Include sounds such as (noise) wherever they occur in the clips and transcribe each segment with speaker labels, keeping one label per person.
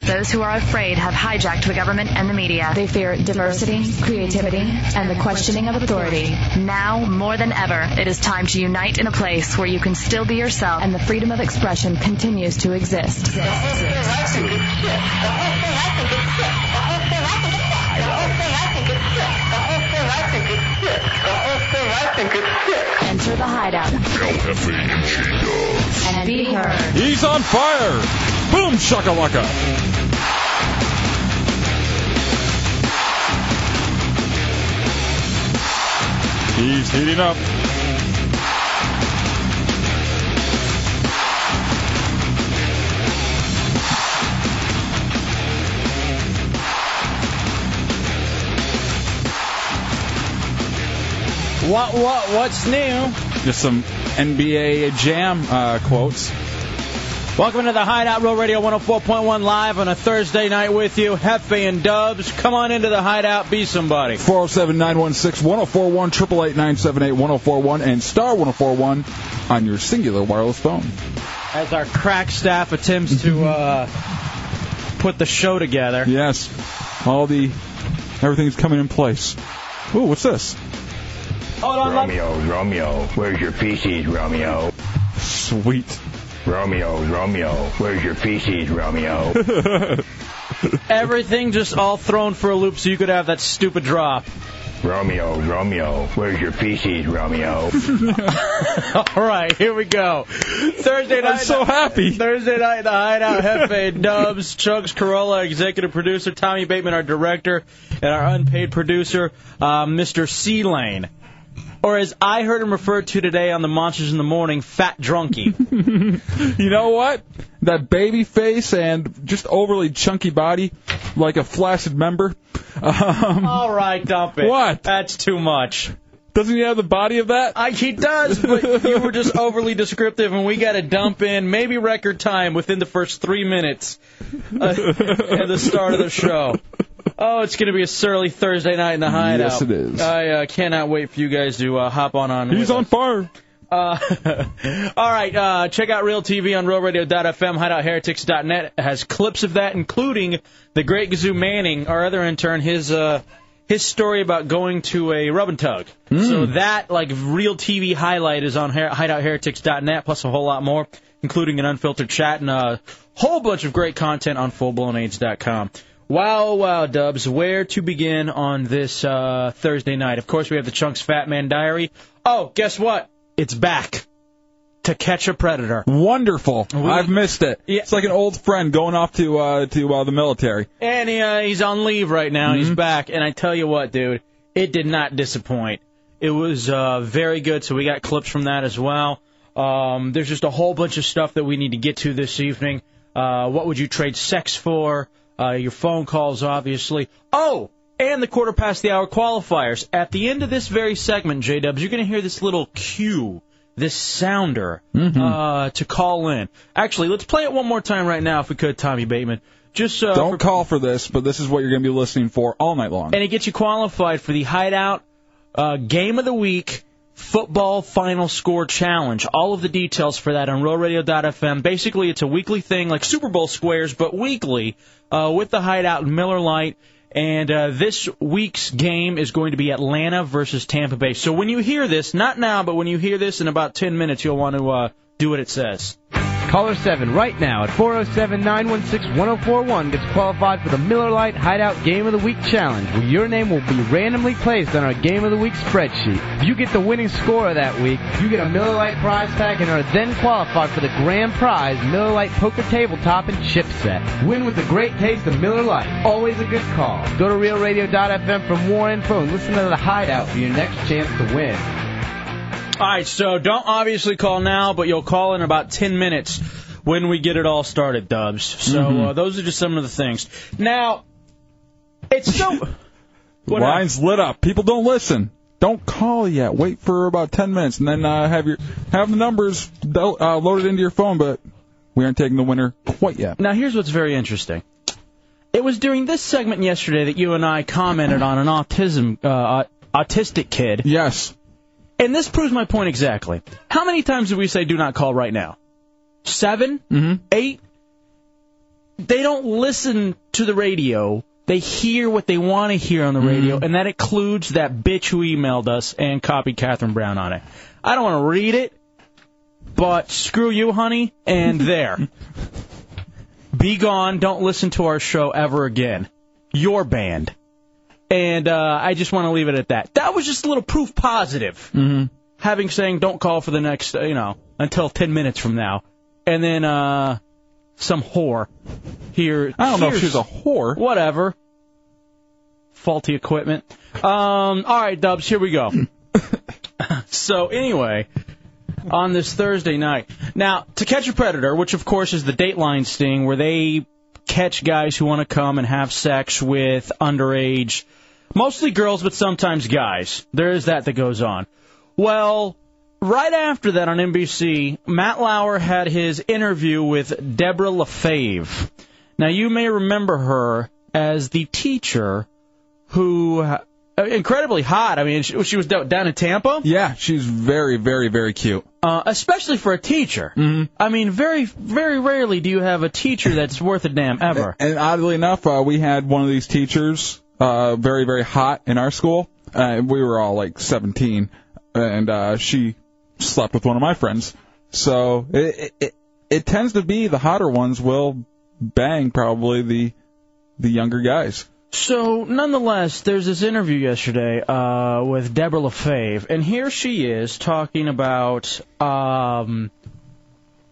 Speaker 1: Those who are afraid have hijacked the government and the media.
Speaker 2: They fear diversity, creativity, and the questioning of authority.
Speaker 1: Now, more than ever, it is time to unite in a place where you can still be yourself
Speaker 2: and the freedom of expression continues to exist. Enter the hideout and be heard.
Speaker 3: He's on fire! Boom shakalaka! He's heating up.
Speaker 4: What what what's new?
Speaker 3: Just some NBA Jam uh, quotes.
Speaker 4: Welcome to the Hideout Real Radio 104.1 live on a Thursday night with you, Hefe and Dubs. Come on into the Hideout, be somebody.
Speaker 3: 407 916 1041 888 978 1041 and star 1041 on your singular wireless phone.
Speaker 4: As our crack staff attempts to uh, put the show together.
Speaker 3: Yes, all the everything's coming in place. Ooh, what's this? (laughs)
Speaker 4: Hold on, let-
Speaker 5: Romeo, Romeo, where's your feces, Romeo?
Speaker 3: Sweet.
Speaker 5: Romeo, Romeo, where's your feces, Romeo?
Speaker 4: (laughs) everything just all thrown for a loop so you could have that stupid drop.
Speaker 5: Romeo, Romeo, where's your feces, Romeo?
Speaker 4: (laughs) All right, here we go. Thursday night. uh,
Speaker 3: I'm so happy.
Speaker 4: Thursday night, the Hideout, Hefe, (laughs) Dubs, Chugs Corolla, executive producer, Tommy Bateman, our director, and our unpaid producer, uh, Mr. C Lane. Or as I heard him referred to today on the Monsters in the Morning, Fat Drunkie.
Speaker 3: (laughs) You know what? That baby face and just overly chunky body, like a flaccid member. Um,
Speaker 4: All right, dump it.
Speaker 3: What?
Speaker 4: That's too much.
Speaker 3: doesn't he have the body of that?
Speaker 4: I, he does, but you were
Speaker 3: (laughs)
Speaker 4: just overly descriptive, and we got to dump in maybe record time within the first three minutes uh, at the start of the show. Oh, it's going to be a surly Thursday night in the hideout.
Speaker 3: Yes, it is.
Speaker 4: I uh, cannot wait for you guys to uh, hop on on.
Speaker 3: He's
Speaker 4: with
Speaker 3: on
Speaker 4: us.
Speaker 3: fire.
Speaker 4: Uh, (laughs) all right, uh, check out Real TV on RealRadio.fm, HideoutHeretics.net. It has clips of that, including the great Gazoo Manning, our other intern, his uh, his story about going to a rub and tug. So that like Real TV highlight is on Her- HideoutHeretics.net, plus a whole lot more, including an unfiltered chat and a whole bunch of great content on FullBlownAge.com. Wow, wow, Dubs. Where to begin on this uh, Thursday night? Of course, we have the Chunks Fat Man Diary. Oh, guess what? It's back to catch a predator.
Speaker 3: Wonderful. I've missed it.
Speaker 4: Yeah.
Speaker 3: It's like an old friend going off to uh, to uh, the military.
Speaker 4: And uh, he's on leave right now. He's back. And I tell you what, dude, it did not disappoint. It was uh, very good. So we got clips from that as well. Um, there's just a whole bunch of stuff that we need to get to this evening. Uh, what would you trade sex for? Uh, your phone calls, obviously. Oh, and the quarter past the hour qualifiers. At the end of this very segment, J Dubs, you're going to hear this little cue, this sounder uh, to call in. Actually, let's play it one more time right now, if we could, Tommy Bateman. Just uh, for
Speaker 3: Don't call for this, but this is what you're going to be listening for all night long.
Speaker 4: and it gets you qualified for the Hideout uh, Game of the Week Football Final Score Challenge. All of the details for that on RealRadio.fm. Basically, it's a weekly thing, like Super Bowl squares, but weekly uh, with the Hideout and Miller Lite. And uh, this week's game is going to be Atlanta versus Tampa Bay. So when you hear this, not now, but when you hear this in about 10 minutes, you'll want to uh, do what it says.
Speaker 6: Caller 7 right now at 407 916 1041 gets qualified for the Miller Lite Hideout Game of the Week Challenge, where your name will be randomly placed on our Game of the Week spreadsheet. If you get the winning score of that week, you get a Miller Lite prize pack and are then qualified for the grand prize Miller Lite Poker Tabletop and Chip Set. Win with the great taste of Miller Lite. Always a good call. Go to realradio.fm for more info and listen to The Hideout for your next chance to win.
Speaker 4: All right, so don't obviously call now, but you'll call in about 10 minutes when we get it all started, Dubs. So uh, those are just some of the things. Now, it's so. What
Speaker 3: Lines lit up. People don't listen. Don't call yet. Wait for about ten minutes, and then uh, have your have the numbers do- uh, loaded into your phone. But we aren't taking the winner quite yet.
Speaker 4: Now, here's what's very interesting. It was during this segment yesterday that you and I commented on an autism uh, autistic kid,
Speaker 3: Yes,
Speaker 4: and this proves my point exactly. How many times did we say "do not call right now"? 7 eight. they don't listen to the radio. They hear what they want to hear on the radio, and that includes that bitch who emailed us and copied Catherine Brown on it. I don't want to read it, but screw you, honey, and
Speaker 3: (laughs)
Speaker 4: there. Be gone. Don't listen to our show ever again. You're banned. And uh, I just want to leave it at that. That was just a little proof positive
Speaker 3: Mm-hmm.
Speaker 4: having saying don't call for the next uh, you know until 10 minutes from now and then uh some whore here
Speaker 3: I don't know if
Speaker 4: here's-
Speaker 3: she's a whore.
Speaker 4: whatever faulty equipment um all right dubs here we
Speaker 3: (laughs)
Speaker 4: go so anyway on this thursday night now to catch a predator which of course is the dateline sting where they catch guys who want to come and have sex with underage mostly girls but sometimes guys there is that that goes on well, right after that on NBC, Matt Lauer had his interview with Deborah LaFave. Now, you may remember her as the teacher who, uh, incredibly hot. I mean, she, she was do- down in Tampa,
Speaker 3: Yeah, she's very, very, very cute.
Speaker 4: uh, especially for a teacher.
Speaker 3: Mhm.
Speaker 4: I mean, very, very rarely do you have a teacher that's worth a damn ever.
Speaker 3: And oddly enough, uh, we had one of these teachers, uh, very, very hot in our school. Uh, we were all like 17, and uh, she slept with one of my friends. So it, it- it it tends to be the hotter ones will bang probably the the younger guys.
Speaker 4: So, nonetheless, there's this interview yesterday uh, with Deborah LaFave, and here she is talking about um,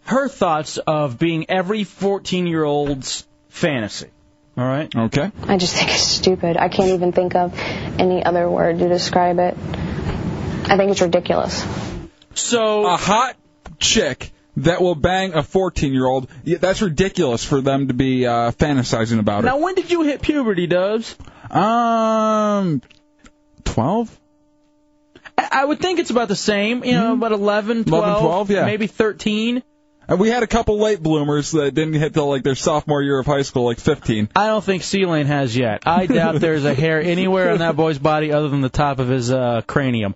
Speaker 4: her thoughts of being every 14 year old's fantasy. All right?
Speaker 3: Okay.
Speaker 2: I just think it's stupid. I can't even think of any other word to describe it. I think it's ridiculous.
Speaker 4: So,
Speaker 3: A hot chick that will bang a 14 year old. That's ridiculous for them to be uh, fantasizing about
Speaker 4: now
Speaker 3: it.
Speaker 4: when did you hit puberty, Dubs?
Speaker 3: Um, 12.
Speaker 4: I, I would think it's about the same, you know, about 11, 12,
Speaker 3: 11, 12, Hmm. yeah.
Speaker 4: maybe 13.
Speaker 3: And we had a couple late bloomers that didn't hit till like their sophomore year of high school, like 15.
Speaker 4: I don't think Sealane has yet. I doubt there's a
Speaker 3: (laughs)
Speaker 4: hair anywhere on that boy's body other than the top of his uh, cranium.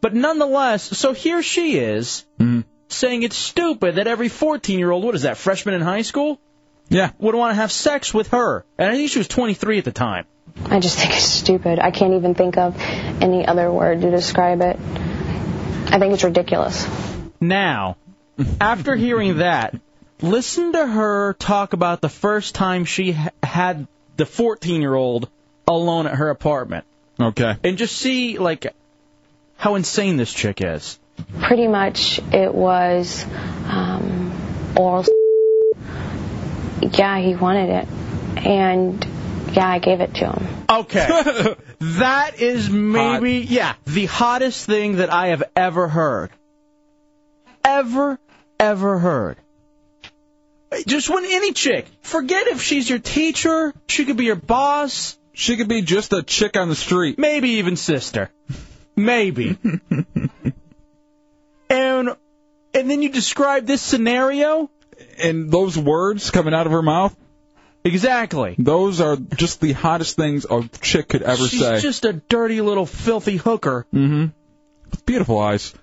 Speaker 4: But nonetheless, so here she is
Speaker 7: Hmm.
Speaker 4: saying it's stupid that every 14 year old, what is that, freshman in high school,
Speaker 3: Yeah.
Speaker 4: would want to have sex with her. And I think she was 23 at the time.
Speaker 2: I just think it's stupid. I can't even think of any other word to describe it. I think it's ridiculous.
Speaker 4: Now, after hearing that, listen to her talk about the first time she ha- had the 14 year old alone at her apartment.
Speaker 3: Okay.
Speaker 4: And just see, like, how insane this chick is.
Speaker 2: Pretty much it was um, oral. s- Yeah, he wanted it. And yeah, I gave it to him.
Speaker 4: Okay. (laughs) that is maybe, yeah, the hottest thing that I have ever heard. Ever, ever heard. Just when any chick, forget if she's your teacher, she could be your boss,
Speaker 3: She could be just a chick on the street.
Speaker 4: maybe even sister. Maybe. (laughs) and and then you describe this scenario?
Speaker 3: And those words coming out of her mouth,
Speaker 4: Exactly.
Speaker 3: those are just the hottest things a chick could ever
Speaker 4: She's
Speaker 3: say. Mm-hmm.
Speaker 4: just a dirty little filthy hooker.
Speaker 3: Beautiful eyes.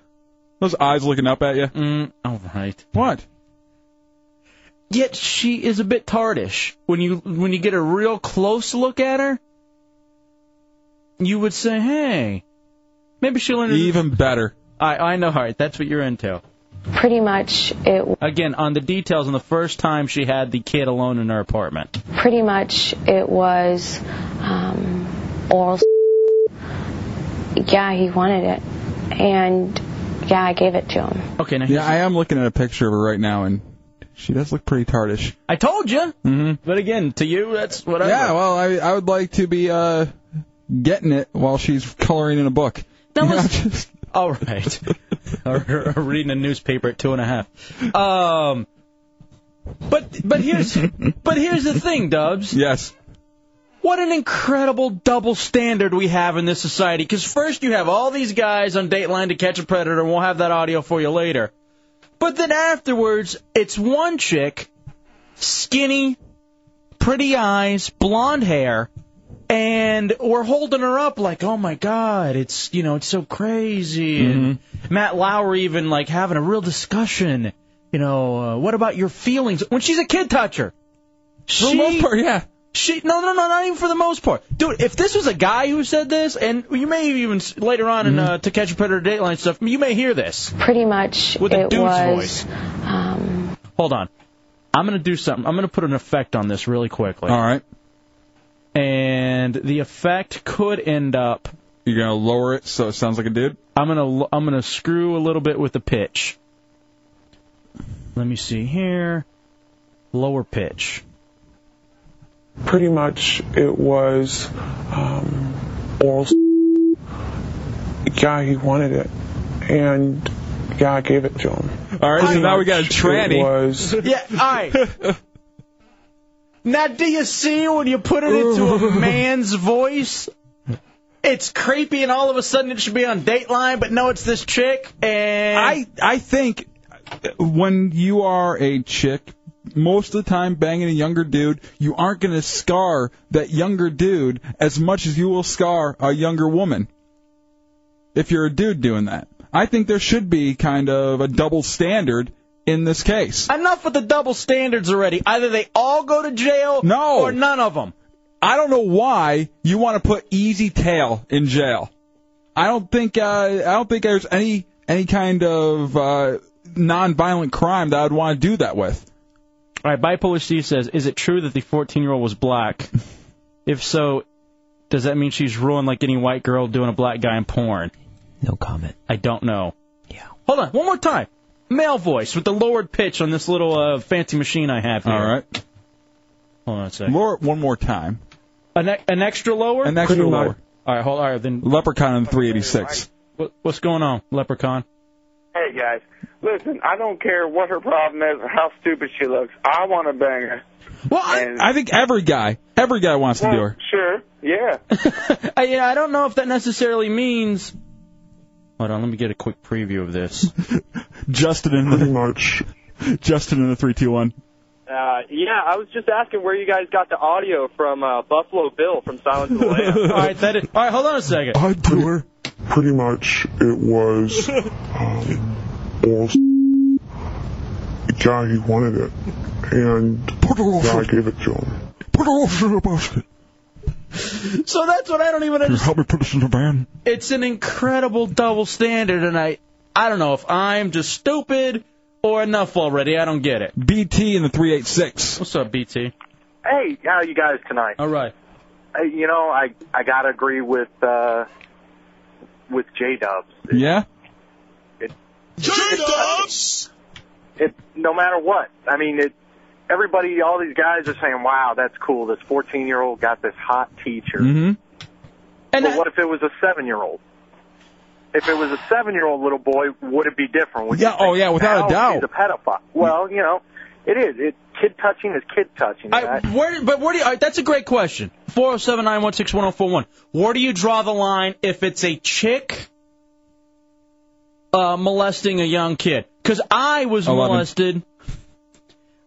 Speaker 3: Those eyes looking up at you.
Speaker 4: Mm, all right.
Speaker 3: What?
Speaker 4: yet she is a bit tardish. When you when you get a real close look at her, you would say, "Hey, maybe she'll." Inter-
Speaker 3: Even better.
Speaker 4: I I know, all right. That's what you're into.
Speaker 2: Pretty much it
Speaker 4: Again, on the details on the first time she had the kid alone in her apartment.
Speaker 2: pretty much it was um, oral. s- Yeah, he wanted it, and yeah, I gave it to him.
Speaker 4: Okay, now
Speaker 3: Yeah,
Speaker 4: here's-
Speaker 3: I am looking at a picture of her right now, and she does look pretty tartish.
Speaker 4: I told you.
Speaker 3: Mhm.
Speaker 4: But again, to you, that's whatever.
Speaker 3: Yeah, well, I I would like to be uh getting it while she's coloring in a book.
Speaker 4: That
Speaker 3: You know,
Speaker 4: was-
Speaker 3: just-
Speaker 4: All
Speaker 3: (laughs)
Speaker 4: right. (laughs) or, or reading a newspaper at two and a half. Um. But but here's but here's the thing, Dubs.
Speaker 3: yes.
Speaker 4: What an incredible double standard we have in this society. Because first you have all these guys on Dateline to catch a predator, and we'll have that audio for you later. But then afterwards, it's one chick, skinny, pretty eyes, blonde hair, and we're holding her up like, oh my god, it's you know, it's so crazy. And Matt Lauer even like having a real discussion. You know, uh, what about your feelings when she's a kid toucher? For the most part, yeah. She no no no not even for the most part, dude. If this was a guy who said this, and you may even s- later on in uh, to catch a predator dateline stuff, you may hear this.
Speaker 2: Pretty much,
Speaker 4: With a
Speaker 2: it
Speaker 4: dude's
Speaker 2: was.
Speaker 4: voice.
Speaker 2: Um,
Speaker 4: Hold on, I'm gonna do something. I'm gonna put an effect on this really quickly.
Speaker 3: All right.
Speaker 4: And the effect could end up.
Speaker 3: You're gonna lower it so it sounds like a dude.
Speaker 4: I'm gonna l- I'm gonna screw a little bit with the pitch. Let me see here. Lower pitch.
Speaker 8: Pretty much, it was um, oral. Yeah, he wanted it, and yeah, I gave it to him.
Speaker 3: All right,
Speaker 8: Pretty
Speaker 3: so now we got a
Speaker 8: much,
Speaker 3: tranny.
Speaker 8: It
Speaker 3: (laughs)
Speaker 8: was
Speaker 4: Yeah, alright. now, do you see when you put it into a man's voice? It's creepy, and all of a sudden it should be on Dateline, but no, it's this chick, and.
Speaker 3: I I think when you are a chick, most of the time banging a younger dude, you aren't going to scar that younger dude as much as you will scar a younger woman. If you're a dude doing that, I think there should be kind of a double standard in this case.
Speaker 4: Enough with the double standards already. Either they all go to jail,
Speaker 3: (laughs) No.
Speaker 4: or none of them.
Speaker 3: I don't know why you want to put Easy Tail in jail. I don't think uh, I don't think there's any any kind of uh, non-violent crime that I'd want to do that with.
Speaker 4: All right, Bipolar Steve says, is it true that the 14-year-old was
Speaker 3: (laughs)
Speaker 4: black? if so, does that mean she's ruined like any white girl doing a black guy in porn?
Speaker 9: No comment.
Speaker 4: I don't know. Yeah. Hold on, one more time. Male voice with the lowered pitch on this little uh, fancy machine I have here.
Speaker 3: All right,
Speaker 4: Hold on a second.
Speaker 3: more one more time.
Speaker 4: An, e- an extra lower?
Speaker 3: An extra
Speaker 8: Pretty much.
Speaker 3: lower.
Speaker 4: All right, hold All right, then
Speaker 3: Leprechaun in 386.
Speaker 4: what, what's going on, Leprechaun?
Speaker 10: Hey guys, listen, I don't care what her problem is or how stupid she looks. I want to bang her.
Speaker 4: Well,
Speaker 10: And-
Speaker 3: I think every guy, every guy wants to do her.
Speaker 10: Sure, yeah.
Speaker 4: (laughs) I, yeah, I don't know if that necessarily means... Hold on, let me get a quick preview of this.
Speaker 3: (laughs) Justin in
Speaker 8: pretty
Speaker 3: the
Speaker 8: much.
Speaker 3: Justin in the 321.
Speaker 11: Uh, yeah, I was just asking where you guys got the audio from uh, Buffalo Bill from Silence of the Lambs.
Speaker 4: (laughs) all right, that is, all right, hold on a second.
Speaker 8: I do her. Pretty much, it was um, oral. Yeah, he wanted it, and yeah, I gave it to him.
Speaker 3: Put all in a basket.
Speaker 4: (laughs) So that's what I don't even understand.
Speaker 3: Help me put this in the van.
Speaker 4: it's an incredible double standard, and I I don't know if I'm just stupid or enough already. I don't get it.
Speaker 3: BT in the 386.
Speaker 4: What's up, BT?
Speaker 11: hey, how are you guys tonight?
Speaker 4: All right.
Speaker 11: Uh, you know, I I gotta agree with uh, with J Dubs.
Speaker 3: Yeah.
Speaker 11: It no matter what. I mean, it everybody, all these guys are saying, "Wow, that's cool. This 14 year old got this hot teacher."
Speaker 3: hmm
Speaker 4: Mm-hmm. And
Speaker 11: But
Speaker 4: I,
Speaker 11: what if it was a seven year old? If it was a seven year old little boy, would it be different? Would you
Speaker 3: Yeah,
Speaker 11: think,
Speaker 3: oh, yeah, without a
Speaker 11: "Now
Speaker 3: doubt."
Speaker 11: He's a pedophile. Well, you know, it is. It kid touching is kid touching.
Speaker 4: I,
Speaker 11: right?
Speaker 4: where, but where do you, all right, that's a great question. Four zero seven nine one six one zero four one. Where do you draw the line if it's a chick uh, molesting a young kid? Because I was
Speaker 3: Eleven.
Speaker 4: molested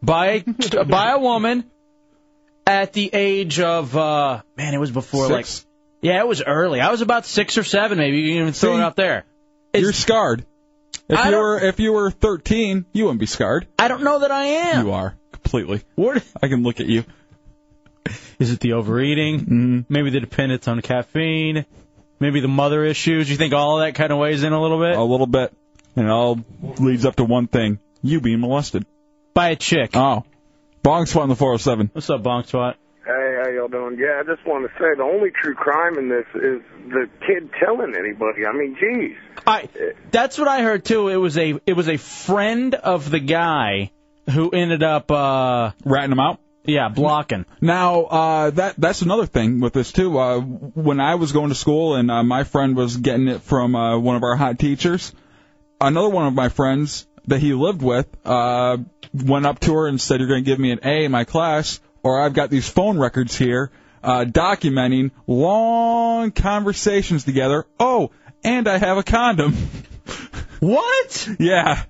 Speaker 4: by
Speaker 3: (laughs)
Speaker 4: a, by a woman at the age of uh, man, it was before like
Speaker 3: Six.
Speaker 4: Yeah, it was early. I was about six or seven, maybe. You can even throw
Speaker 3: See?
Speaker 4: it out there.
Speaker 3: You're scarred. If
Speaker 4: I
Speaker 3: you
Speaker 4: don't-
Speaker 3: were if you were 13, you wouldn't be scarred.
Speaker 4: I don't know that I am.
Speaker 3: You are completely.
Speaker 4: What-
Speaker 3: I can look at you.
Speaker 4: Is it the overeating?
Speaker 3: Mm-hmm.
Speaker 4: mm Maybe the dependence on caffeine? Maybe the mother issues? You think all of that kind of weighs in a little bit?
Speaker 3: a little bit, and it all leads up to one thing: you being molested.
Speaker 4: By a chick.
Speaker 3: Oh, bong spot in the 407.
Speaker 4: What's up, Bonk Spot?
Speaker 10: Hey, how y'all doing? Yeah, I just want to say the only true crime in this is the kid telling anybody. I mean, geez.
Speaker 4: I, that's what I heard too. It was a it was a friend of the guy who ended up uh
Speaker 3: Ratting them out.
Speaker 4: yeah blocking.
Speaker 3: Now uh, that that's another thing with this too. Uh, when I was going to school and uh, my friend was getting it from uh, one of our hot teachers, another one of my friends that he lived with uh, went up to her and said, "You're going to give me an A in my class, or I've got these phone records here uh, documenting long conversations together. Oh, and I have a condom. (laughs)
Speaker 4: What?
Speaker 3: yeah,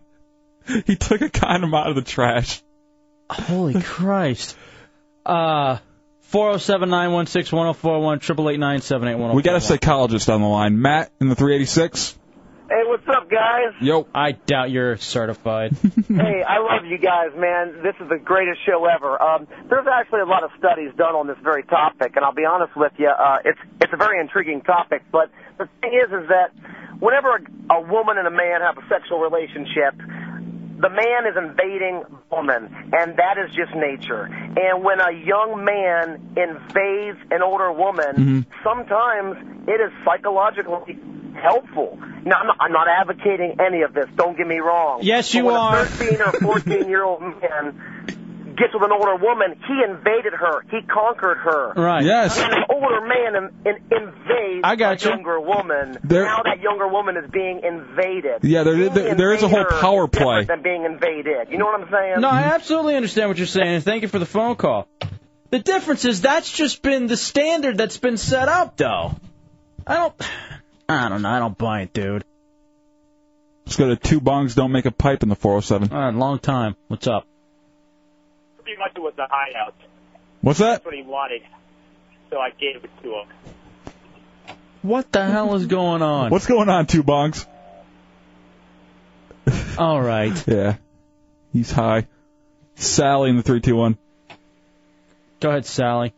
Speaker 3: he took a condom out of the trash. (laughs)
Speaker 4: Holy Christ. Uh. Four zero seven nine one six one zero four one triple eight nine seven eight one zero.
Speaker 3: We got a psychologist on the line, Matt in the 386.
Speaker 11: Hey, what's up,
Speaker 4: (laughs)
Speaker 9: up, guys?
Speaker 3: Yo.
Speaker 4: I doubt you're certified.
Speaker 9: hey, I love you guys, man. This is the greatest show ever. Um, there's actually a lot of studies done on this very topic, and I'll be honest with you, uh, it's it's a very intriguing topic. But the thing is, is that whenever a, a woman and a man have a sexual relationship, the man is invading woman, and that is just nature. And when a young man invades an older woman, sometimes it is psychologically helpful. Now, I'm not, I'm not advocating any of this. Don't get me wrong.
Speaker 4: Yes, you
Speaker 9: but when
Speaker 4: are.
Speaker 9: A 13 or 14 year old man gets with an older woman, he invaded her. He conquered her.
Speaker 4: Right. Yes.
Speaker 9: When an older man in, in, invades
Speaker 4: I got
Speaker 9: a
Speaker 4: you.
Speaker 9: younger woman,
Speaker 3: There-
Speaker 9: now that younger woman is being invaded.
Speaker 3: Yeah, there, there, there is a whole power play.
Speaker 9: Than being invaded. You know what I'm saying?
Speaker 4: No, I absolutely understand what you're saying, and thank you for the phone call. The difference is that's just been the standard that's been set up, though. I don't, I don't know, I don't buy it, dude.
Speaker 3: Let's go to two bongs don't make a pipe in the 407.
Speaker 4: All right, long time. What's up?
Speaker 12: Pretty much it was the hideout.
Speaker 3: What's that?
Speaker 12: That's what he wanted. So I gave it to him.
Speaker 4: What the hell is going on?
Speaker 3: What's going on, two bongs?
Speaker 4: All right.
Speaker 3: (laughs) yeah, he's high. Sally in the 321.
Speaker 4: Go ahead, Sally.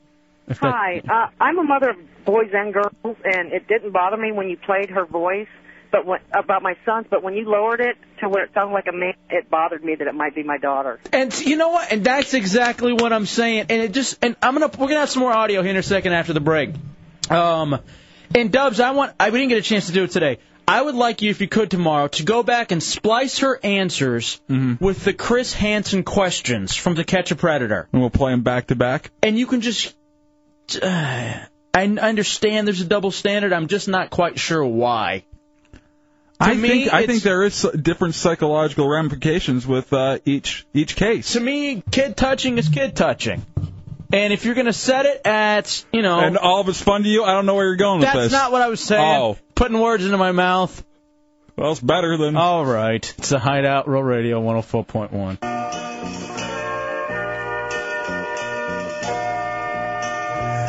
Speaker 13: Hi, uh, I'm a mother of boys and girls, and it didn't bother me when you played her voice, but when, about my sons. But when you lowered it to where it sounded like a man, it bothered me that it might be my daughter.
Speaker 4: And you know what? And that's exactly what I'm saying. And it just and I'm gonna we're gonna have some more audio here in a second after the break. Um, and Dubs, I want I we didn't get a chance to do it today. I would like you, if you could, tomorrow to go back and splice her answers
Speaker 3: Mm-hmm.
Speaker 4: with the Chris Hansen questions from To Catch a Predator.
Speaker 3: And we'll play them back to back.
Speaker 4: And you can just. (sighs) I understand there's a double standard. I'm just not quite sure why. To
Speaker 3: I
Speaker 4: me,
Speaker 3: think I think
Speaker 4: it's-
Speaker 3: there is different psychological ramifications with uh, each each case.
Speaker 4: To me, kid touching is kid touching. And if you're going to set it at, you know.
Speaker 3: And all of it's fun to you. I don't know where you're going with
Speaker 4: That's
Speaker 3: this.
Speaker 4: not what I was saying.
Speaker 3: Oh.
Speaker 4: Putting words into my mouth.
Speaker 3: Well, it's better than.
Speaker 4: All right. It's a hideout, Real Radio 104.1.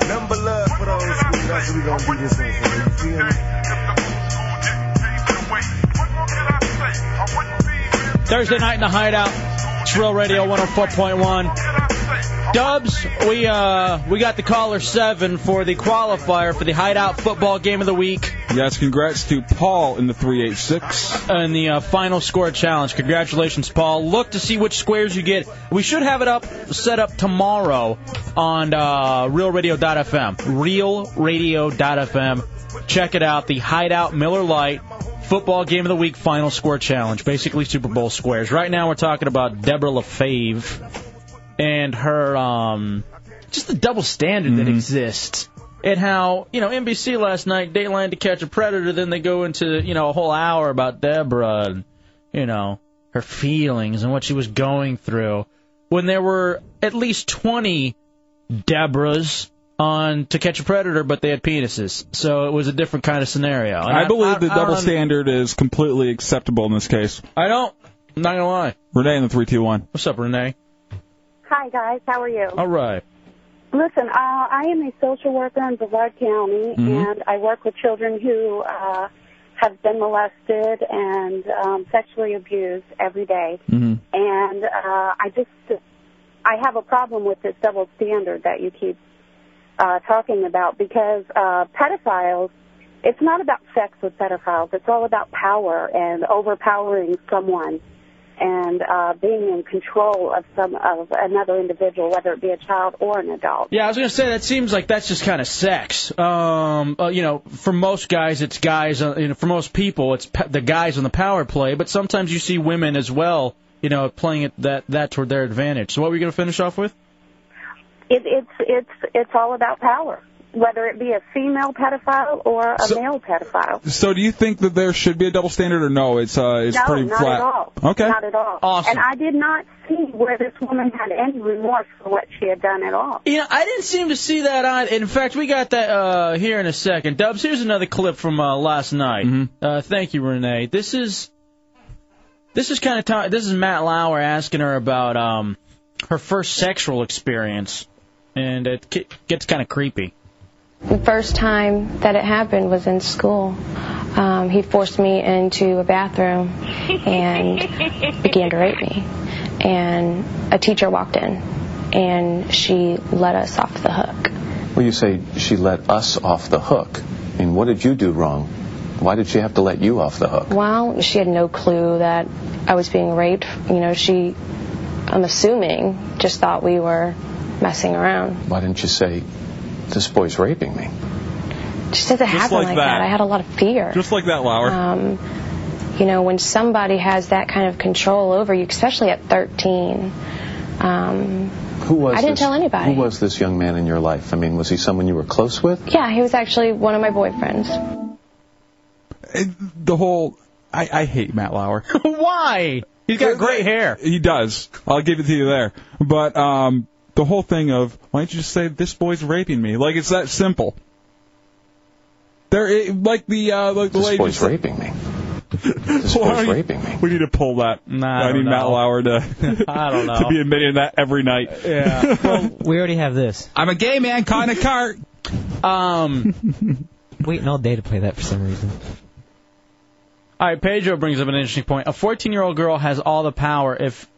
Speaker 14: Number love for the old school. That's what we gonna do this thing for. You feel me?
Speaker 4: Thursday night in the hideout. It's Real Radio 104.1. Dubs, we uh we got the caller seven for the qualifier for the hideout football game of the week
Speaker 3: Yes, congrats to Paul in the 386.
Speaker 4: and the uh, final score challenge. Congratulations, Paul. Look to see which squares you get. We should have it up set up tomorrow on uh, realradio.fm. Realradio.fm. Check it out. The Hideout Miller Lite Football Game of the Week Final Score Challenge. Basically, Super Bowl squares. Right now, we're talking about Deborah LaFave and her um just the double standard
Speaker 7: Mm-hmm.
Speaker 4: that exists and how you know NBC last night Dateline to Catch a Predator then they go into you know a whole hour about Deborah and you know her feelings and what she was going through when there were at least 20 Deborahs on to catch a predator but they had penises so it was a different kind of scenario And
Speaker 3: I believe the
Speaker 4: I
Speaker 3: double
Speaker 4: don't-
Speaker 3: standard is completely acceptable in this case.
Speaker 4: I don't I'm not gonna lie
Speaker 3: Renee in the 321.
Speaker 4: what's up Renee
Speaker 15: Hi, guys. How are you?
Speaker 3: Oh.
Speaker 4: all right
Speaker 15: Listen, uh, I am a social worker in Brevard County,
Speaker 4: Mhm.
Speaker 15: and I work with children who uh, have been molested and um, sexually abused every day.
Speaker 3: Mm-hmm.
Speaker 15: And uh, I just, I have a problem with this double standard that you keep uh, talking about because uh, pedophiles, it's not about sex with pedophiles. It's all about power and overpowering someone and uh, being in control of some of another individual, whether it be a child or an adult.
Speaker 4: Yeah, I was gonna say that seems like that's just kind of sex. Um, uh, you know, for most guys, it's guys. Uh, you know, for most people, it's pe- the guys on the power play. But sometimes you see women as well. You know, playing it that that toward their advantage. So what were you gonna finish off with?
Speaker 15: It, it's it's it's all about power, whether it be a female pedophile or a male pedophile.
Speaker 3: So do you think that there should be a double standard or no? It's uh it's
Speaker 15: no,
Speaker 3: pretty
Speaker 15: not
Speaker 3: flat.
Speaker 15: at all.
Speaker 3: Okay.
Speaker 15: Not at all.
Speaker 3: Awesome.
Speaker 15: And I did not see where this woman had any remorse for what she had done at all.
Speaker 4: You know, I didn't seem to see that on. In fact, we got that uh, here in a second. Dubs, here's another clip from uh, last night. Uh, thank you, Renee. This is this is kind of ta- this is Matt Lauer asking her about um, her first sexual experience, and it ki- gets kind of creepy.
Speaker 2: The first time that it happened was in school. um, he forced me into a bathroom and began to rape me. And a teacher walked in, and she let us off the hook.
Speaker 16: Well, you say she let us off the hook. I mean, what did you do wrong? Why did she have to let you off the hook?
Speaker 2: Well, she had no clue that I was being raped. You know, she, I'm assuming, just thought we were messing around.
Speaker 16: Why didn't you say, this boy's raping me?
Speaker 2: She said it
Speaker 16: Just
Speaker 2: happened
Speaker 16: like
Speaker 2: like,
Speaker 16: that.
Speaker 2: that. I had a lot of fear.
Speaker 3: Just like that, Lauer.
Speaker 2: Um, you know, when somebody has that kind of control over you, especially at 13, um,
Speaker 16: Who was
Speaker 2: I didn't
Speaker 16: this-
Speaker 2: tell anybody.
Speaker 16: Who was this young man in your life? I mean, was he someone you were close with?
Speaker 2: yeah, he was actually one of my boyfriends.
Speaker 3: The whole. I, I hate Matt (laughs) Lauer.
Speaker 4: Why? He's got great hair.
Speaker 3: He does. I'll give it to you there. But um, the whole thing of why don't you just say this boy's raping me? Like it's that simple. There, it, like the uh, like the
Speaker 16: This
Speaker 3: lady
Speaker 16: boy's
Speaker 3: said-
Speaker 16: raping
Speaker 3: (laughs)
Speaker 16: me. This boy's raping me.
Speaker 3: We need to pull that. Nah,
Speaker 17: I
Speaker 3: I,
Speaker 17: don't
Speaker 3: need Matt
Speaker 17: know.
Speaker 3: Lauer to.
Speaker 17: I don't
Speaker 3: (laughs) to
Speaker 17: know.
Speaker 3: be admitting that every night. (laughs)
Speaker 4: Yeah.
Speaker 17: well, (laughs) we already have this.
Speaker 3: I'm a gay man caught in a cart.
Speaker 4: Um.
Speaker 17: (laughs) Waiting all day to play that for some reason.
Speaker 4: All right, Pedro brings up an interesting point. A 14-year-old girl has all the power if,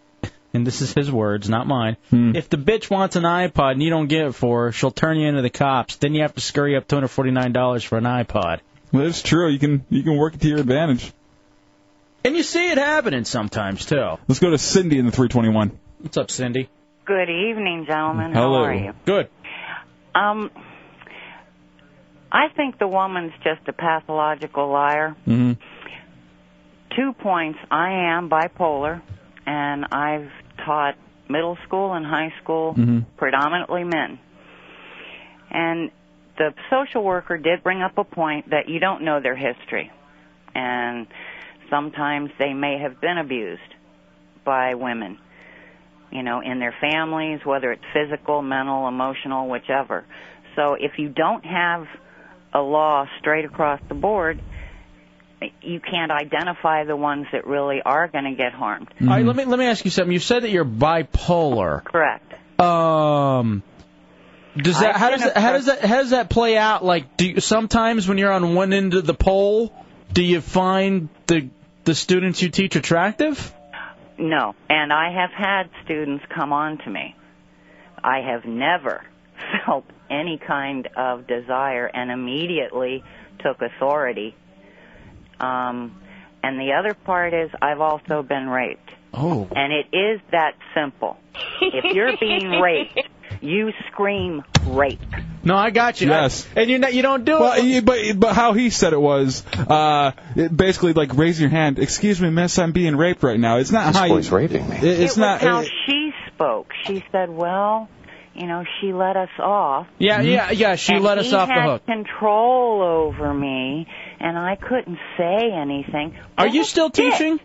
Speaker 4: and this is his words, not mine. If the bitch wants an iPod and you don't get it for her, she'll turn you into the cops. Then you have to scurry up $249 for an iPod.
Speaker 3: That's true. You can you can work it to your advantage.
Speaker 4: And you see it happening sometimes too.
Speaker 3: Let's go to Cindy in the 321.
Speaker 4: What's up, Cindy?
Speaker 18: Good evening, gentlemen.
Speaker 3: Hello.
Speaker 18: How are you?
Speaker 4: Good.
Speaker 18: Um, I think the woman's just a pathological liar.
Speaker 3: Mm-hmm.
Speaker 18: Two points. I am bipolar, and I've taught middle school and high school,
Speaker 6: Mm-hmm.
Speaker 18: predominantly men. And the social worker did bring up a point that you don't know their history. And sometimes they may have been abused by women, you know, in their families, whether it's physical, mental, emotional, whichever. So if you don't have a law straight across the board, you can't identify the ones that really are going to get harmed.
Speaker 4: All right, let me let me ask you something. You said that you're bipolar.
Speaker 18: Correct.
Speaker 4: Um. Does that
Speaker 18: I've
Speaker 4: how
Speaker 18: been
Speaker 4: does that, how
Speaker 18: a-
Speaker 4: does that how does that play out? Like, do you, sometimes when you're on one end of the pole, do you find the the students you teach attractive?
Speaker 18: No. And I have had students come on to me. I have never (laughs) felt any kind of desire and immediately took authority. Um, and the other part is I've also been raped.
Speaker 4: Oh.
Speaker 18: And it is that simple. If you're being raped, you scream rape.
Speaker 4: No, I got you.
Speaker 3: Yes.
Speaker 4: and you you don't do
Speaker 3: well, it. But but how he said it was uh, it basically like raising your hand. Excuse me, miss, I'm being raped right now. It's not
Speaker 16: This
Speaker 3: how
Speaker 16: boy's
Speaker 3: you,
Speaker 16: raping me.
Speaker 3: It, it's
Speaker 18: it
Speaker 3: not.
Speaker 18: was how
Speaker 3: it-
Speaker 18: she spoke. She said, "Well, you know, she let us off."
Speaker 4: Yeah, yeah, yeah. She
Speaker 18: and
Speaker 4: let us
Speaker 18: he
Speaker 4: off the
Speaker 18: had
Speaker 4: hook.
Speaker 18: Control over me, and I couldn't say anything.
Speaker 4: Are you still teaching?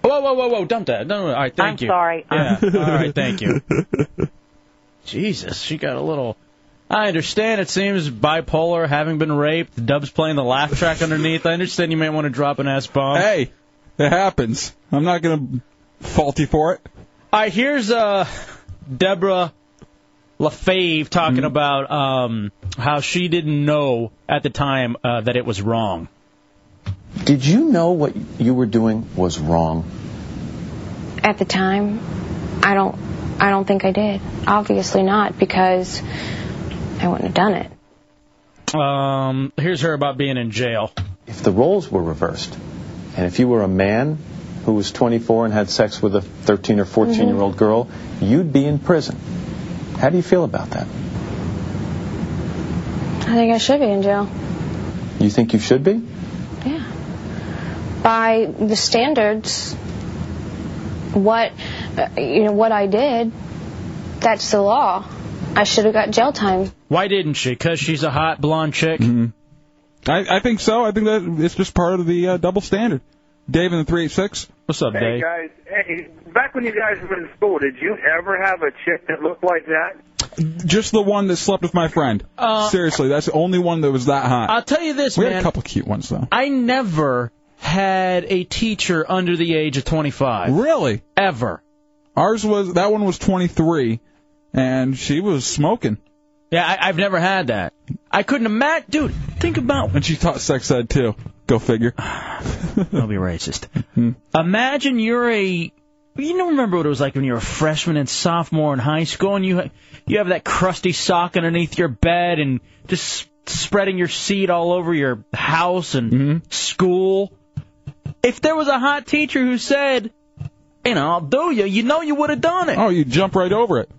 Speaker 4: Whoa, whoa, whoa, whoa! Dump that. No, no, all right, thank
Speaker 18: I'm
Speaker 4: you.
Speaker 18: sorry.
Speaker 4: (laughs) Yeah.
Speaker 18: I'm-
Speaker 4: all right, thank you. Jesus, she got a little. I understand. It seems bipolar, having been raped. Dub's playing the laugh track underneath. I understand you may want to drop an S bomb.
Speaker 3: Hey, it happens. I'm not gonna fault you for it.
Speaker 4: All right, here's uh, Deborah LaFave talking
Speaker 3: Hmm.
Speaker 4: about um, how she didn't know at the time uh, that it was wrong.
Speaker 16: Did you know what you were doing was wrong?
Speaker 2: At the time, I don't, I don't think I did. Obviously not, because I wouldn't have done it.
Speaker 4: Um, here's her about being in jail.
Speaker 16: If the roles were reversed, and if you were a man who was 24 and had sex with a 13 or 14 year old
Speaker 2: Mm-hmm.
Speaker 16: girl, you'd be in prison. How do you feel about that?
Speaker 2: I think I should be in jail.
Speaker 16: You think you should be?
Speaker 2: By the standards, what, uh, you know, what I did, that's the law. I should have got jail time.
Speaker 4: Why didn't she? Because she's a hot blonde chick.
Speaker 3: mm-hmm. I I think so. I think that it's just part of the uh, double standard. Dave in the 386.
Speaker 4: What's up,
Speaker 10: Hey guys, hey, back when you guys were in school, did you ever have a chick that looked like that?
Speaker 3: Just the one that slept with my friend.
Speaker 4: Uh,
Speaker 3: Seriously, that's the only one that was that hot.
Speaker 4: I'll tell you this,
Speaker 3: we
Speaker 4: man.
Speaker 3: had a couple cute ones though.
Speaker 4: I never had a teacher under the age of 25.
Speaker 3: Really?
Speaker 4: Ever.
Speaker 3: Ours was that one was 23, and she was smoking. (laughs)
Speaker 4: Yeah, I, I've never had that. I couldn't imagine, dude. Think about
Speaker 3: And she taught sex ed too. Go figure.
Speaker 4: (sighs) I'll be racist. Imagine you're a you don't remember what it was like when you were a freshman and sophomore in high school, and you you have that crusty sock underneath your bed, and just spreading your seed all over your house and school. If there was a hot teacher who said, "You know, I'll do you," you know you would have done it.
Speaker 3: Oh, you jump right over it.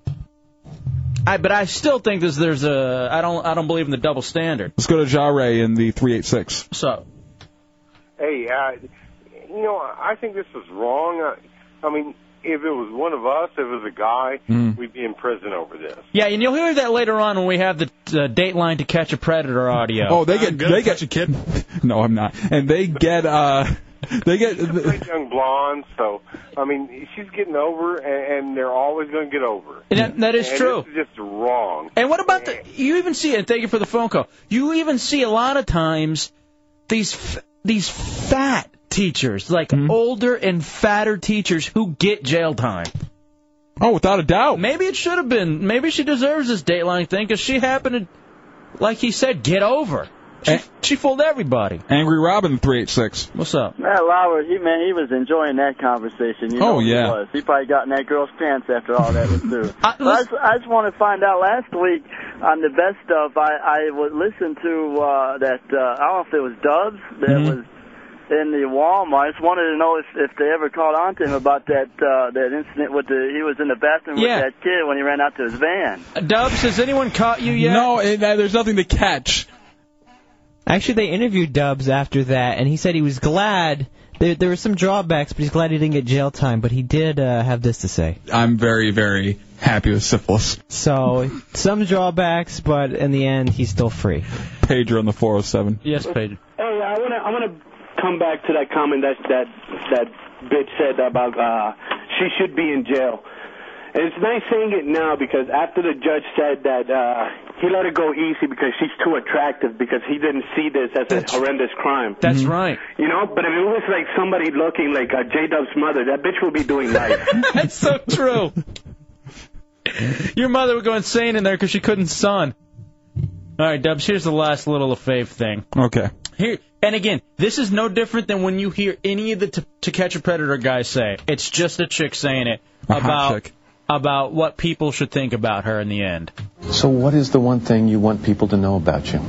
Speaker 4: I, but I still think there's, there's a I don't I don't believe in the double standard.
Speaker 3: Let's go to Ja Ray in the 386.
Speaker 4: So,
Speaker 12: Hey, uh, you know, I think this is wrong. Uh, I mean, if it was one of us, if it was a guy,
Speaker 4: Hmm.
Speaker 12: we'd be in prison over this.
Speaker 4: yeah, and you'll hear that later on when we have the uh, Dateline to Catch a Predator audio.
Speaker 3: Oh, they get they get you kid. (laughs) No, I'm not. And they get uh (laughs) they get
Speaker 12: Pretty young blonde, so I mean, she's getting over, and, and they're always going to get over.
Speaker 4: And that- that is
Speaker 12: And
Speaker 4: true.
Speaker 12: This is just wrong.
Speaker 4: And what about the? You even see, and thank you for the phone call. You even see a lot of times these f- these fat teachers, like
Speaker 3: Hmm?
Speaker 4: older and fatter teachers, who get jail time.
Speaker 3: Oh, without a doubt.
Speaker 4: Maybe it should have been. Maybe she deserves this Dateline thing because she happened to, like he said, get over.
Speaker 3: Eh.
Speaker 4: She, she fooled everybody.
Speaker 3: Angry Robin 386.
Speaker 4: What's up?
Speaker 19: Matt Lauer, he man, he was enjoying that conversation. You know
Speaker 3: Oh,
Speaker 19: he
Speaker 3: yeah.
Speaker 19: was. He probably got in that girl's pants after all that was through.
Speaker 4: I,
Speaker 19: I, just, I just want to find out. Last week on the best stuff, I I would listen to uh, that. Uh, I don't know if it was Dubs that
Speaker 4: Mm-hmm.
Speaker 19: was in the Walmart. I just wanted to know if if they ever caught on to him about that uh, that incident with the he was in the bathroom
Speaker 4: Yeah.
Speaker 19: with that kid when he ran out to his van.
Speaker 4: Dubs, has anyone caught you yet?
Speaker 3: No, it, uh, there's nothing to catch.
Speaker 17: Actually, they interviewed Dubs after that, and he said he was glad. There, there were some drawbacks, but he's glad he didn't get jail time. But he did uh, have this to say.
Speaker 3: I'm very very happy with syphilis.
Speaker 17: So some drawbacks, but in the end, he's still free.
Speaker 3: Pager on the 407.
Speaker 4: Yes, Pager.
Speaker 20: Hey, I want to I want to come back to that comment that that that bitch said about uh she should be in jail. And it's nice saying it now because after the judge said that uh he let her go easy because she's too attractive because he didn't see this as a horrendous crime.
Speaker 4: That's
Speaker 3: Mm-hmm.
Speaker 4: right.
Speaker 20: You know, but if it was like somebody looking like uh, J Dub's mother, that bitch would be doing life.
Speaker 4: (laughs) That's so true. Your mother would go insane in there because she couldn't son. All right, Dubs. Here's the last little fave thing.
Speaker 3: Okay.
Speaker 4: Here and again, this is no different than when you hear any of the t- To Catch a Predator guys say. it. It's just a chick saying it
Speaker 16: A hot
Speaker 4: about
Speaker 16: chick.
Speaker 4: about what people should think about her in the end.
Speaker 16: So, what is the one thing you want people to know about you?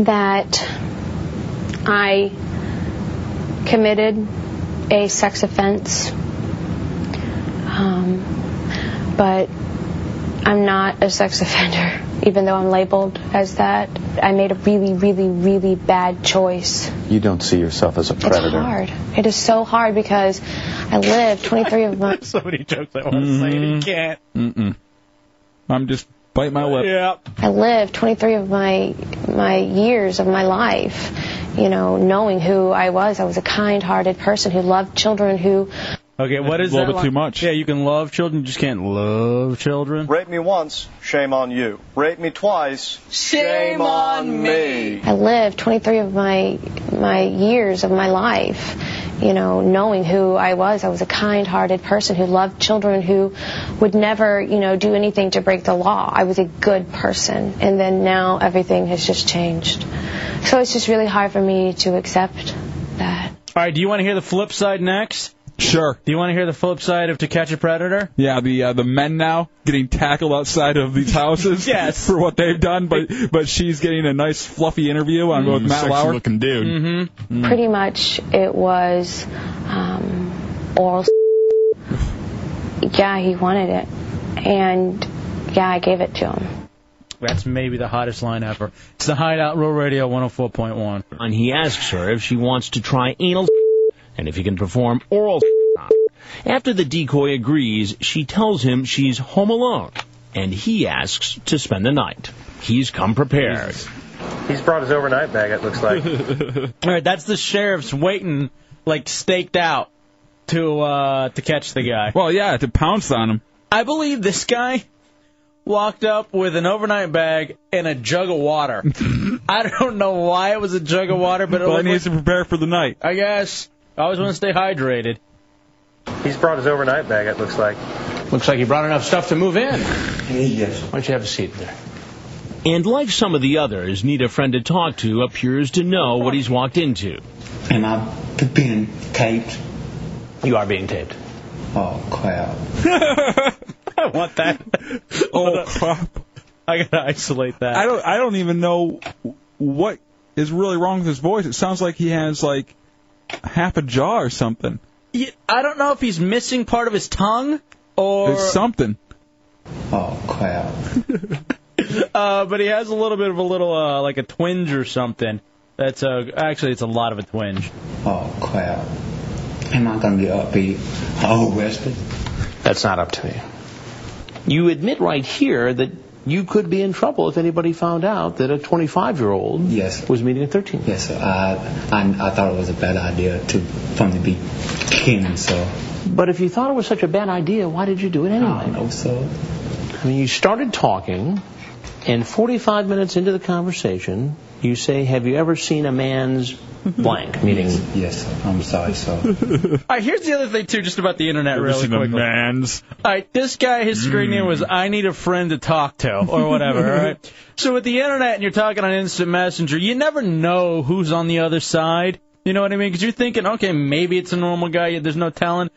Speaker 2: that I committed a sex offense, um, but I'm not a sex offender, (laughs) even though I'm labeled as that. I made a really, really, really bad choice.
Speaker 16: You don't see yourself as a predator.
Speaker 2: It's hard. It is so hard because I live 23 of my.
Speaker 4: (laughs) so many jokes I
Speaker 3: want to say and you
Speaker 4: can't.
Speaker 3: Mm-mm. I'm just bite my lip.
Speaker 4: Yeah.
Speaker 2: I lived 23 of my my years of my life, you know, knowing who I was. I was a kind-hearted person who loved children, who
Speaker 4: Okay, what is
Speaker 2: A little
Speaker 4: that
Speaker 2: bit
Speaker 4: line?
Speaker 2: too
Speaker 4: much? Yeah, you can love children, you just can't love children.
Speaker 21: Rape me once, shame on you. Rape me twice, shame on me.
Speaker 2: I lived 23 of my my years of my life, you know, knowing who I was. I was a kind-hearted person who loved children, who would never, you know, do anything to break the law. I was a good person, and then now everything has just changed. So it's just really hard for me to accept that.
Speaker 4: All right, do you want to hear the flip side next?
Speaker 3: Sure.
Speaker 4: Do you want to hear the flip side of To Catch a Predator?
Speaker 3: Yeah, the uh, the men now getting tackled outside of these
Speaker 4: (laughs)
Speaker 3: houses
Speaker 4: Yes.
Speaker 3: for what they've done, but but she's getting a nice fluffy interview on with
Speaker 2: Mm,
Speaker 3: Matt
Speaker 2: sexy
Speaker 3: Lauer.
Speaker 2: looking
Speaker 3: dude. Mm-hmm.
Speaker 2: Pretty much it was um, oral. s- Yeah, he wanted it. And yeah, I gave it to him.
Speaker 4: That's maybe the hottest line ever. It's the Hideout Rural Radio 104.1.
Speaker 22: And he asks her if she wants to try anal and if he can perform oral. After the decoy agrees, she tells him she's home alone and he asks to spend the night. He's come prepared.
Speaker 11: He's brought his overnight bag, it looks
Speaker 14: (laughs)
Speaker 11: like.
Speaker 4: All right, that's the sheriff's waiting, like staked out to uh to catch the guy.
Speaker 3: Well, yeah, to pounce on him.
Speaker 4: I believe this guy walked up with an overnight bag and a jug of
Speaker 3: (laughs)
Speaker 4: water. I don't know why it was a jug of water, but it
Speaker 3: Well, he
Speaker 4: looked
Speaker 3: needs to prepare for the night.
Speaker 4: like- I guess I always want to stay hydrated.
Speaker 11: He's brought his overnight bag, it looks like.
Speaker 22: Looks like he brought enough stuff to move in. Yes. Why don't you have a seat there?
Speaker 23: and like some of the others, need a friend to talk to, appears to know what he's walked into.
Speaker 24: Am I p- being taped?
Speaker 23: You are being taped.
Speaker 24: Oh, crap.
Speaker 4: (laughs) I want that.
Speaker 3: oh crap!
Speaker 4: (laughs) I gotta isolate that.
Speaker 3: I don't. I don't even know what is really wrong with his voice. It sounds like he has like half a jaw or something.
Speaker 4: Y- I don't know if he's missing part of his tongue or
Speaker 3: It's something.
Speaker 24: Oh, crap.
Speaker 4: (laughs) uh, but he has a little bit of a little uh, like a twinge or something. That's uh, actually it's a lot of a twinge.
Speaker 24: Oh, crap. Am I going to get upbeat? Oh, rested?
Speaker 22: That's not up to me. You admit right here that you could be in trouble if anybody found out that a 25-year-old was meeting a 13.
Speaker 24: Yes, sir. I, I, I thought it was a bad idea to from the beginning, so.
Speaker 22: But if you thought it was such a bad idea, why did you do it anyway? I
Speaker 24: know, so.
Speaker 22: I mean, you started talking, and 45 minutes into the conversation, you say, "Have you ever seen a man's
Speaker 4: Mm-hmm.
Speaker 22: blank?" Meaning,
Speaker 24: yes, sir. I'm sorry,
Speaker 22: (laughs)
Speaker 24: sir.
Speaker 4: All right, here's the other thing too, just about the internet, really quickly.
Speaker 3: man's.
Speaker 4: All right, this guy, his screen name was "I need a friend to talk to" or whatever. all right. So with the internet, and you're talking on instant messenger, you never know who's on the other side. You know what I mean? Because you're thinking, okay, maybe it's a normal guy. There's no telling.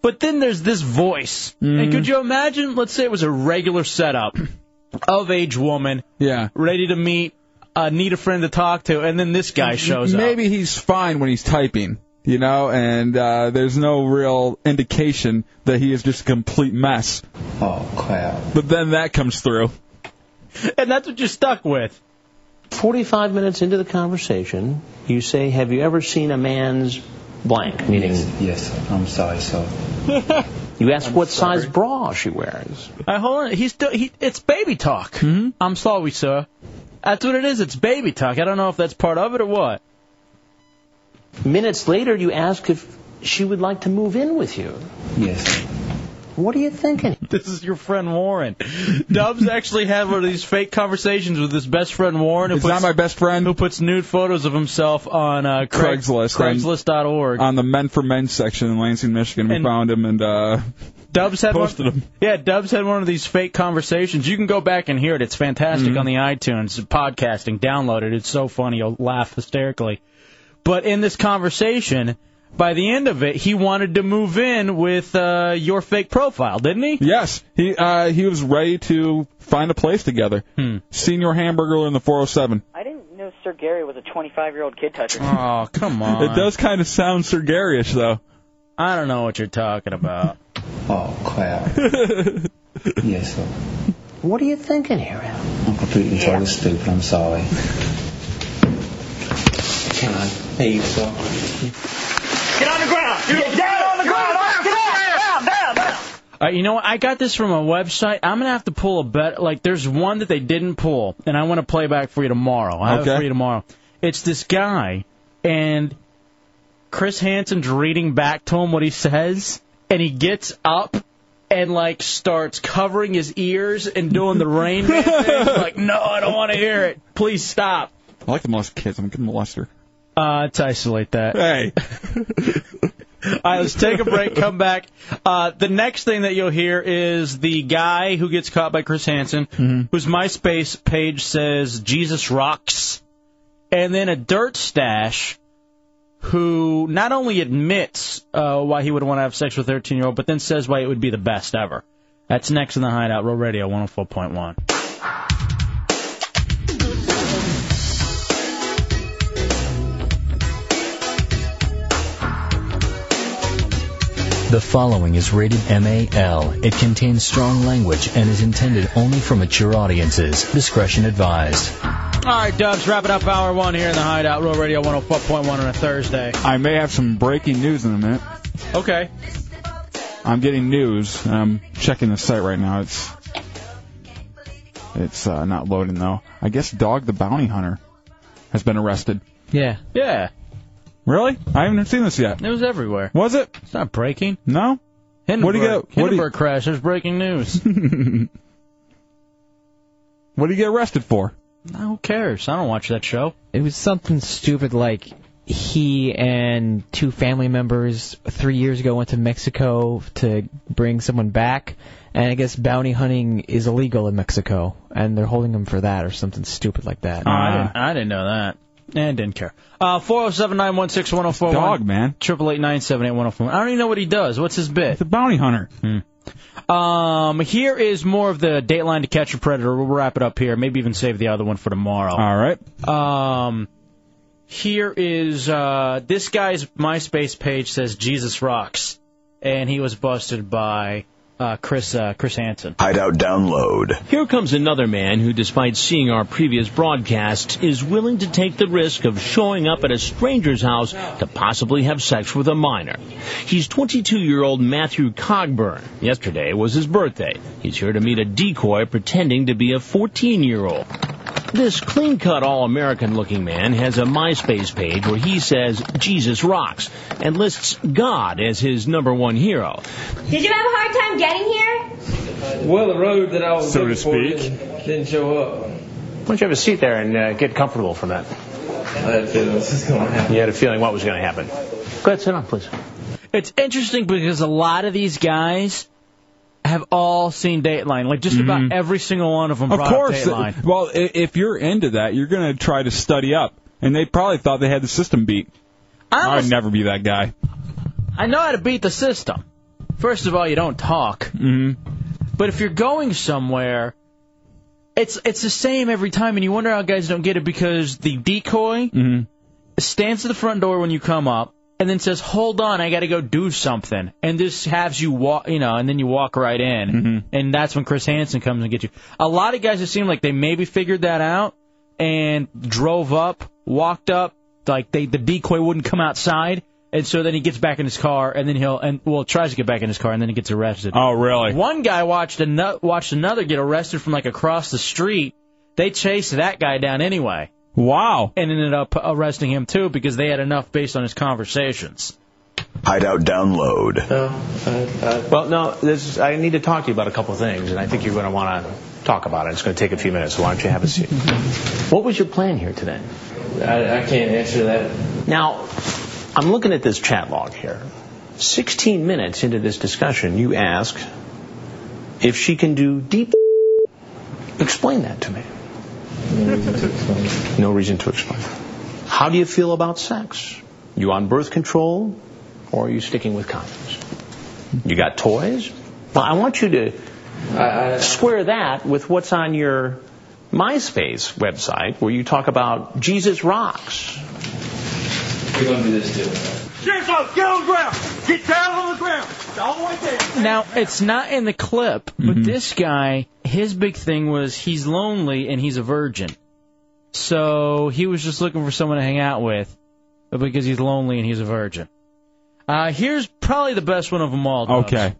Speaker 4: But then there's this voice.
Speaker 3: Mm-hmm.
Speaker 4: And could you imagine? Let's say it was a regular setup (clears throat) of age woman.
Speaker 3: Yeah.
Speaker 4: Ready to meet. Uh, need a friend to talk to, and then this guy shows up.
Speaker 3: Maybe he's fine when he's typing, you know, and uh, there's no real indication that he is just a complete mess.
Speaker 24: Oh, crap.
Speaker 3: But then that comes through.
Speaker 4: (laughs) And that's what you're stuck with.
Speaker 22: 45 minutes into the conversation, you say, "Have you ever seen a man's blank?" Meaning,
Speaker 24: yes, sir. I'm sorry, sir.
Speaker 22: (laughs) you ask what size bra she wears.
Speaker 4: I Uh, hold on. He's still. He, it's baby talk.
Speaker 3: Mm-hmm.
Speaker 4: I'm sorry, sir. That's what it is. It's baby talk. I don't know if that's part of it or what.
Speaker 22: Minutes later, you ask if she would like to move in with you.
Speaker 24: Yes.
Speaker 22: What are you thinking?
Speaker 4: (laughs) This is your friend Warren. (laughs) Dubs actually had one of these fake conversations with his best friend Warren. Who
Speaker 3: Is
Speaker 4: puts,
Speaker 3: that my best friend?
Speaker 4: Who puts nude photos of himself on uh, Craig-
Speaker 3: Craigslist.
Speaker 4: Craigslist.org.
Speaker 3: On the Men for Men section in Lansing, Michigan, we
Speaker 4: And-
Speaker 3: found him and uh,
Speaker 4: Dubs had
Speaker 3: posted
Speaker 4: one,
Speaker 3: him.
Speaker 4: Yeah, Dubs had one of these fake conversations. You can go back and hear it. It's fantastic
Speaker 3: Mm-hmm.
Speaker 4: on the iTunes podcasting. Download it. It's so funny. You'll laugh hysterically. But in this conversation, by the end of it, he wanted to move in with uh, your fake profile, didn't he?
Speaker 3: Yes, he uh, he was ready to find a place together.
Speaker 4: Hmm.
Speaker 3: Senior hamburger in the 407.
Speaker 1: I didn't know Sir Gary was a 25 year old kid toucher.
Speaker 4: Oh, come on.
Speaker 3: (laughs) It does kind of sound Sergarious though.
Speaker 4: I don't know what you're talking about.
Speaker 24: Oh,
Speaker 3: (laughs)
Speaker 24: crap. yes, sir.
Speaker 22: What are you thinking here?
Speaker 24: I'm completely totally stupid. I'm sorry. Can I pay, sir?
Speaker 4: Get on the ground. Get on the ground. Get on the ground. Uh, you know what? I got this from a website. I'm gonna have to pull a bet. Like, there's one that they didn't pull, and I want to play back for you tomorrow. I have it
Speaker 3: Okay.
Speaker 4: for you tomorrow. It's this guy, and Chris Hansen's reading back to him what he says, and he gets up and like starts covering his ears and doing the rain man thing. Like, no, I don't want to hear it. Please stop.
Speaker 3: I like to molest kids. I'm a good molester.
Speaker 4: Uh, let's isolate that.
Speaker 3: Hey.
Speaker 4: (laughs) All right, let's take a break. Come back. Uh, the next thing that you'll hear is the guy who gets caught by Chris Hansen, whose MySpace page says Jesus rocks, and then a dirt stash who not only admits uh, why he would want to have sex with a 13 year old, but then says why it would be the best ever. That's next in the Hideout, Real Radio 104.1.
Speaker 7: The following is rated MAL. It contains strong language and is intended only for mature audiences. Discretion advised.
Speaker 4: All right, Dubs, wrapping up hour one here in the Hideout, Real Radio 104.1 on a Thursday.
Speaker 3: I may have some breaking news in a minute.
Speaker 4: Okay.
Speaker 3: I'm getting news. and I'm checking the site right now. It's it's uh, not loading though. I guess Dog the Bounty Hunter has been arrested. (laughs)
Speaker 4: Yeah. Yeah.
Speaker 3: Really? I haven't seen this yet.
Speaker 4: It was everywhere.
Speaker 3: Was it?
Speaker 4: It's not breaking.
Speaker 3: No.
Speaker 4: Hindenburg,
Speaker 3: What do you get? What do you-
Speaker 4: Hindenburg crash. There's breaking
Speaker 3: (laughs)
Speaker 4: news.
Speaker 3: What do you get arrested for?
Speaker 4: Who cares? I don't watch that show.
Speaker 17: It was something stupid like he and two family members three years ago went to Mexico to bring someone back, and I guess bounty hunting is illegal in Mexico, and they're holding him for that or something stupid like
Speaker 3: Ah.
Speaker 17: that.
Speaker 4: Oh, I, didn't, I didn't know that. And didn't care. Uh, 407-916-1041. Dog, man. 888-978-1041. I don't even know what he does. What's his bit? He's a
Speaker 3: bounty hunter.
Speaker 4: Um, here is more of the Dateline to Catch a Predator. We'll wrap it up here. Maybe even save the other one for tomorrow. All
Speaker 3: right.
Speaker 4: Um, here is uh, this guy's MySpace page says Jesus rocks, and he was busted by uh, Chris uh, Chris Hansen.
Speaker 22: Hideout download. Here comes another man who, despite seeing our previous broadcasts, is willing to take the risk of showing up at a stranger's house to possibly have sex with a minor. He's 22 year old Matthew Cogburn. Yesterday was his birthday. He's here to meet a decoy pretending to be a 14 year old. This clean cut, all American looking man has a MySpace page where he says Jesus rocks and lists God as his number one hero.
Speaker 25: Did you have a hard time getting here?
Speaker 8: Well, the road that I was
Speaker 22: So to
Speaker 8: looking for didn't, didn't show up.
Speaker 22: Why don't you have a seat there and uh, get comfortable from that?
Speaker 8: I had a feeling this was going to happen.
Speaker 22: You had a feeling what was going to happen. Go ahead, sit down, please.
Speaker 4: It's interesting because a lot of these guys have all seen Dateline. Like just about every single one of them.
Speaker 3: Mm-hmm.
Speaker 4: brought
Speaker 3: Of
Speaker 4: up
Speaker 3: course.
Speaker 4: Dateline.
Speaker 3: Well, i- if you're into that, you're going to try to study up. And they probably thought they had the system beat. I would never be that guy.
Speaker 4: I know how to beat the system. First of all, you don't talk. Mm-hmm. But if you're going somewhere, it's it's the same every time, and you wonder how guys don't get it because the decoy stands at the front door when you come up, and then says, "Hold on, I got to go do something," and this has you walk, you know, and then you walk right in, and that's when Chris Hansen comes and gets you. A lot of guys it seemed like they maybe figured that out and drove up, walked up, like they the decoy wouldn't come outside. And so then he gets back in his car, and then he'll and well tries to get back in his car, and then he gets arrested.
Speaker 3: Oh, really?
Speaker 4: One guy watched another watched another get arrested from like across the street. They chased that guy down anyway.
Speaker 3: Wow!
Speaker 4: And ended up arresting him too because they had enough based on his conversations.
Speaker 22: Hideout download.
Speaker 25: Uh.
Speaker 9: Uh, well, no, there's, I need to talk to you about a couple of things, and I think you're going to want to talk about it. It's going to take a few minutes, so why don't you have a seat? (laughs) what was your plan here today?
Speaker 8: I, I can't answer that.
Speaker 9: Now, I'm looking at this chat log here. 16 minutes into this discussion, you ask if she can do deep. (laughs) Explain that to me. No reason to explain. How do you feel about sex? You on birth control, or are you sticking with condoms? You got toys? Well, I want you to square that with what's on your MySpace website, where you talk about Jesus rocks.
Speaker 8: We're going to do this too.
Speaker 6: Get on, get on the ground. Get down on the ground. It's all the way down.
Speaker 4: Now it's not in the clip, but
Speaker 3: Mm-hmm.
Speaker 4: this guy, his big thing was he's lonely and he's a virgin, so he was just looking for someone to hang out with, but because he's lonely and he's a virgin. Uh, here's probably the best one of them all. Dubs.
Speaker 3: Okay.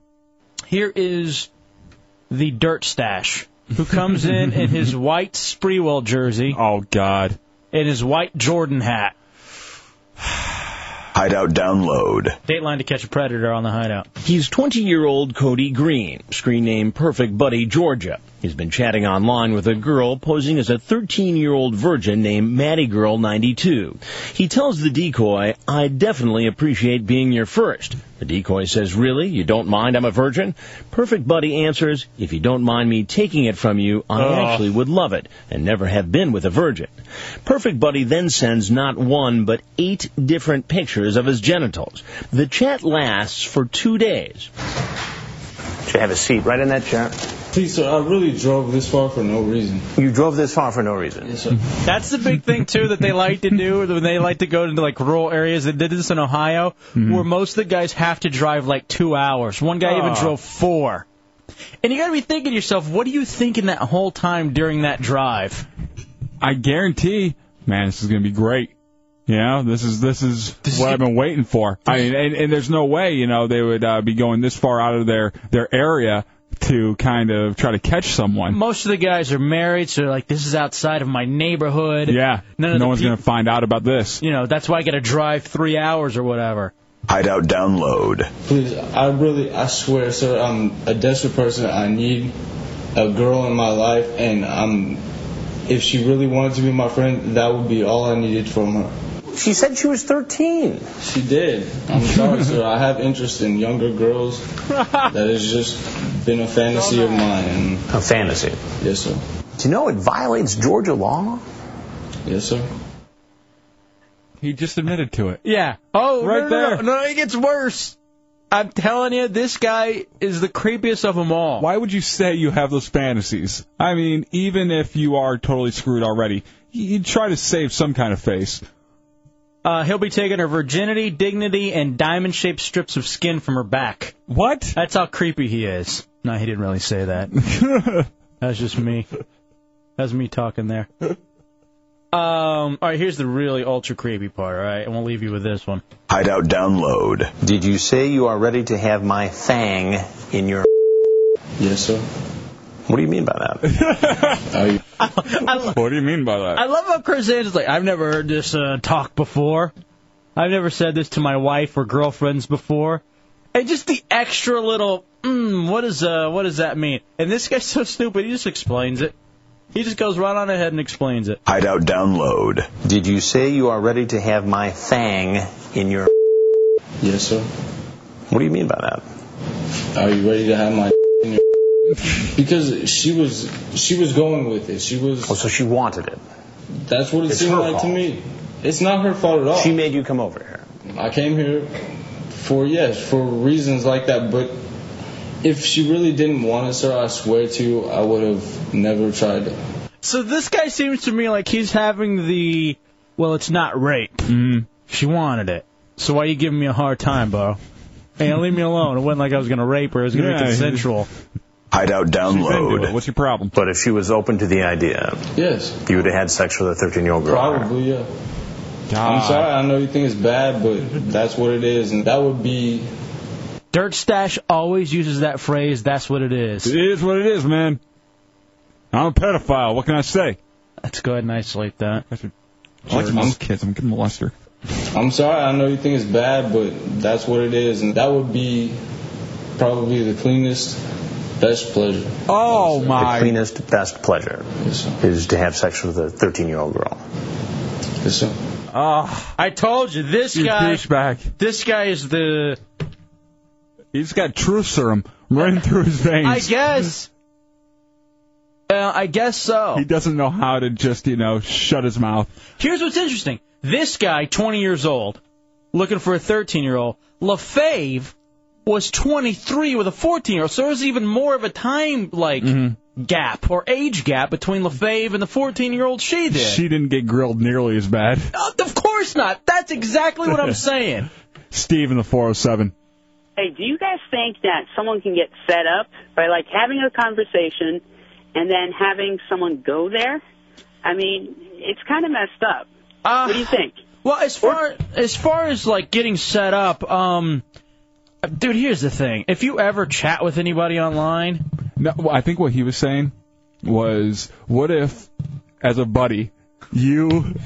Speaker 4: Here is the dirt stash who comes in in
Speaker 3: (laughs)
Speaker 4: his white Spreewell jersey.
Speaker 3: Oh God.
Speaker 4: And his white Jordan hat.
Speaker 22: Hideout download.
Speaker 4: Dateline to catch a predator on the hideout.
Speaker 22: He's 20 year old Cody Green, screen name Perfect Buddy Georgia. He's been chatting online with a girl posing as a 13 year old virgin named Maddie Girl 92. He tells the decoy, I definitely appreciate being your first. The decoy says, Really? You don't mind I'm a virgin? Perfect Buddy answers, If you don't mind me taking it from you, I
Speaker 26: Ugh.
Speaker 22: actually would love it and never have been with a virgin. Perfect Buddy then sends not one, but eight different pictures of his genitals. The chat lasts for two days.
Speaker 9: you have a seat right in that chair?
Speaker 8: Please, sir, I really drove this far for no reason.
Speaker 9: You drove this far for no reason?
Speaker 8: Yes, sir.
Speaker 4: That's the big thing too that they like to do when they like to go into like rural areas. They did this in Ohio,
Speaker 3: Mm-hmm.
Speaker 4: where most of the guys have to drive like two hours. One guy even
Speaker 3: Oh.
Speaker 7: Ah.
Speaker 4: drove four. And you gotta be thinking to yourself, what are you thinking that whole time during that drive?
Speaker 3: I guarantee, man, this is going to be great. You know, this is this is what I've been waiting for. I mean, and, and there's no way, you know, they would uh, be going this far out of their their area to kind of try to catch someone.
Speaker 4: Most of the guys are married, so they're like, this is outside of my neighborhood.
Speaker 3: Yeah,
Speaker 4: None of
Speaker 3: no
Speaker 4: the
Speaker 3: one's
Speaker 4: peop-
Speaker 3: going to find out about this.
Speaker 4: You know, that's why I gotta drive three hours or whatever.
Speaker 22: Hideout download.
Speaker 8: Please, I really, I swear, sir, I'm a desperate person. I need a girl in my life, um, and I'm, if she really wanted to be my friend, that would be all I needed from her.
Speaker 9: She said she was 13.
Speaker 8: She did. I'm sorry, sir. I have interest in younger girls. That has just been a fantasy of mine.
Speaker 9: A fantasy?
Speaker 8: Yes, sir.
Speaker 9: Do you know it violates Georgia law?
Speaker 8: Yes, sir.
Speaker 3: He just admitted to it.
Speaker 4: Yeah. Oh,
Speaker 3: Right
Speaker 4: no, no, no,
Speaker 3: there.
Speaker 4: No, no, it gets worse. I'm telling you, this guy is the creepiest of them all.
Speaker 3: Why would you say you have those fantasies? I mean, even if you are totally screwed already, you try to save some kind of face.
Speaker 4: Uh, he'll be taking her virginity, dignity, and diamond shaped strips of skin from her back.
Speaker 3: What?
Speaker 4: That's how creepy he is. No, he didn't really say
Speaker 17: (laughs)
Speaker 4: that. that was just me. That was me talking there. Um, all right, here's the really ultra creepy part, all right? And we'll leave you with this one.
Speaker 9: Hideout download. Did you say you are ready to have my thang in your.
Speaker 8: Yes, sir.
Speaker 9: What do you mean by that?
Speaker 8: (laughs)
Speaker 3: what do you mean by that?
Speaker 4: I love how Chris Anderson's like, I've never heard this uh, talk before. I've never said this to my wife or girlfriends before. And just the extra little, mm, what is uh, what does that mean? And this guy's so stupid, he just explains it. He just goes right on ahead and explains it.
Speaker 9: Hideout download. Did you say you are ready to have my thang in your.
Speaker 8: Yes, sir.
Speaker 9: What do you mean by that?
Speaker 8: Are you ready to have my in your (laughs) Because she was she was going with it. She was.
Speaker 9: Oh, so she wanted it.
Speaker 8: That's what it
Speaker 9: It's
Speaker 8: seemed
Speaker 9: her
Speaker 8: like to
Speaker 9: fault.
Speaker 8: me. It's not her fault at all.
Speaker 9: She made you come over here.
Speaker 8: I came here for yes, for reasons like that. But if she really didn't want it, sir, I swear to you, I would have never tried it.
Speaker 4: So this guy seems to me like he's having the, well, it's not rape. Mm. She wanted it. So why you giving me a hard time, bro? Hey, leave me alone. It wasn't like I was going to rape her. It was going to
Speaker 3: Yeah,
Speaker 4: be
Speaker 3: he-
Speaker 4: consensual.
Speaker 9: Hideout download.
Speaker 3: What's your problem?
Speaker 9: But if she was open to the idea,
Speaker 8: Yes,
Speaker 9: you would have had sex with a 13 year old girl.
Speaker 8: probably yeah. I'm sorry. I know you think it's bad, but that's what it is, and that would be
Speaker 4: Dirt Stash always uses that phrase, that's what it is.
Speaker 3: It is what it is, man. I'm a pedophile. What can I say?
Speaker 4: Let's go ahead and isolate that.
Speaker 3: I like to molest kids. I'm a good molester.
Speaker 8: I'm sorry, I know you think it's bad, but that's what it is, and that would be probably the cleanest, best pleasure.
Speaker 3: Oh
Speaker 9: The cleanest, best pleasure is to have sex with a 13 year old girl.
Speaker 8: Yes, sir.
Speaker 3: Oh,
Speaker 4: I told you, this
Speaker 3: you
Speaker 4: guy.
Speaker 3: douchebag.
Speaker 4: This guy is the.
Speaker 3: He's got truth serum running through his veins.
Speaker 4: I guess. Uh, I guess so.
Speaker 3: He doesn't know how to just, you know, shut his mouth.
Speaker 4: Here's what's interesting. This guy, 20 years old, looking for a 13 year old. LaFave was 23 with a 14 year old. So there was even more of a time, like,
Speaker 3: Mm-hmm.
Speaker 4: gap or age gap between LaFave and the 14 year old she did.
Speaker 3: She didn't get grilled nearly as bad.
Speaker 4: Uh, of course not. That's exactly what I'm saying.
Speaker 3: Steve in the 407.
Speaker 26: Hey, do you guys think that someone can get set up by like having a conversation and then having someone go there? I mean, it's kind of messed up.
Speaker 4: Uh,
Speaker 26: what do you
Speaker 3: Ah.
Speaker 26: think?
Speaker 4: Well, as far as far as like getting set up, um, dude, here's the thing: if you ever chat with anybody online,
Speaker 3: No, well, I think what he was saying was, what if, as a buddy, you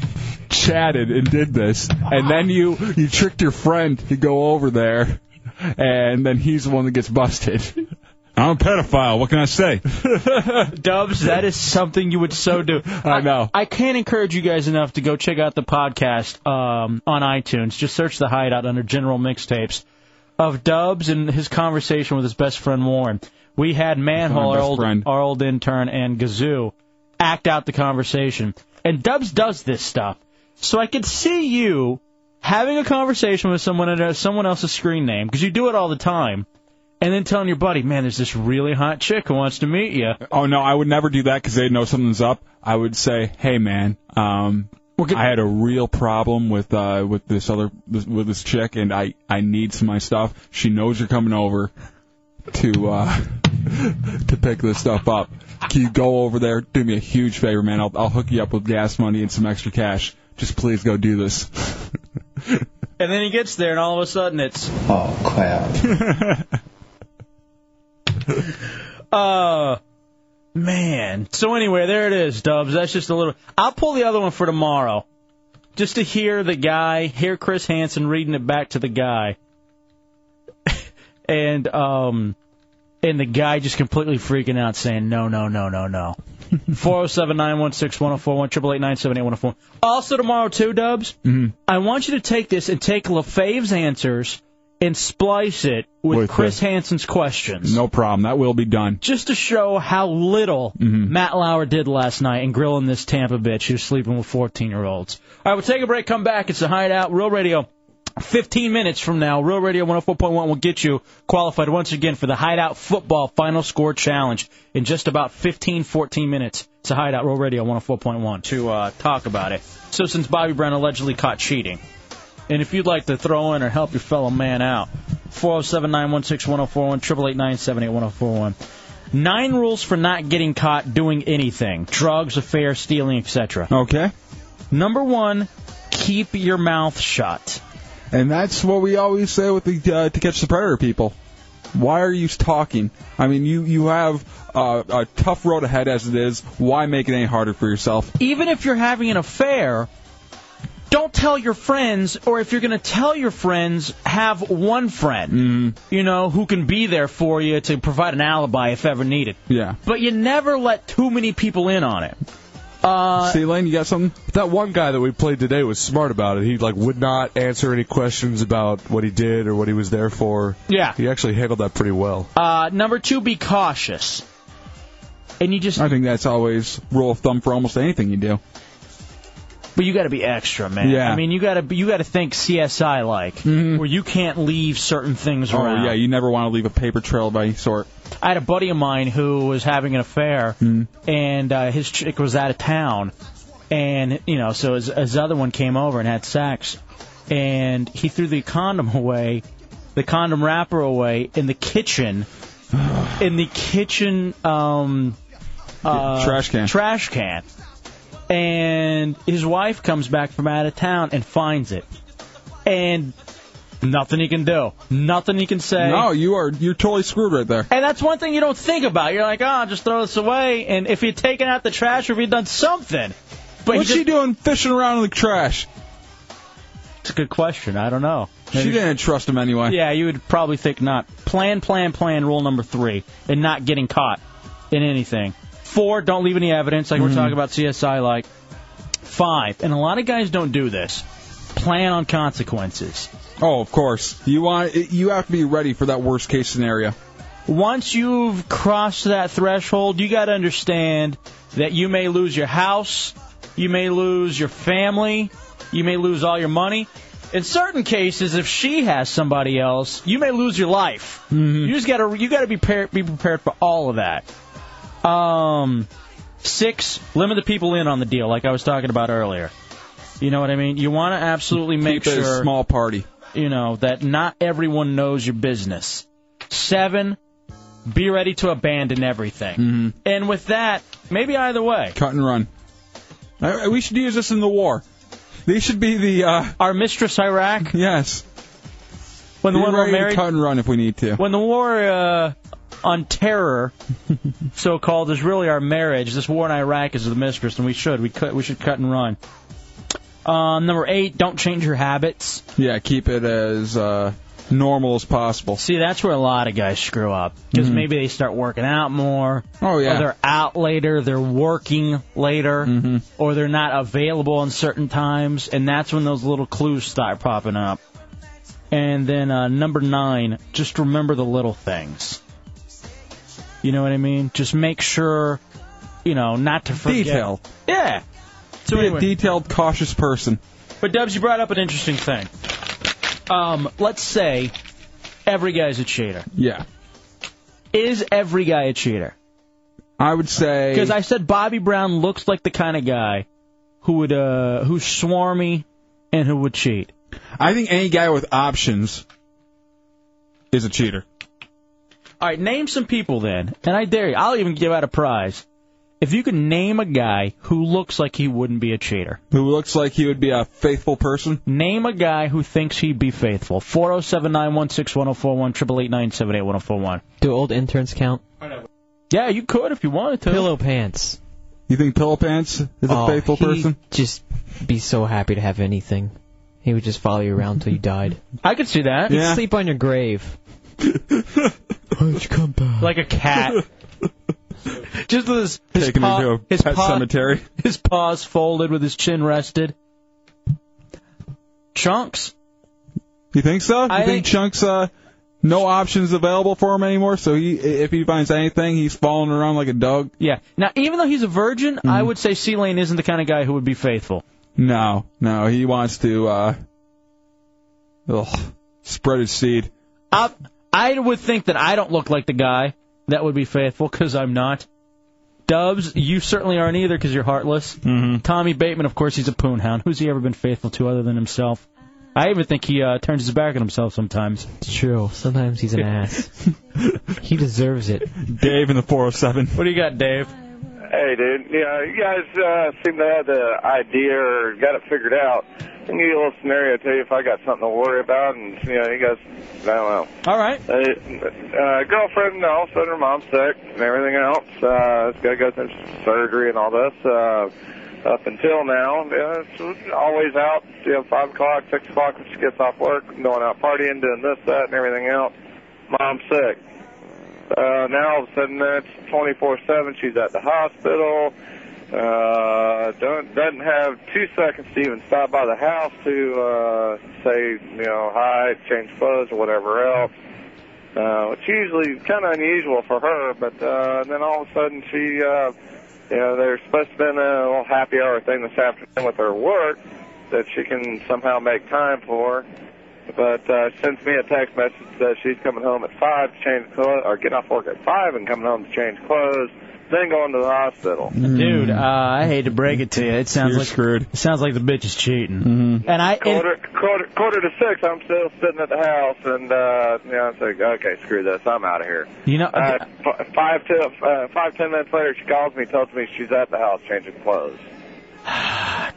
Speaker 3: chatted and did this, and then you you tricked your friend to go over there, and then he's the one that gets busted. I'm a pedophile. What can I say?
Speaker 4: (laughs) Dubs, that is something you would so
Speaker 3: (laughs)
Speaker 4: do. I
Speaker 3: know.
Speaker 4: I, can't encourage you guys enough to go check out the podcast um, on iTunes. Just search the Hideout under General Mixtapes of Dubs and his conversation with his best friend Warren. We had Manhole,
Speaker 3: My
Speaker 4: our
Speaker 3: best
Speaker 4: old,
Speaker 3: friend.
Speaker 4: our old intern, and Gazoo act out the conversation. And Dubs does this stuff. So I could see you having a conversation with someone under someone else's screen name because you do it all the time, and then telling your buddy, "Man, there's this really hot chick who wants to meet you."
Speaker 3: (laughs) Oh no, I would never do that because they'd know something's up. I would say, "Hey man, um, I had a real problem with uh with this other this, with this chick, and I I need some of my stuff. She knows you're coming over to uh (laughs) to pick this stuff up. Can you go over there? Do me a huge favor, man. I'll I'll hook you up with gas money and some extra cash. Just please go do this. (laughs)
Speaker 4: And then he gets there, and all of a sudden it's
Speaker 27: Oh crap!
Speaker 4: Uh, man. So anyway, there it is, Dubs. That's just a little. I'll pull the other one for tomorrow, just to hear the guy, hear Chris Hansen reading it back to the guy, (laughs) and um, and the guy just completely freaking out, saying no, no, no, no, no. 407 916 1041, 888 978 1041. Also, tomorrow, too, Dubs, I want you to take this and take LaFave's answers and splice it with
Speaker 3: With
Speaker 4: Chris Hansen's questions.
Speaker 3: No problem. That will be done.
Speaker 4: Just to show how little Matt Lauer did last night in grilling this Tampa bitch who's sleeping with 14 year olds. All right, we'll take a break, come back. It's the Hideout, Real Radio. 15 minutes from now, Real Radio 104.1 will get you qualified once again for the Hideout Football Final Score Challenge in just about 15, 14 minutes. It's a Hideout, Real Radio 104.1 to uh, talk about it. So, since Bobby Brown allegedly caught cheating, and if you'd like to throw in or help your fellow man out, 407 916 1041, 888 978 1041. Nine rules for not getting caught doing anything drugs, affair, stealing, etc.
Speaker 3: Okay.
Speaker 4: Number one, keep your mouth shut.
Speaker 3: And that's what we always say with the uh, to catch the predator people. Why are you talking? I mean, you you have uh, a tough road ahead as it is. Why make it any harder for yourself?
Speaker 4: Even if you're having an affair, don't tell your friends, or if you're going to tell your friends, have one friend,
Speaker 3: Mm-hmm.
Speaker 4: you know, who can be there for you to provide an alibi if ever needed.
Speaker 3: Yeah.
Speaker 4: But you never let too many people in on it. Uh,
Speaker 3: See, Lane, you got something?
Speaker 10: That one guy that we played today was smart about it. He like would not answer any questions about what he did or what he was there for.
Speaker 4: Yeah.
Speaker 10: He actually handled that pretty well.
Speaker 4: Uh, number two, be cautious. And you just.
Speaker 3: I think that's always rule of thumb for almost anything you do.
Speaker 4: But you got to be extra, man.
Speaker 3: Yeah. Mm-hmm.
Speaker 4: I mean, you got to you got to think CSI like, where you can't leave certain things
Speaker 3: Oh
Speaker 4: around.
Speaker 3: yeah, you never want to leave a paper trail of any sort.
Speaker 4: I had a buddy of mine who was having an affair,
Speaker 3: Hmm.
Speaker 4: and uh, his chick was out of town, and you know, so his, his other one came over and had sex, and he threw the condom away, the condom wrapper away in the
Speaker 3: (sighs)
Speaker 4: kitchen, in the kitchen um, uh,
Speaker 3: Trash can.
Speaker 4: trash can, and his wife comes back from out of town and finds it, and nothing he can do, nothing he can say.
Speaker 3: No, you are you're totally screwed right there.
Speaker 4: And that's one thing you don't think about. You're like, oh, I'll just throw this away. And if he'd taken out the trash or if he'd done something. But
Speaker 3: What's
Speaker 4: he
Speaker 3: she doing fishing around in the trash?
Speaker 4: It's a good question. I don't know.
Speaker 3: She didn't trust him anyway.
Speaker 4: Yeah, you would probably think not. Plan, plan, plan, rule number three, and not getting caught in anything. Four, don't leave any evidence, like
Speaker 3: Mm-hmm.
Speaker 4: we're talking about CSI like. Five, and a lot of guys don't do this, plan on consequences.
Speaker 3: Oh, of course. You want you have to be ready for that worst case scenario.
Speaker 4: once you've crossed that threshold, you got to understand that you may lose your house, you may lose your family, you may lose all your money. In certain cases, if she has somebody else, you may lose your life.
Speaker 3: Mm-hmm.
Speaker 4: You just got to you got to be prepared, be prepared for all of that. Um, six, limit the people in on the deal, like I was talking about earlier. You know what I mean? You want to absolutely make
Speaker 3: Keep it a
Speaker 4: sure
Speaker 3: small party.
Speaker 4: you know, that not everyone knows your business. Seven, be ready to abandon everything.
Speaker 3: Mm-hmm.
Speaker 4: And with that, maybe either way.
Speaker 3: Cut and run. I- I- We should use this in the war. They should be the uh,
Speaker 4: our mistress Iraq.
Speaker 3: Yes.
Speaker 4: When the
Speaker 3: Be
Speaker 4: one
Speaker 3: ready
Speaker 4: we're married-
Speaker 3: to cut and run if we need to.
Speaker 4: When the war uh, on
Speaker 3: (laughs)
Speaker 4: terror, so called, is really our marriage, this war in Iraq is the mistress, and we should. We, cut, we should cut and run. Um, number eight, don't change your habits.
Speaker 3: Yeah, keep it as uh, normal as possible. Mm-hmm.
Speaker 4: See, that's where a lot of guys screw up because maybe they start working out more.
Speaker 3: Oh yeah.
Speaker 4: Or they're out later, they're working later,
Speaker 3: Mm-hmm.
Speaker 4: or they're not available on certain times, and that's when those little clues start popping up. And then uh, number nine, just remember the little things. You know what I mean? Just make sure, you know, not to forget.
Speaker 3: Detail.
Speaker 4: Yeah. So
Speaker 3: be
Speaker 4: anyway.
Speaker 3: a detailed, cautious person.
Speaker 4: But Dubs, you brought up an interesting thing. Um, let's say every guy's a cheater.
Speaker 3: Yeah.
Speaker 4: Is every guy a cheater?
Speaker 3: I would say
Speaker 4: Because I said Bobby Brown looks like the kind of guy who would uh who's swarmy and who would cheat.
Speaker 3: I think any guy with options is a cheater.
Speaker 4: All right, name some people then, and I dare you. I'll even give out a prize if you can name a guy who looks like he wouldn't be a cheater.
Speaker 3: Who looks like he would be a faithful person?
Speaker 4: Name a guy who thinks he'd be faithful. Four zero seven nine one six one zero four one triple eight nine seven eight one zero four one.
Speaker 17: Do old interns count?
Speaker 4: Yeah, you could if you wanted to.
Speaker 17: Pillow pants.
Speaker 3: You think Pillow Pants is a
Speaker 17: Oh,
Speaker 3: faithful
Speaker 17: he'd
Speaker 3: person?
Speaker 17: Just be so happy to have anything. He would just follow you around till you died.
Speaker 4: I could see that.
Speaker 17: He'd
Speaker 3: (laughs)
Speaker 17: sleep on your grave.
Speaker 3: (laughs)
Speaker 4: Like a cat. Just with his, his
Speaker 3: Taking
Speaker 4: paw,
Speaker 3: him to a
Speaker 4: his
Speaker 3: pet
Speaker 4: paw-
Speaker 3: cemetery.
Speaker 4: (laughs) His paws folded with his chin rested. Chunks.
Speaker 3: You think so? You
Speaker 4: I
Speaker 3: think,
Speaker 4: think-
Speaker 3: Chunks uh no options available for him anymore, so he if he finds anything, he's falling around like a dog.
Speaker 4: Yeah. Now, even though he's a virgin,
Speaker 3: Mm-hmm.
Speaker 4: I would say C Lane isn't the kind of guy who would be faithful.
Speaker 3: No, no, he wants to uh ugh, spread his seed.
Speaker 4: I, I would think that I don't look like the guy that would be faithful because I'm not. Dubs, you certainly aren't either because you're heartless. Mm-hmm. Tommy Bateman, of course, he's a poon hound. Who's he ever been faithful to other than himself? I even think he uh, turns his back on himself sometimes.
Speaker 17: It's true. Sometimes
Speaker 4: (laughs)
Speaker 17: he's an ass. he deserves it.
Speaker 3: Dave in the 407.
Speaker 4: What do you got, Dave?
Speaker 14: Hey, dude. Yeah, you guys uh, seem to have the idea or got it figured out. I can give you a little scenario too if I got something to worry about, and you know, you guys, I don't know.
Speaker 4: All right.
Speaker 14: Uh, uh, girlfriend, all of a sudden her mom's sick and everything else. Uh, this guy goes through surgery and all this. Uh, up until now, yeah, it's always out, you know, 5 o'clock, 6 o'clock when she gets off work, going out partying, doing this, that, and everything else. Mom's sick. Uh, now all of a sudden it's 24-7, she's at the hospital. Uh, don't, doesn't have two seconds to even stop by the house to, uh, say, you know, hi, change clothes or whatever else. Uh, it's usually kind of unusual for her, but uh, then all of a sudden she, uh, you know, there's supposed to be a little happy hour thing this afternoon with her work that she can somehow make time for. But uh, she sends me a text message that she's coming home at five to change clothes, or getting off work at five and coming home to change clothes, then going to the hospital.
Speaker 4: Dude, uh, I hate to break it to you. It sounds
Speaker 14: You're
Speaker 4: like It sounds like the bitch is cheating. Mm-hmm. And I and-
Speaker 14: quarter, quarter quarter to six, I'm still sitting at the house, and uh, you know, I was like, okay, screw this, I'm out of here.
Speaker 4: You know,
Speaker 14: uh, f- five to uh, five ten minutes later, she calls me, tells me she's at the house changing clothes.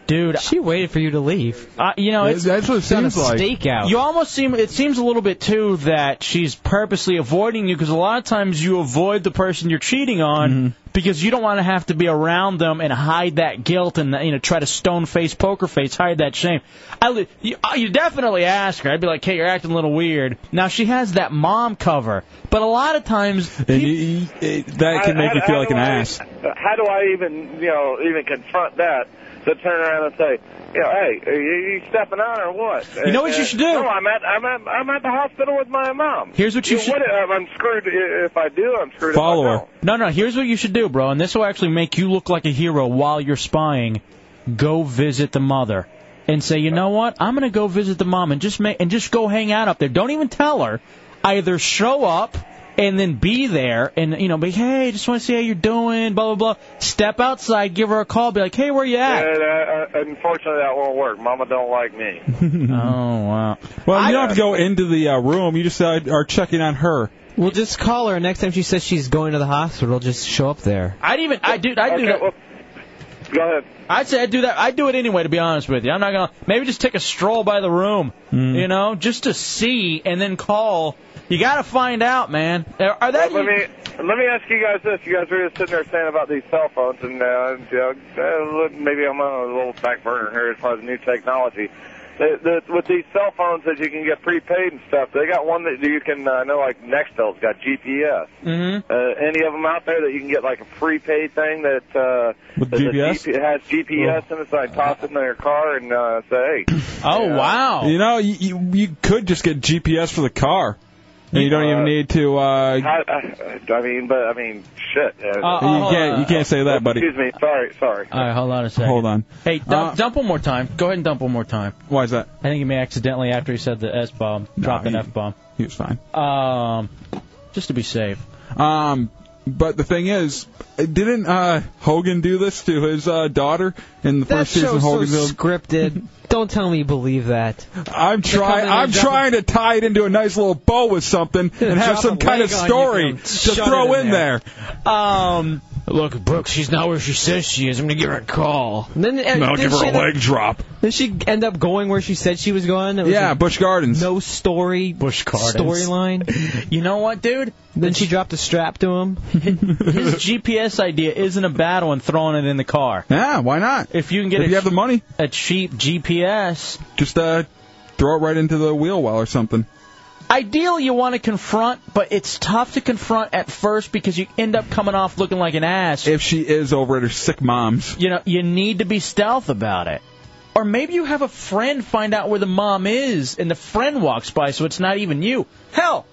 Speaker 4: dude.
Speaker 17: She waited for you to leave.
Speaker 4: Uh, you know, it's,
Speaker 17: That's what it sounds like. Stakeout.
Speaker 4: You almost seem it seems a little bit too that she's purposely avoiding you because a lot of times you avoid the person you're cheating on
Speaker 3: Mm-hmm.
Speaker 4: because you don't want to have to be around them and hide that guilt and you know try to stone face poker face hide that shame. I li- you, uh, you definitely ask her. I'd be like, hey, you're acting a little weird. Now she has that mom cover, but a lot of times
Speaker 3: that can make you feel like an ass.
Speaker 14: How do I even, you know, even confront that? To turn around and say, you know, hey, are you, you stepping on or what? Uh,
Speaker 4: You know what you should do?
Speaker 14: No, I'm at, I'm at, I'm at the hospital with my mom.
Speaker 4: Here's what you should-
Speaker 14: Know, what, uh, I'm screwed i- if I do. I'm screwed. If I don't.
Speaker 4: follower. No, no. Here's what you should do, bro, and this will actually make you look like a hero while you're spying. Go visit the mother and say, you know what? I'm gonna go visit the mom and just make and just go hang out up there. Don't even tell her. Either show up and then be there and you know be hey, just want to see how you're doing. Blah blah blah. Step outside, give her a call, be like, hey, where you at?
Speaker 14: And, uh, uh, unfortunately, that won't work. Mama don't like me.
Speaker 4: oh wow.
Speaker 3: Well, you don't have to go into the uh, room. You just uh, are checking on her.
Speaker 17: Well, just call her next time she says she's going to the hospital. Just show up there.
Speaker 4: I'd even, I dude, I'd do that.
Speaker 14: Go ahead.
Speaker 4: I'd say I'd do that. I'd do it anyway, to be honest with you. I'm not gonna maybe just take a stroll by the room, you know, just to see, and then call. You gotta find out, man. Are, are that
Speaker 14: let me let me ask you guys this. You guys were just sitting there saying about these cell phones, and uh, you know, uh, look, maybe I'm on a little back burner here as far as new technology. The, the, with these cell phones that you can get prepaid and stuff, they got one that you can. uh, know like Nextel's got GPS.
Speaker 4: Mm-hmm.
Speaker 14: Uh, any of them out there that you can get like a prepaid thing that uh,
Speaker 3: With
Speaker 14: that the
Speaker 3: GPS?
Speaker 14: GP has GPS in it, so I toss it in their car and uh, say,
Speaker 3: (coughs)
Speaker 14: hey.
Speaker 4: Oh wow!
Speaker 3: You know, you, you you could just get GPS for the car, and you don't even need to. Uh,
Speaker 14: I, I, I mean, but I mean, shit. Uh,
Speaker 3: you can't you can't say that, buddy.
Speaker 14: Excuse me. Sorry. Sorry.
Speaker 4: All right, hold on a second.
Speaker 3: Hold on. Uh,
Speaker 4: Hey, dump, dump one more time. Go ahead and dump one more time.
Speaker 3: Why is that?
Speaker 4: I think he may accidentally, after he said the S bomb, drop an F bomb.
Speaker 3: He was fine.
Speaker 4: Um, just to be safe.
Speaker 3: Um, but the thing is, didn't uh, Hogan do this to his uh, daughter in the
Speaker 17: That
Speaker 3: first season?
Speaker 17: show's
Speaker 3: of
Speaker 17: so
Speaker 3: Hoganville. (laughs)
Speaker 17: scripted. don't tell me you believe that.
Speaker 3: I'm trying. I'm trying to tie it into a nice little bow with something and
Speaker 17: Drop
Speaker 3: have some
Speaker 17: a
Speaker 3: kind of
Speaker 17: leg on you,
Speaker 3: story
Speaker 17: come
Speaker 3: to
Speaker 17: shove
Speaker 3: throw
Speaker 17: it in
Speaker 3: in there.
Speaker 4: Um,
Speaker 17: look, Brooke, she's not where she says she is. I'm gonna give her a call. then, and
Speaker 3: No,
Speaker 17: then
Speaker 3: give her
Speaker 17: she
Speaker 3: a
Speaker 17: end up-
Speaker 3: leg drop.
Speaker 17: Then she end up going where she said she was going. It was
Speaker 3: Yeah,
Speaker 17: a
Speaker 3: Bush Gardens.
Speaker 17: No story.
Speaker 4: Bush Gardens.
Speaker 17: storyline.
Speaker 4: you know what, dude?
Speaker 17: Then she dropped a strap to him.
Speaker 4: (laughs) His GPS idea isn't a bad one. Throwing it in the car.
Speaker 3: (laughs) Yeah, why not?
Speaker 4: If you can get
Speaker 3: if
Speaker 4: a,
Speaker 3: you have the money,
Speaker 4: a cheap GPS,
Speaker 3: just uh, throw it right into the wheel well or something.
Speaker 4: Ideally, you want to confront, but it's tough to confront at first because you end up coming off looking like an ass.
Speaker 3: If she is over at her sick mom's.
Speaker 4: You know, you need to be stealth about it. Or maybe you have a friend find out where the mom is, and the friend walks by, so it's not even you. Hell,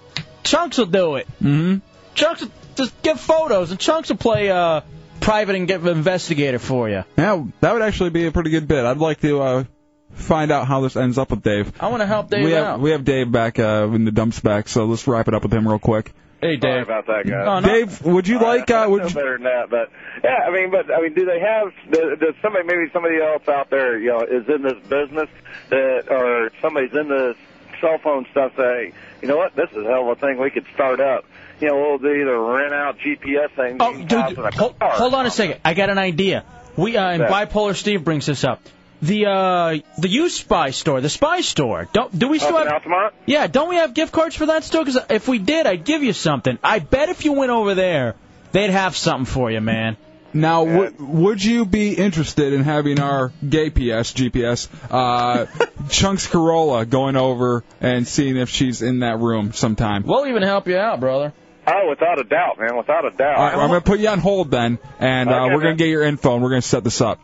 Speaker 4: Chunks will do it.
Speaker 3: Mm-hmm.
Speaker 4: Chunks will just get photos, and Chunks will play uh, private and get investigator for you.
Speaker 3: Yeah, that would actually be a pretty good bit. I'd like to uh, find out how this ends up with Dave.
Speaker 4: I want to help Dave
Speaker 3: we have
Speaker 4: out.
Speaker 3: we have Dave back uh, in the dumps back, so let's wrap it up with him real quick.
Speaker 4: Hey,
Speaker 14: Dave. Sorry about that, guys.
Speaker 4: Oh,
Speaker 3: Dave, would
Speaker 12: Oh,
Speaker 3: you like? Uh,
Speaker 14: I
Speaker 3: would
Speaker 14: know better than that, but yeah, I mean, but I mean, do they have? Does does somebody, maybe somebody else out there, you know, is in this business that, or somebody's in this cell phone stuff? Say, you know what, this is a hell of a thing we could start up. You know, we'll do either rent out GPS things. Oh,
Speaker 4: Dude, hold, hold on a second. I got an idea. We uh, and bipolar Steve brings this up. The uh, the U Spy store, the Spy store. Don't do we still
Speaker 14: Open
Speaker 4: have?
Speaker 14: out tomorrow?
Speaker 4: Yeah, don't we have gift cards for that still? Because if we did, I'd give you something. I bet if you went over there, they'd have something for you, man.
Speaker 3: Now, Uh, would would you be interested in having our gay PS GPS (laughs) uh, Chunks Corolla going over and seeing if she's in that room sometime?
Speaker 4: We'll even help you out, brother.
Speaker 14: Oh, without a doubt, man, without a doubt.
Speaker 3: All right, I'm gonna put you on hold then, and uh,
Speaker 14: Okay,
Speaker 3: we're gonna
Speaker 14: man.
Speaker 3: get your info and we're gonna set this up.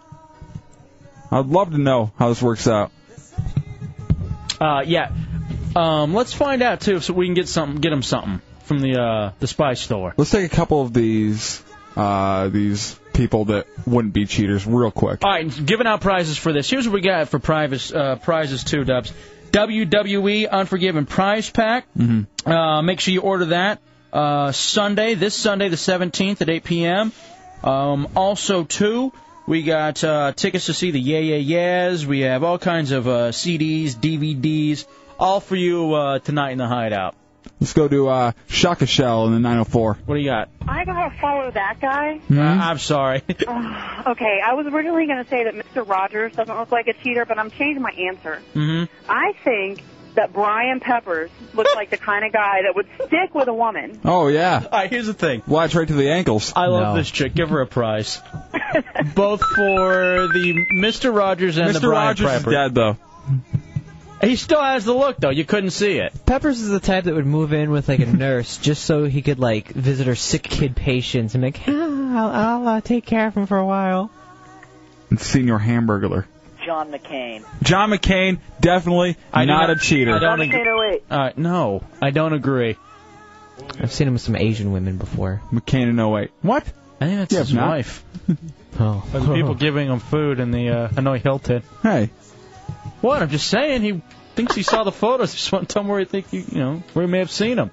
Speaker 3: I'd love to know how this works out.
Speaker 4: Uh, yeah. Um, let's find out too, so we can get something, get them something from the uh, the Spy store.
Speaker 3: Let's take a couple of these uh, these people that wouldn't be cheaters real quick.
Speaker 4: All right, giving out prizes for this. Here's what we got for privates, uh, prizes too, Dubs. WWE Unforgiven Prize Pack.
Speaker 3: Mm-hmm.
Speaker 4: Uh, make sure you order that uh, Sunday, this Sunday, the 17th at 8 p.m. Um, also, too, we got uh, tickets to see the Yeah Yeah Yeahs. We have all kinds of uh, CDs, DVDs, all for you uh, tonight in the Hideout.
Speaker 3: Let's go to uh, Shaka Shell in the 904.
Speaker 4: What do you got?
Speaker 1: I gotta follow that guy.
Speaker 4: Uh, I'm sorry. (laughs)
Speaker 1: Ugh, okay, I was originally gonna say that Mr. Rogers doesn't look like a cheater, but I'm changing my answer.
Speaker 4: mm-hmm.
Speaker 1: I think that Brian Peppers looks like the kind of guy that would stick with a woman.
Speaker 3: Oh yeah.
Speaker 4: All right, here's the thing.
Speaker 3: Watch right to the ankles.
Speaker 4: I love this chick. Give her a prize. Both for the Mr. Rogers and the
Speaker 3: Mr.
Speaker 4: Brian
Speaker 3: Rogers is
Speaker 4: Prepper.
Speaker 3: dead though.
Speaker 4: He still has the look though. You couldn't see it.
Speaker 17: Peppers is the type that would move in with like a nurse (laughs) just so he could like visit her sick kid patients and make. Ah, I'll, I'll uh, take care of him for a while.
Speaker 3: Senior Hamburglar.
Speaker 13: John McCain.
Speaker 3: John McCain definitely
Speaker 4: I do
Speaker 3: not, a cheater.
Speaker 4: I don't agree.
Speaker 1: oh,
Speaker 4: Uh, no, I don't agree.
Speaker 17: I've seen him with some Asian women before.
Speaker 3: McCain in 08. What?
Speaker 4: I think that's
Speaker 17: Yeah,
Speaker 4: his
Speaker 17: not-
Speaker 4: wife.
Speaker 17: Oh.
Speaker 4: By the people giving him food in the uh, Hanoi Hilton.
Speaker 3: Hey.
Speaker 4: What? I'm just saying he thinks he saw the photos. Just want to tell him where he think you, you know where he may have seen him.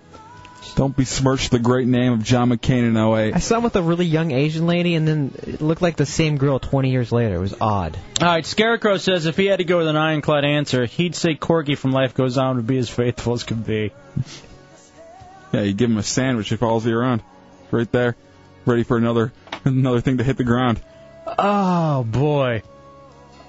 Speaker 3: Don't besmirch the great name of John McCain in
Speaker 17: (laughs)
Speaker 3: 08.
Speaker 17: I saw him with a really young Asian lady, and then it looked like the same girl 20 years later. It was odd.
Speaker 4: All right, Scarecrow says if he had to go with an ironclad answer, he'd say Corky from Life Goes On would be as faithful as could be.
Speaker 3: Yeah, you give him a sandwich, he follows you around. Right there. Ready for another (laughs) another thing to hit the ground.
Speaker 4: Oh boy.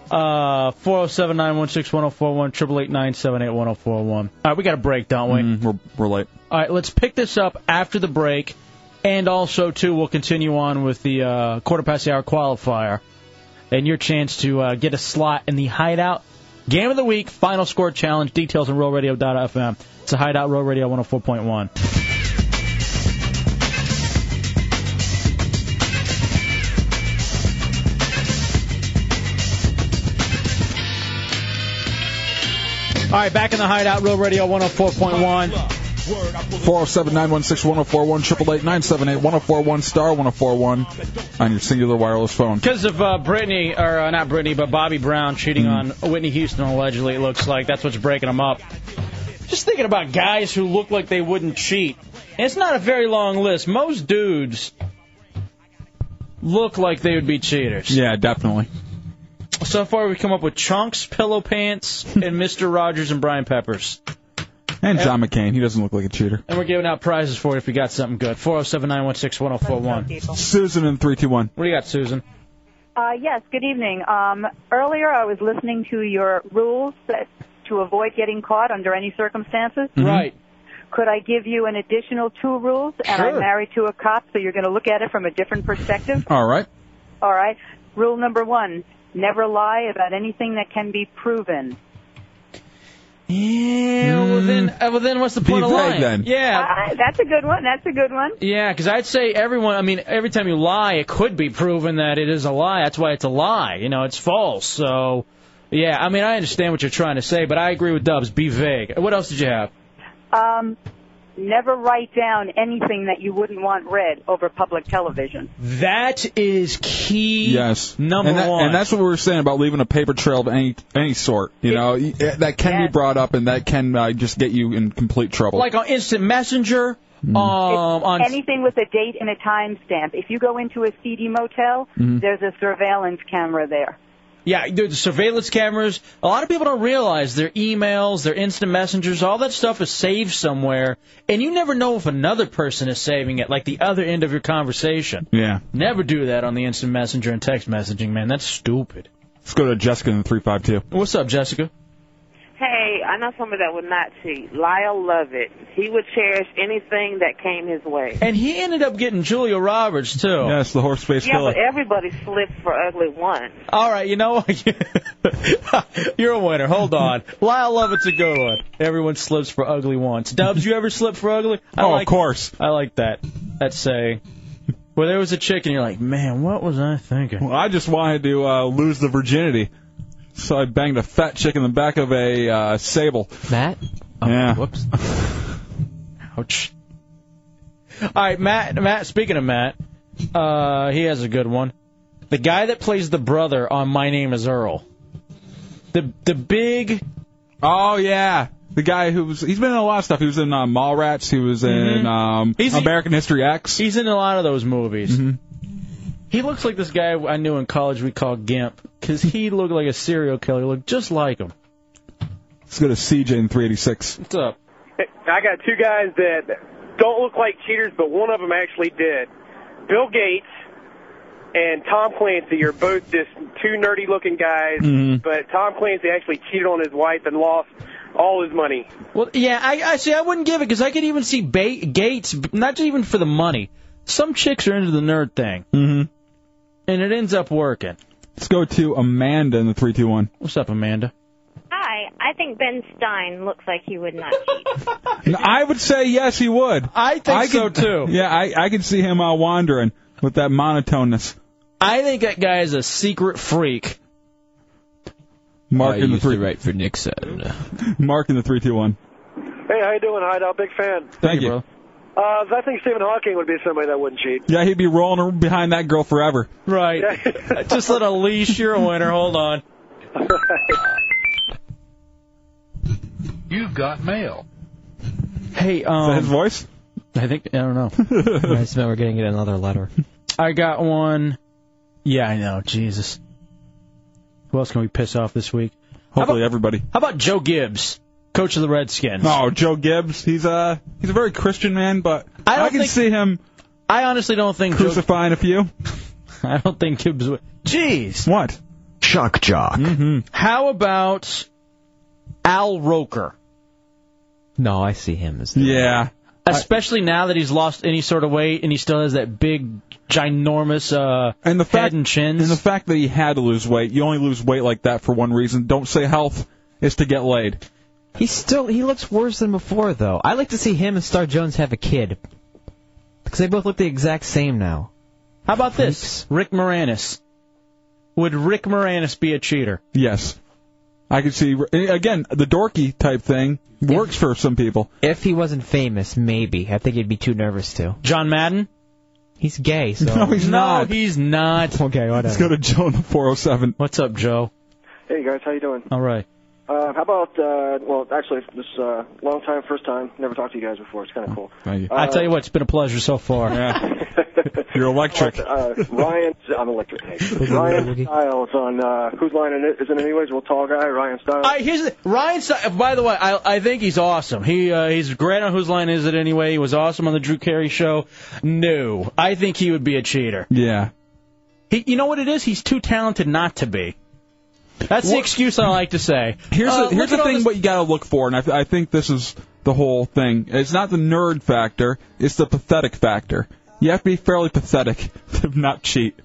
Speaker 4: Uh, four zero seven nine one six one zero four one triple eight nine seven eight one zero four one. All right, we got a break, don't we?
Speaker 3: Mm, we're, we're late.
Speaker 4: All right, let's pick this up after the break, and also too we'll continue on with the uh, quarter past the hour qualifier, and your chance to uh, get a slot in the Hideout Game of the Week Final Score Challenge. Details on RealRadio.fm. It's a Hideout Real Radio one hundred four point one. All right, back in the Hideout Real Radio one hundred four point one.
Speaker 3: 407 916 1041 888 978 1041 star 1041 on your singular wireless phone.
Speaker 4: Because of uh, Brittany, or uh, not Brittany, but Bobby Brown cheating on Whitney Houston allegedly, it looks like. That's what's breaking them up. Just thinking about guys who look like they wouldn't cheat. And it's not a very long list. Most dudes look like they would be cheaters.
Speaker 3: Yeah, definitely.
Speaker 4: So far, we've come up with Chunks, Pillow Pants, and Mr. Rogers and Brian Peppers.
Speaker 3: And John McCain, he doesn't look like a cheater.
Speaker 4: And we're giving out prizes for it if you got something good. 407 916 1041.
Speaker 3: Susan in 321.
Speaker 4: What do you got, Susan?
Speaker 1: Uh, yes, good evening. Um, earlier I was listening to your rules that to avoid getting caught under any circumstances.
Speaker 4: Right.
Speaker 1: Could I give you an additional two rules? And
Speaker 3: Sure.
Speaker 1: I'm married to a cop, so you're going to look at it from a different perspective.
Speaker 3: All right.
Speaker 1: All right. Rule number one: never lie about anything that can be proven.
Speaker 3: Hmm.
Speaker 4: Yeah, well then, uh, well then, what's the point of lying? Yeah,
Speaker 1: Uh, that's a good one. That's a good one.
Speaker 4: Yeah, because I'd say everyone. I mean, every time you lie, it could be proven that it is a lie. That's why it's a lie. You know, it's false. So, yeah. I mean, I understand what you're trying to say, but I agree with Dubs. Be vague. What else did you have?
Speaker 1: Um, never write down anything that you wouldn't want read over public television.
Speaker 4: That is key.
Speaker 3: Yes.
Speaker 4: Number
Speaker 3: and that-
Speaker 4: one.
Speaker 3: And that's what we were saying about leaving a paper trail of any any sort. You know, Y- eh, that can be brought up and that can uh, just get you in complete trouble.
Speaker 4: Like on Instant Messenger. Um, on
Speaker 1: Anything with a date and a time stamp. If you go into a seedy motel,
Speaker 4: Mhm.
Speaker 1: there's a surveillance camera there.
Speaker 4: Yeah, dude, the surveillance cameras. A lot of people don't realize their emails, their instant messengers, all that stuff is saved somewhere, and you never know if another person is saving it, like the other end of your conversation.
Speaker 3: Yeah.
Speaker 4: Never do that on the instant messenger and text messaging, man. That's stupid.
Speaker 3: Let's go to Jessica in three five two.
Speaker 4: What's up, Jessica?
Speaker 18: Hey, I know somebody that would not cheat. Lyle Lovett. He would cherish anything that came his way.
Speaker 4: And he ended up getting Julia Roberts too.
Speaker 3: Yes, the horse face
Speaker 18: yeah, but everybody slipped for ugly one.
Speaker 4: All right, you know what? (laughs) You're a winner. Hold on. Lyle Lovett's a good one. Everyone slips for ugly once. Dubs, you ever slip for ugly? I
Speaker 3: Oh, of
Speaker 4: like,
Speaker 3: course.
Speaker 4: I like that. That's a. Well, there was a chick, and you're like, man, what was I thinking?
Speaker 3: Well, I just wanted to uh, lose the virginity, so I banged a fat chick in the back of a uh, sable.
Speaker 17: Matt.
Speaker 3: yeah.
Speaker 17: Whoops.
Speaker 4: Ouch. All right, Matt. Matt. Speaking of Matt, uh, he has a good one. The guy that plays the brother on My Name Is Earl. The the big.
Speaker 3: Oh yeah. The guy who was, he's been in a lot of stuff. He was in uh, Mallrats. He was in
Speaker 4: Mm-hmm.
Speaker 3: um, American History X. Mm-hmm.
Speaker 4: He's in a lot of those movies. He looks like this guy I knew in college we called Gimp, 'cause he looked like a serial killer. He looked just like him.
Speaker 3: Let's go to CJ in 386.
Speaker 4: What's up?
Speaker 12: I got two guys that don't look like cheaters, but one of them actually did. Bill Gates and Tom Clancy are both just two nerdy looking guys,
Speaker 3: Mm-hmm.
Speaker 4: Mhm.
Speaker 12: but Tom Clancy actually cheated on his wife and lost all his money.
Speaker 4: Well, yeah, I, I see. I wouldn't give it 'cause I could even see ba- Gates, b- not just even for the money. Some chicks are into the nerd thing,
Speaker 3: Mm-hmm.
Speaker 4: and it ends up working.
Speaker 3: Let's go to Amanda in the 321.
Speaker 4: What's up, Amanda?
Speaker 19: Hi, I think Ben Stein looks like he would not cheat.
Speaker 3: And I would say yes, he would.
Speaker 4: I think so, too.
Speaker 3: (laughs) Yeah, I, I could see him uh, wandering with that monotoneness.
Speaker 4: I think that guy is a secret freak.
Speaker 3: Mark in the
Speaker 20: used to
Speaker 3: three.
Speaker 20: write for Nixon.
Speaker 3: Mark in the 321.
Speaker 12: (laughs) Hey, how you doing, Hideout? Big fan.
Speaker 3: Thank, you.
Speaker 12: Uh, I think Stephen Hawking would be somebody that wouldn't cheat.
Speaker 3: Yeah, he'd be rolling behind that girl forever.
Speaker 4: Right.
Speaker 12: (laughs)
Speaker 4: Just let a leash. You're a winner. Hold on.
Speaker 28: You've got mail.
Speaker 4: Hey, um. Is that his
Speaker 3: voice?
Speaker 4: I think I don't know.
Speaker 17: (laughs) I smell we're getting another letter.
Speaker 4: I got one. Yeah, I know. Jesus. Who else can we piss off this week?
Speaker 3: Hopefully everybody.
Speaker 4: How about Joe Gibbs, coach of the Redskins?
Speaker 3: Oh, Joe Gibbs. He's a he's a very Christian man, but
Speaker 4: I, don't
Speaker 3: can
Speaker 4: think,
Speaker 3: see him.
Speaker 4: I honestly don't think
Speaker 3: crucifying a few.
Speaker 4: (laughs) I don't think Gibbs would. Jeez.
Speaker 3: What? Mm-hmm.
Speaker 4: Shock jock. How about Al Roker?
Speaker 17: No, I see him as.
Speaker 3: Yeah.
Speaker 4: Especially now that he's lost any sort of weight and he still has that big, ginormous uh, and the head and chins.
Speaker 3: And the fact that he had to lose weight, you only lose weight like that for one reason. Don't say health is to get laid.
Speaker 17: He's still he looks worse than before though. I like to see him and Star Jones have a kid because they both look the exact same now.
Speaker 4: How about this? Rick Moranis. Would Rick Moranis be a cheater?
Speaker 3: Yes. I could see again the dorky type thing works for some people.
Speaker 17: If he wasn't famous, maybe I think he'd be too nervous to.
Speaker 4: John Madden.
Speaker 17: He's gay, so
Speaker 3: (laughs) No, he's
Speaker 4: No,
Speaker 3: not.
Speaker 4: he's
Speaker 3: (laughs)
Speaker 4: not.
Speaker 17: Okay, whatever.
Speaker 3: Let's go to Joe in the 407.
Speaker 4: What's up, Joe?
Speaker 12: Hey, guys, how you doing?
Speaker 4: All right.
Speaker 12: Uh, how about, uh, well, actually, this uh, long time, first time. Never talked to you guys before. It's kind of cool.
Speaker 3: Thank you.
Speaker 4: I tell you what, it's been a pleasure so far. (laughs)
Speaker 3: You're electric.
Speaker 12: (laughs) Uh, Ryan, I'm electric. Ryan Stiles on uh, whose line it is it? Anyways, well, tall guy Ryan Stiles.
Speaker 4: I, here's the, Ryan. Si- By the way, I I think he's awesome. He uh, he's great on whose line is it anyway. He was awesome on the Drew Carey show. No, I think he would be a cheater.
Speaker 3: Yeah.
Speaker 4: He, you know what it is? He's too talented not to be. That's the
Speaker 3: Well-
Speaker 4: excuse I like to say.
Speaker 3: Here's
Speaker 4: Uh,
Speaker 3: the,
Speaker 4: look
Speaker 3: here's
Speaker 4: at
Speaker 3: the
Speaker 4: all
Speaker 3: thing.
Speaker 4: this-
Speaker 3: What you gotta look for, and I, th- I think this is the whole thing. It's not the nerd factor. It's the pathetic factor. You have to be fairly pathetic (laughs) to not cheat.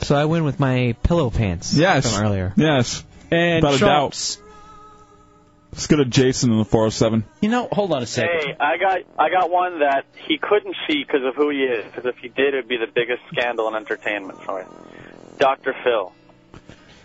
Speaker 17: So I win with my pillow pants.
Speaker 3: Yes.
Speaker 17: From earlier.
Speaker 3: Yes.
Speaker 4: And
Speaker 3: Without a
Speaker 4: Trumps.
Speaker 3: Let's go to Jason in the 407.
Speaker 4: You know, hold on a second.
Speaker 29: Hey, I got I got one that he couldn't see because of who he is. Because if he did, it'd be the biggest scandal in entertainment for him. Dr. Phil.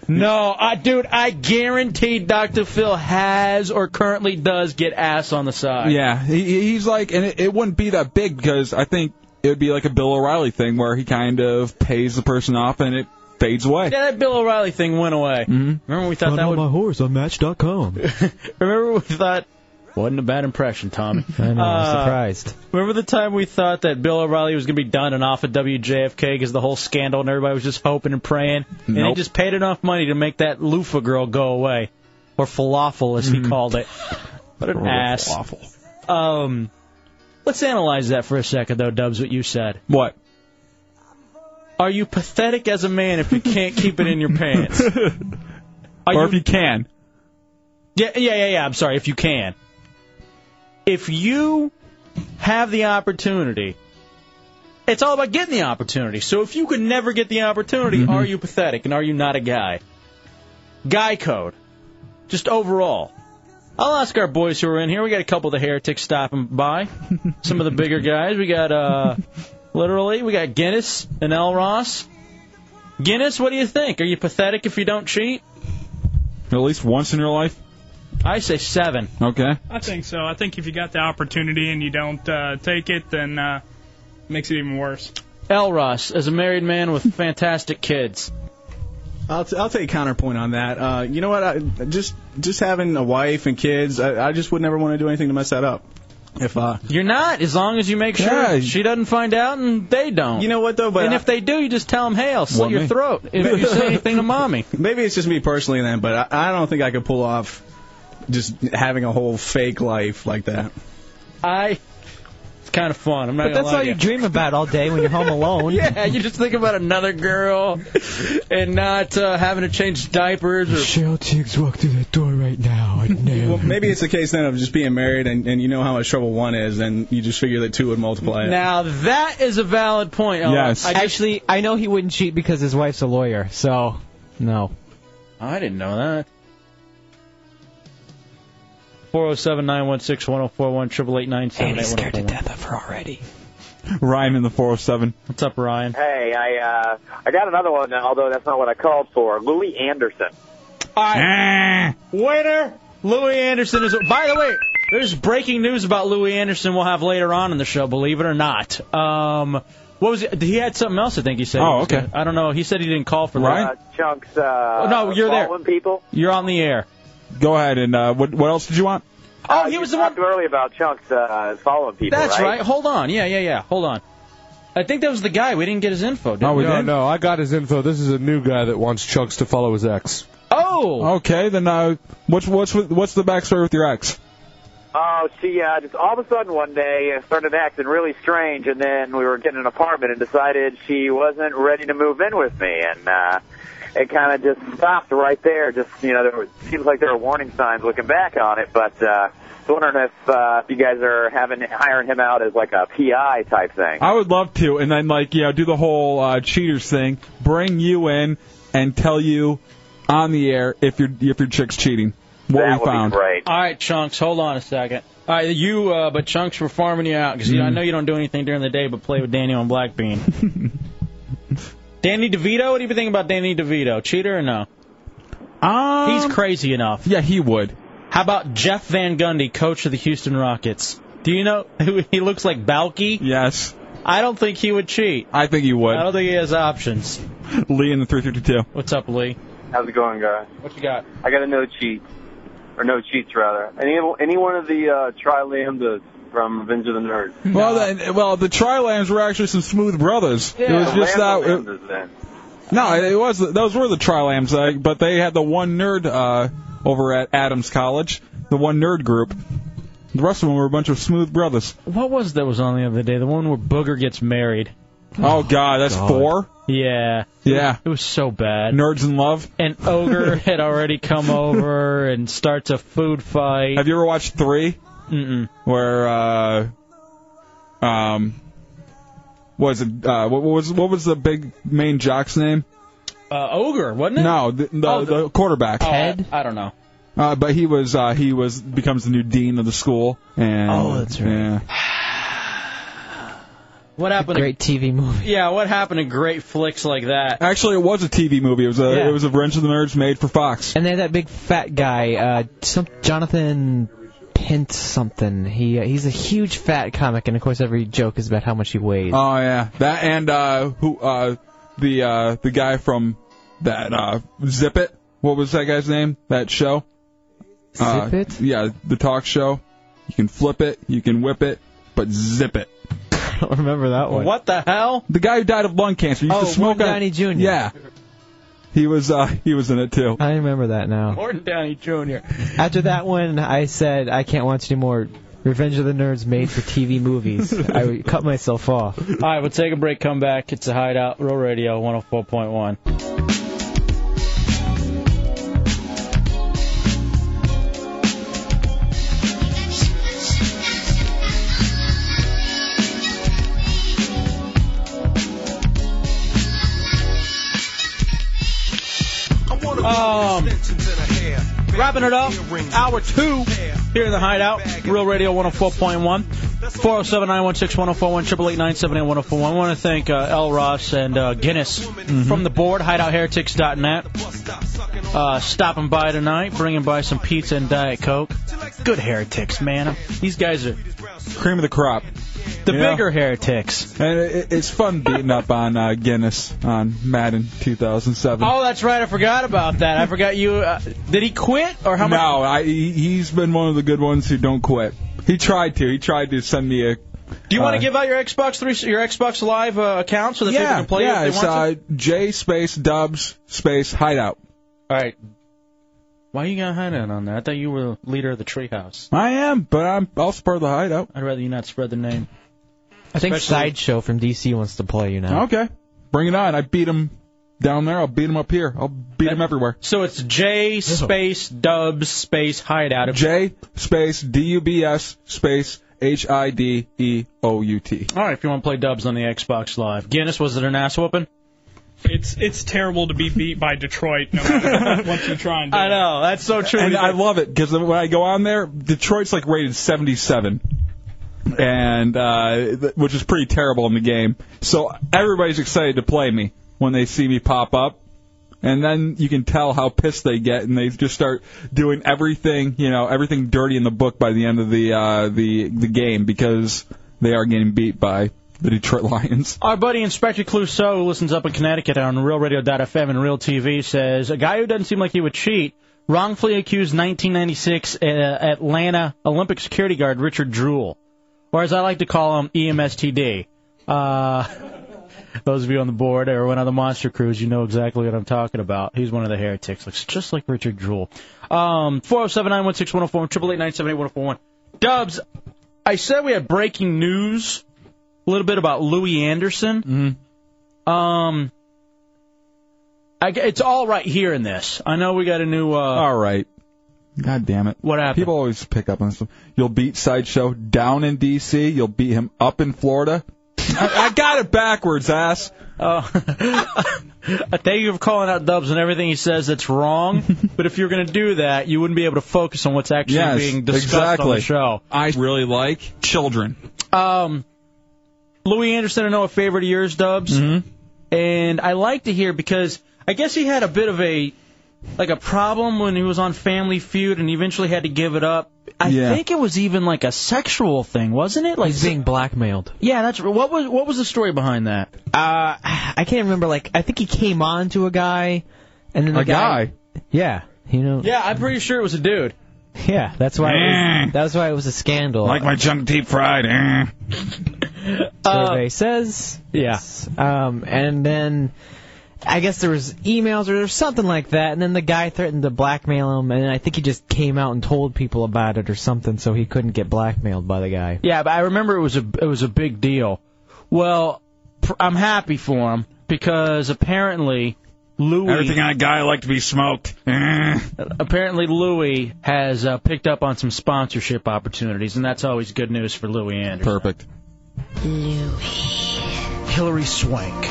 Speaker 4: No, I, dude, I guarantee Dr. Phil has or currently does get ass on the side.
Speaker 3: Yeah, he, he's like, and it, it wouldn't be that big because I think it would be like a Bill O'Reilly thing where he kind of pays the person off and it fades away.
Speaker 4: Yeah, that Bill O'Reilly thing went away. Mm-hmm. Remember when we thought that would.
Speaker 17: my horse on Match.com.
Speaker 4: (laughs) Remember when we thought. Wasn't a bad impression, Tommy.
Speaker 17: (laughs) I know, I'm
Speaker 4: Uh,
Speaker 17: surprised.
Speaker 4: Remember the time we thought that Bill O'Reilly was going to be done and off of WJFK because the whole scandal and everybody was just hoping and praying, and they
Speaker 3: Nope.
Speaker 4: just paid enough money to make that loofah girl go away, or falafel as he
Speaker 17: Mm-hmm.
Speaker 4: called it. What an
Speaker 3: Or
Speaker 4: ass! Um, let's analyze that for a second, though, Dubs. What you said.
Speaker 3: What?
Speaker 4: Are you pathetic as a man if you can't keep it in your
Speaker 3: (laughs)
Speaker 4: pants? or if
Speaker 3: you can?
Speaker 4: Yeah, yeah, yeah, yeah. I'm sorry. If you can, if you have the opportunity, it's all about getting the opportunity. So if you could never get the opportunity,
Speaker 3: Mm-hmm.
Speaker 4: are you pathetic and are you not a guy? Guy code, just overall. I'll ask our boys who are in here. We got a couple of the heretics stopping
Speaker 8: (laughs)
Speaker 4: by. Some of the bigger guys. We got uh, literally we got Guinness and L. Ross. Guinness, what do you think? Are you pathetic if you don't cheat?
Speaker 3: At least once in your life?
Speaker 4: I say seven.
Speaker 3: Okay.
Speaker 30: I think so. I think if you got the opportunity and you don't uh, take it, then uh, it makes it even worse.
Speaker 4: L. Ross, as a married man
Speaker 30: (laughs)
Speaker 4: with fantastic kids.
Speaker 8: I'll, t- I'll take counterpoint on that. Uh, you know what? I, just just having a wife and kids, I, I just would never want to do anything to mess that up. If
Speaker 20: (laughs)
Speaker 8: uh,
Speaker 4: You're not, as long as you make sure
Speaker 8: Yeah.
Speaker 4: she doesn't find out and they don't. You know
Speaker 8: what though? But
Speaker 4: and
Speaker 8: I-
Speaker 4: if they do, you just tell them, "Hey, I'll slit
Speaker 8: Want
Speaker 4: your
Speaker 8: me?
Speaker 4: throat if you
Speaker 8: (laughs)
Speaker 4: say anything to mommy."
Speaker 8: Maybe it's just me personally then, but I, I don't think I could pull off just having a whole fake life like that.
Speaker 4: I. It's kind of fun. I'm not.
Speaker 8: But
Speaker 4: gonna
Speaker 8: that's
Speaker 4: lie
Speaker 8: all
Speaker 4: to
Speaker 8: you
Speaker 17: dream about all day when you're home alone.
Speaker 4: (laughs) yeah, you just think about another girl and not uh, having to change diapers or.
Speaker 17: Cheryl Tiggs walked through that door right now. I know.
Speaker 8: Well, maybe it's the case then of just being married and, and you know how much trouble one is, and you just figure that two would multiply it.
Speaker 4: Now that is a valid point. Ellen. I just-
Speaker 17: Actually, I know he wouldn't cheat because his wife's a lawyer, so no.
Speaker 4: I didn't know that. 407 916 1041 scared to death of her already.
Speaker 3: Ryan in the 407.
Speaker 4: What's up, Ryan?
Speaker 12: Hey, I uh, I got another one, although that's not what I called for. Louis Anderson.
Speaker 3: Eh.
Speaker 4: Waiter, Louis Anderson is. By the way, there's breaking news about Louis Anderson. We'll have later on in the show, believe it or not. Um, what was it? He had something else. I think he said. he
Speaker 3: Oh,
Speaker 4: was
Speaker 3: okay.
Speaker 4: gonna- I don't know. He said he didn't call for
Speaker 3: Right.
Speaker 4: that.
Speaker 12: Chunks. Uh,
Speaker 4: Oh, no, you're there.
Speaker 12: Baldwin people.
Speaker 4: You're on the air.
Speaker 3: Go ahead and uh, what what else did you want?
Speaker 12: Oh, he was the one earlier about Chunks uh, following people.
Speaker 4: That's
Speaker 12: right.
Speaker 4: right. Hold on. Yeah, yeah, yeah. Hold on. I think that was the guy. We didn't get his info. Did
Speaker 31: No,
Speaker 4: we?
Speaker 31: no, no, I got his info. This is a new guy that wants Chunks to follow his ex.
Speaker 4: Oh.
Speaker 3: Okay, then uh, what's what's with- what's the backstory with your ex?
Speaker 12: Oh, she uh, just all of a sudden one day uh, started acting really strange, and then we were getting an apartment and decided she wasn't ready to move in with me, and uh, it kind of just stopped right there. Just you know, there was, seems like there were warning signs looking back on it, but uh, I was wondering if uh, if you guys are having hiring him out as like a PI type thing.
Speaker 3: I would love to, and then like you know do the whole uh, cheaters thing, bring you in and tell you on the air if your if your chick's cheating. What we found.
Speaker 4: All right, Chunks, hold on a second. All right, you, uh, but Chunks, we're farming you out because I
Speaker 3: Mm.
Speaker 4: know you don't do anything during the day but play with Daniel and
Speaker 3: (laughs)
Speaker 4: Blackbean. Danny DeVito, what do you think about Danny DeVito? Cheater or no?
Speaker 3: Um,
Speaker 4: He's crazy enough.
Speaker 3: Yeah, he would.
Speaker 4: How about Jeff Van Gundy, coach of the Houston Rockets? Do you know (laughs) who he looks like? Balky?
Speaker 3: Yes.
Speaker 4: I don't think he would cheat.
Speaker 3: I think he would.
Speaker 4: I don't think he has options.
Speaker 3: Lee in the 352.
Speaker 4: What's up, Lee?
Speaker 32: How's it going, guys?
Speaker 4: What you got?
Speaker 32: I got a no cheat, or no cheats rather. Any any one of the uh, tri lambdas from Revenge of the Nerds.
Speaker 3: Well, then, well, the Tri-Lambs were actually some smooth brothers. It was just that.
Speaker 32: Lambda lambdas, then.
Speaker 3: No, it was those were the Tri-Lambs, uh, but they had the one nerd uh, over at Adams College, the one nerd group. The rest of them were a bunch of smooth brothers.
Speaker 4: What was that was on the other day? The one where Booger gets married.
Speaker 3: Oh, God, that's four.
Speaker 4: Yeah.
Speaker 3: Yeah.
Speaker 4: It was so bad.
Speaker 3: Nerds in Love.
Speaker 4: An
Speaker 3: (laughs)
Speaker 4: ogre had already come over and starts a food fight.
Speaker 3: Have you ever watched Three?
Speaker 4: Mm-mm.
Speaker 3: Where, uh, uh, um, was it? Uh, what was what was the big main jock's name?
Speaker 4: uh, ogre, wasn't it?
Speaker 3: No, the, the,
Speaker 4: Oh,
Speaker 3: the, quarterback.
Speaker 4: Oh, I, I don't know.
Speaker 3: Uh, but he was uh, he was becomes the new dean of the school. And, oh, that's right. Yeah.
Speaker 4: What happened?
Speaker 17: Great TV movie.
Speaker 4: To, yeah, what happened to great flicks like that?
Speaker 3: Actually, it was a TV movie. It was a
Speaker 17: Yeah.
Speaker 3: it was a Revenge of the Nerds made for Fox.
Speaker 17: And they had that big fat guy, uh, some Jonathan Pint something. He uh, he's a huge fat comic, and of course every joke is about how much he weighs.
Speaker 3: Oh yeah, that and uh, who uh, the uh, the guy from that uh, Zip It. What was that guy's name? That show. Zip
Speaker 17: It.
Speaker 3: Yeah, the talk show. You can flip it, you can whip it, but zip it.
Speaker 17: (laughs) I don't remember that one.
Speaker 4: What the hell?
Speaker 3: The guy who died of lung cancer. He used
Speaker 17: Oh,
Speaker 3: to smoke
Speaker 17: Warren
Speaker 3: on-
Speaker 17: Downey Jr..
Speaker 3: Yeah. He was uh, he was in it too.
Speaker 17: I remember that now.
Speaker 4: Morton Downey Jr.
Speaker 17: After that one, I said I can't watch any more Revenge of the Nerds made for TV movies. I cut myself off.
Speaker 4: All right, we'll take a break. Come back. It's a hideout. Real Radio 104.1. Um, wrapping it up, hour two here in the Hideout, Real Radio 104.1, 407 916 1041, 888 1041. I want to thank uh, L. Ross and uh, Guinness from the board, hideoutheretics.net, uh, stopping by tonight, bringing by some pizza and Diet Coke. Good heretics, man. These guys are
Speaker 3: cream of the crop.
Speaker 4: The
Speaker 3: You know?
Speaker 4: bigger heretics.
Speaker 3: And it, it's fun beating up on uh, Guinness on Madden 2007.
Speaker 4: Oh, that's right. I forgot about that. I forgot you. Uh, did he quit or how much?
Speaker 3: no, I, he- he's been one of the good ones who don't quit. He tried to. He tried to send me a.
Speaker 4: Do you want
Speaker 3: uh,
Speaker 4: to give out your Xbox three, your Xbox Live uh, account so that people
Speaker 3: yeah,
Speaker 4: can play
Speaker 3: yeah,
Speaker 4: it if
Speaker 3: it's
Speaker 4: they want
Speaker 3: uh, J space Dubs space Hideout.
Speaker 4: to? All right. Why you got hideout on that? I thought you were the leader of the treehouse.
Speaker 3: I am, but I'm oh, also part of the Hideout.
Speaker 4: I'd rather you not spread the name.
Speaker 17: I think
Speaker 4: Especially-
Speaker 17: Sideshow from DC wants to play you now.
Speaker 3: Okay, bring it on. I beat him down there. I'll beat him up here. I'll beat him everywhere.
Speaker 4: So it's J space Dubs space Hideout. If-
Speaker 3: J space D U B S space H I D E O U T.
Speaker 4: All right, if you want to play Dubs on the Xbox Live. Guinness, was it an ass whooping?
Speaker 16: It's it's terrible to be beat by Detroit no
Speaker 4: (laughs)
Speaker 16: matter what you try and do.
Speaker 4: I know that's so true.
Speaker 3: And I love it because when I go on there, Detroit's like rated 77, and uh, th- which is pretty terrible in the game. So everybody's excited to play me when they see me pop up, and then you can tell how pissed they get, and they just start doing everything you know, everything dirty in the book by the end of the uh, the the game because they are getting beat by the Detroit (laughs) Lions.
Speaker 4: Our buddy Inspector Clouseau, who listens up in Connecticut on RealRadio.fm and Real TV, says a guy who doesn't seem like he would cheat wrongfully accused 1996 uh, Atlanta Olympic security guard Richard Drool, or as I like to call him, E EMSTD. Uh, those of you on the board or went on the Monster Cruise, you know exactly what I'm talking about. He's one of the heretics, looks just like Richard Drool. Um, 407 916 1041, Dubs, I said we had breaking news a little bit about Louis Anderson.
Speaker 3: Mm-hmm.
Speaker 4: Um, I g it's all right here in this. I know we got a new. Uh, all
Speaker 3: right. God damn it.
Speaker 4: What happened?
Speaker 3: People always pick up on this. You'll beat Sideshow down in D.C., you'll beat him up in Florida. I, I got it backwards, ass.
Speaker 4: Uh, (laughs) thank you for calling out Dubs and everything he says that's
Speaker 3: (laughs)
Speaker 4: wrong. but if you're going to do that, you wouldn't be able to focus on what's actually
Speaker 3: yes,
Speaker 4: being discussed
Speaker 3: exactly.
Speaker 4: on the show.
Speaker 3: I really like children.
Speaker 4: Um, Louis Anderson, I know a favorite of yours, Dubs, and I like to hear because I guess he had a bit of a like a problem when he was on Family Feud and eventually had to give it up. I
Speaker 17: Yeah.
Speaker 4: think it was even like a sexual thing, wasn't it? Like
Speaker 17: He's being blackmailed.
Speaker 4: yeah, that's what was what was the story behind that?
Speaker 17: Uh, I can't remember. Like, I think he came on to a guy, and then the
Speaker 4: A guy?
Speaker 17: Yeah, you know.
Speaker 4: Yeah, I'm pretty sure it was a dude.
Speaker 17: Yeah, that's why. It was, that's why it was a scandal. Like
Speaker 3: my junk deep fried.
Speaker 17: Survey says.
Speaker 4: Yeah.
Speaker 17: Um, and then I guess there was emails or something like that, and then the guy threatened to blackmail him, and I think he just came out and told people about it or something, so he couldn't get blackmailed by the guy.
Speaker 4: Yeah, but I remember it was a it was a big deal. Well, pr- I'm happy for him because apparently Louis
Speaker 3: a guy like to be smoked.
Speaker 4: (laughs) apparently Louis has uh, picked up on some sponsorship opportunities, and that's always good news for Louis Anderson.
Speaker 3: Perfect.
Speaker 4: Louis. Hillary Swank.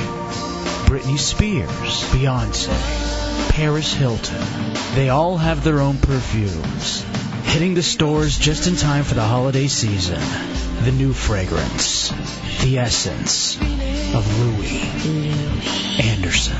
Speaker 7: Britney Spears, Beyonce, Paris Hilton. They all have their own perfumes. Hitting the stores just in time for the holiday season. The new fragrance, the essence of Louis Anderson.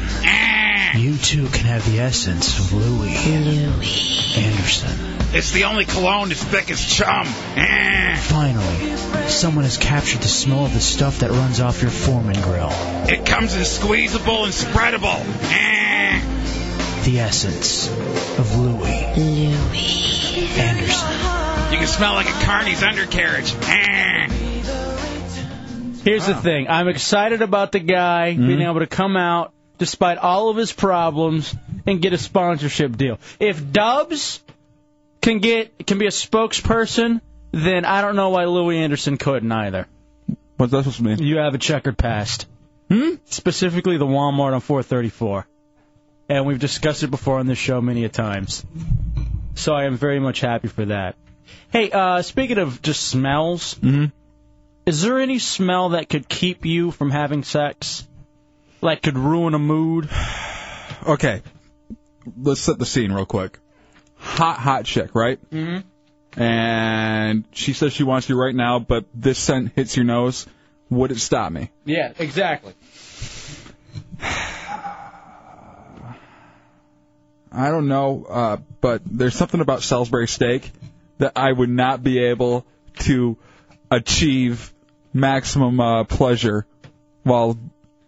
Speaker 7: You too can have the essence of Louis Anderson.
Speaker 25: It's the only cologne as thick as chum. Eh.
Speaker 7: Finally, someone has captured the smell of the stuff that runs off your foreman grill.
Speaker 25: It comes in squeezable and spreadable. Eh.
Speaker 7: The essence of Louis. Louis. Anderson.
Speaker 25: You can smell like a carny's undercarriage. Eh.
Speaker 4: Here's the thing. I'm excited about the guy being able to come out despite all of his problems and get a sponsorship deal. If Dubs can get can be a spokesperson, then I don't know why Louis Anderson couldn't either.
Speaker 3: What's that supposed to mean?
Speaker 4: You have a checkered past. Hmm? Specifically the Walmart on 434. And we've discussed it before on this show many a times. So I am very much happy for that. Hey, uh, speaking of just smells, is there any smell that could keep you from having sex? Like could ruin a mood?
Speaker 3: Okay. Let's set the scene real quick. Hot, hot chick, right?
Speaker 4: Mm-hmm.
Speaker 3: And she says she wants you right now, but this scent hits your nose. Would it stop me?
Speaker 4: Yeah, exactly.
Speaker 3: I don't know, uh, but there's something about Salisbury steak that I would not be able to achieve maximum uh, pleasure while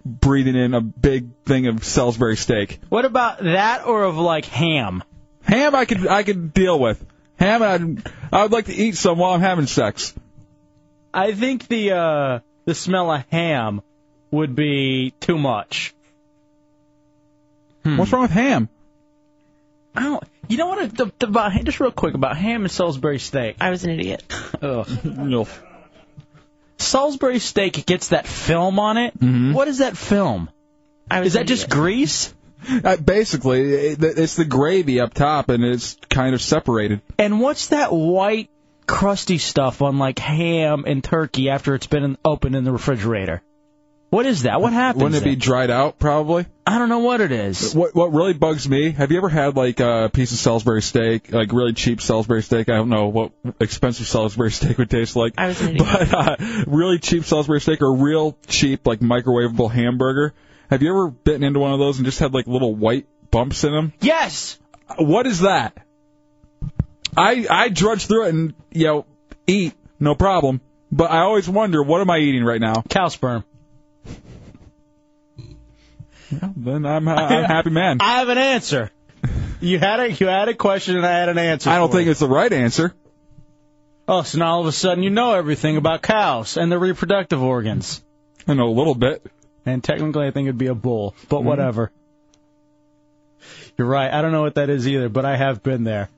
Speaker 3: breathing in a big thing of Salisbury steak.
Speaker 4: What about that or of like ham?
Speaker 3: Ham, I could I could deal with. Ham, I'd I would like to eat some while I'm having sex.
Speaker 4: I think the uh, the smell of ham would be too much.
Speaker 3: Hmm. What's wrong with ham?
Speaker 4: I don't. You know what? The, the, about, just real quick about ham and Salisbury steak. I was an idiot. (laughs) Ugh. no. Salisbury steak gets that film on it.
Speaker 3: Mm-hmm.
Speaker 4: What is that film? is that just grease?
Speaker 3: Uh, basically, it, it's the gravy up top, and it's kind of separated.
Speaker 4: And what's that white crusty stuff on like ham and turkey after it's been in, open in the refrigerator? What is that? What happens?
Speaker 3: Wouldn't it be
Speaker 4: then?
Speaker 3: dried out, probably?
Speaker 4: I don't know what it is.
Speaker 3: What What really bugs me? Have you ever had like a piece of Salisbury steak, like really cheap Salisbury steak? I don't know what expensive Salisbury (laughs) steak would taste like, I was but uh, really cheap Salisbury steak or real cheap like microwavable hamburger. Have you ever bitten into one of those and just had like little white bumps in them?
Speaker 4: Yes.
Speaker 3: What is that? I I drudge through it and you know eat no problem, but I always wonder what am I eating right now?
Speaker 4: Cow sperm.
Speaker 3: then I'm I'm happy man.
Speaker 4: (laughs) I have an answer. You had a you had a question and I had an answer.
Speaker 3: I don't
Speaker 4: for
Speaker 3: think
Speaker 4: it.
Speaker 3: it's the right answer.
Speaker 4: Oh, so now all of a sudden you know everything about cows and their reproductive organs.
Speaker 3: I know a little bit.
Speaker 4: And technically, I think it'd be a bull, but whatever. You're right. I don't know what that is either, but I have been there.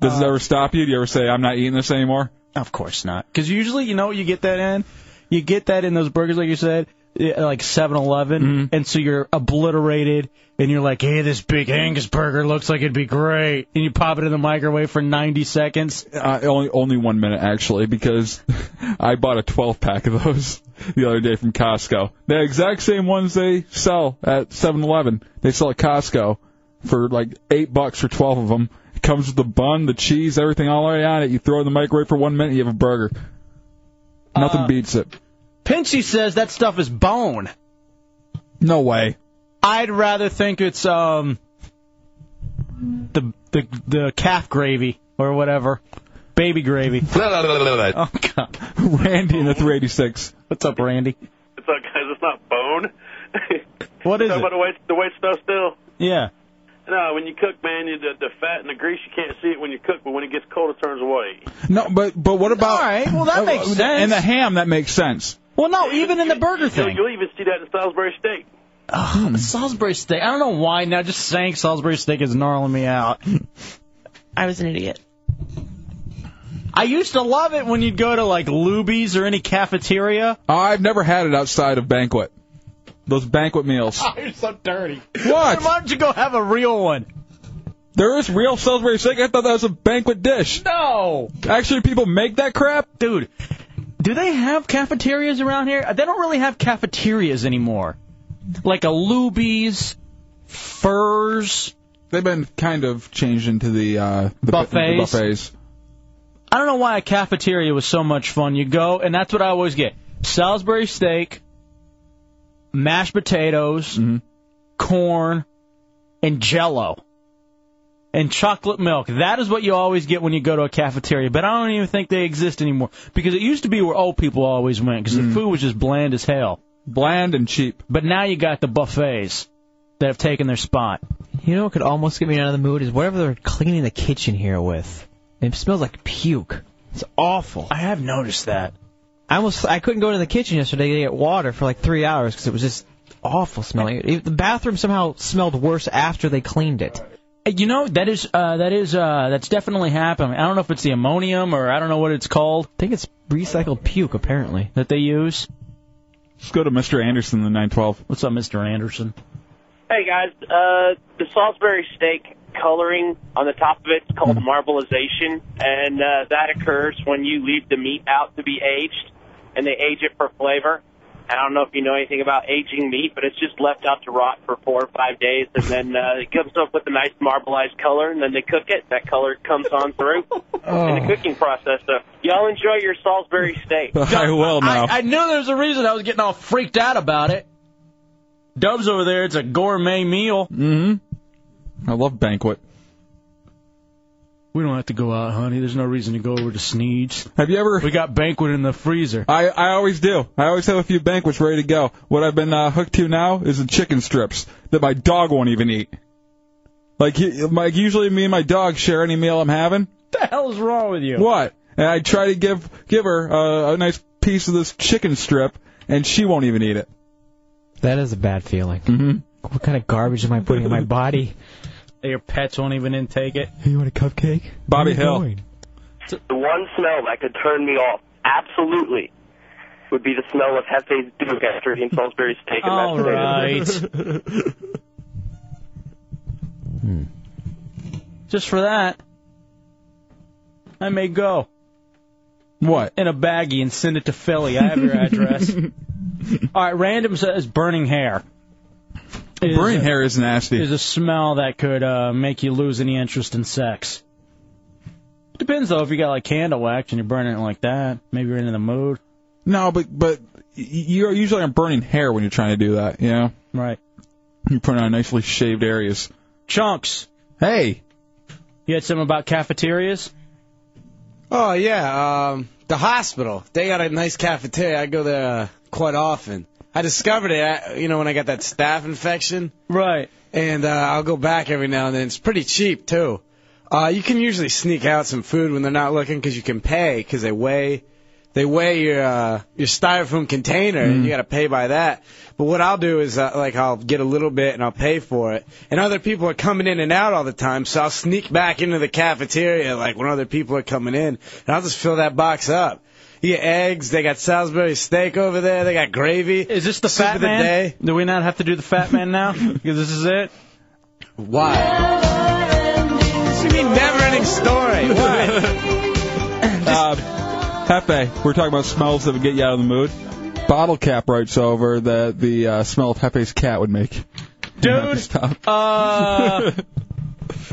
Speaker 3: Does it ever stop you? Do you ever say I'm not eating this anymore?
Speaker 4: Uh, Of course not. Because usually, you know what you get that in? You get that in those burgers, like you said, eh, like 7 11
Speaker 3: Mm-hmm.
Speaker 4: and so you're obliterated, and you're like, hey, this big Angus burger looks like it'd be great. And you pop it in the microwave for 90 seconds.
Speaker 3: Uh, only only one minute actually, because (laughs) I bought a 12 pack of those (laughs) the other day from Costco. The exact same ones they sell at 7-Eleven. They sell at Costco for like eight bucks for 12 of them. It comes with the bun, the cheese, everything all already on it. You throw it in the microwave for one minute, you have a burger. Nothing
Speaker 4: Uh,
Speaker 3: beats it.
Speaker 4: Pinchy says that stuff is bone.
Speaker 3: No way.
Speaker 4: I'd rather think it's um the the the calf gravy or whatever, baby gravy. oh God,
Speaker 3: (laughs) Randy in the 386.
Speaker 4: What's up, Randy?
Speaker 2: It's not, guys. It's not bone. (laughs)
Speaker 4: What is
Speaker 2: Talking
Speaker 4: it?
Speaker 2: about the white, the white stuff still.
Speaker 4: Yeah.
Speaker 2: No, when you cook, man, you, the, the fat and the grease, you can't see it when you cook, but when it gets cold, it turns white.
Speaker 3: No, but but what about? uh,
Speaker 4: All right, well, that makes sense.
Speaker 3: And the ham that makes sense.
Speaker 4: Well, no, even in the burger thing.
Speaker 2: You'll even see that in Salisbury steak.
Speaker 4: Ugh, Salisbury steak. I don't know why now. Just saying Salisbury steak is gnarling me out. I was an idiot. I used to love it when you'd go to like Luby's or any cafeteria.
Speaker 3: Uh, I've never had it outside of banquet. Those banquet meals.
Speaker 4: (laughs) (laughs) you're so dirty.
Speaker 3: What?
Speaker 4: Why don't you go have a real one?
Speaker 3: There is real Salisbury steak. I thought that was a banquet dish.
Speaker 4: No.
Speaker 3: Actually, people make that crap.
Speaker 4: Dude, do they have cafeterias around here? They don't really have cafeterias anymore. like a Luby's, furs.
Speaker 3: They've been kind of changed into the, uh, the bu- the
Speaker 4: Buffets.
Speaker 3: buffets.
Speaker 4: I don't know why a cafeteria was so much fun. You go, and that's what I always get: Salisbury steak, mashed potatoes,
Speaker 3: Mm-hmm.
Speaker 4: corn, and Jello, and chocolate milk. That is what you always get when you go to a cafeteria. But I don't even think they exist anymore because it used to be where old people always went because the food was just bland as hell,
Speaker 3: Mm. bland and cheap.
Speaker 4: But now you got the buffets that have taken their spot.
Speaker 17: You know what could almost get me out of the mood is whatever they're cleaning the kitchen here with. It smells like puke. It's awful.
Speaker 4: I have noticed that.
Speaker 17: I almost I couldn't go into the kitchen yesterday to get water for like three hours because it was just awful smelling. It- The bathroom somehow smelled worse after they cleaned it.
Speaker 4: You know that is uh, that is uh, that's definitely happened. I don't know if it's the ammonium or I don't know what it's called. I
Speaker 17: think it's recycled puke apparently
Speaker 4: that they use.
Speaker 3: Let's go to Mr. Anderson, the 912.
Speaker 4: What's up, Mr. Anderson?
Speaker 9: Hey guys, uh, the Salisbury steak coloring on the top of it's called
Speaker 4: Mm-hmm.
Speaker 9: marbleization, and uh, that occurs when you leave the meat out to be aged, and they age it for flavor. I don't know if you know anything about aging meat, but it's just left out to rot for four or five days, and then uh, it comes up with a nice marbleized color, and then they cook it. That color comes
Speaker 4: (laughs)
Speaker 9: on through in
Speaker 4: Oh.
Speaker 9: the cooking process. So y'all enjoy your
Speaker 4: (laughs)
Speaker 9: Salisbury steak.
Speaker 3: (laughs) I will now.
Speaker 4: I knew there was a reason I was getting all freaked out about it. Dubs over there, it's a gourmet meal.
Speaker 3: Mm-hmm. I love banquet.
Speaker 4: We don't have to go out, honey. There's no reason to go over to Sneeds.
Speaker 3: Have you ever?
Speaker 4: We got banquet in the freezer.
Speaker 3: I, I always do. I always have a few banquets ready to go. What I've been uh, hooked to now is the chicken strips that my dog won't even eat. Like, he, like usually me and my dog share any meal I'm having.
Speaker 4: What the hell is wrong with you?
Speaker 3: What? And I try to give give her uh, a nice piece of this chicken strip, and she won't even eat it.
Speaker 17: That is a bad feeling. Mm-hmm. What kind of garbage am I putting
Speaker 4: (laughs)
Speaker 17: in my body?
Speaker 4: Your pets won't even intake it.
Speaker 17: You want a cupcake?
Speaker 3: Bobby Hill.
Speaker 11: The one smell that could turn me off, absolutely, would be the smell of Hefe's Duke after eating Salisbury steak and mashed
Speaker 4: All
Speaker 11: potatoes.
Speaker 4: right.
Speaker 3: Hmm.
Speaker 4: Just for that, I may go.
Speaker 3: What?
Speaker 4: In a baggie and send it to Philly. I have your
Speaker 3: (laughs)
Speaker 4: address. All right, random says burning hair. Is
Speaker 3: Burning
Speaker 4: a-
Speaker 3: hair is nasty.
Speaker 4: Is a smell that could uh, make you lose any interest in sex. Depends though if you got like candle wax and you're burning it like that. Maybe you're in the mood.
Speaker 3: No, but but y- you're usually on burning hair when you're trying to do that. You know.
Speaker 4: Right.
Speaker 3: You put it on nicely shaved areas.
Speaker 4: Chunks. (coughs)
Speaker 3: Hey.
Speaker 4: You had something about cafeterias?
Speaker 6: Oh yeah, um, the hospital. They got a nice cafeteria. I go there uh, quite often. I discovered it, uh, you know, when I got that staph infection.
Speaker 4: Right.
Speaker 6: And uh, I'll go back every now and then. It's pretty cheap too. Uh, you can usually sneak out some food when they're not looking 'cause you can pay 'cause they weigh they weigh your uh, your styrofoam container and you got to pay by that. But what I'll do is uh, like I'll get a little bit and I'll pay for it. And other people are coming in and out all the time, so I'll sneak back into the cafeteria like when other people are coming in, and I'll just fill that box up. You get eggs. They got Salisbury steak over there. They got gravy.
Speaker 4: Is this the
Speaker 6: soup
Speaker 4: fat
Speaker 6: of the
Speaker 4: man?
Speaker 6: day?
Speaker 4: Do we not have to do the fat man
Speaker 3: (laughs)
Speaker 4: now? Because this is it.
Speaker 6: Why? What do you mean never-ending story? (laughs) What?
Speaker 3: Um, Hefe, we're talking about smells that would get you out of the mood. Bottle cap writes over that the uh, smell of Hefe's cat would make.
Speaker 4: Dude.
Speaker 3: (laughs) Stop.
Speaker 4: Uh,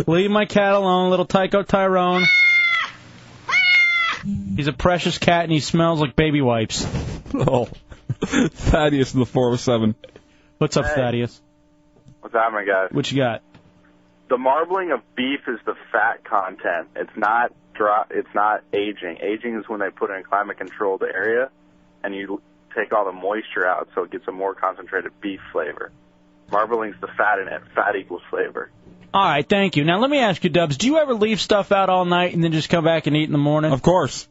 Speaker 4: leave my cat alone, little Tycho Tyrone. He's a precious cat and he smells like baby wipes.
Speaker 3: (laughs) Oh. Thaddeus in the 407.
Speaker 4: What's up,
Speaker 11: Hey.
Speaker 4: Thaddeus?
Speaker 11: What's that, my guy?
Speaker 4: What you got?
Speaker 11: The marbling of beef is the fat content. It's not dry, It's not aging. Aging is when they put it in climate controlled area, and you take all the moisture out, so it gets a more concentrated beef flavor. Marbling's the fat in it. Fat equals flavor.
Speaker 4: All right, thank you. Now let me ask you, Dubs. Do you ever leave stuff out all night and then just come back and eat in the morning? Of
Speaker 3: course,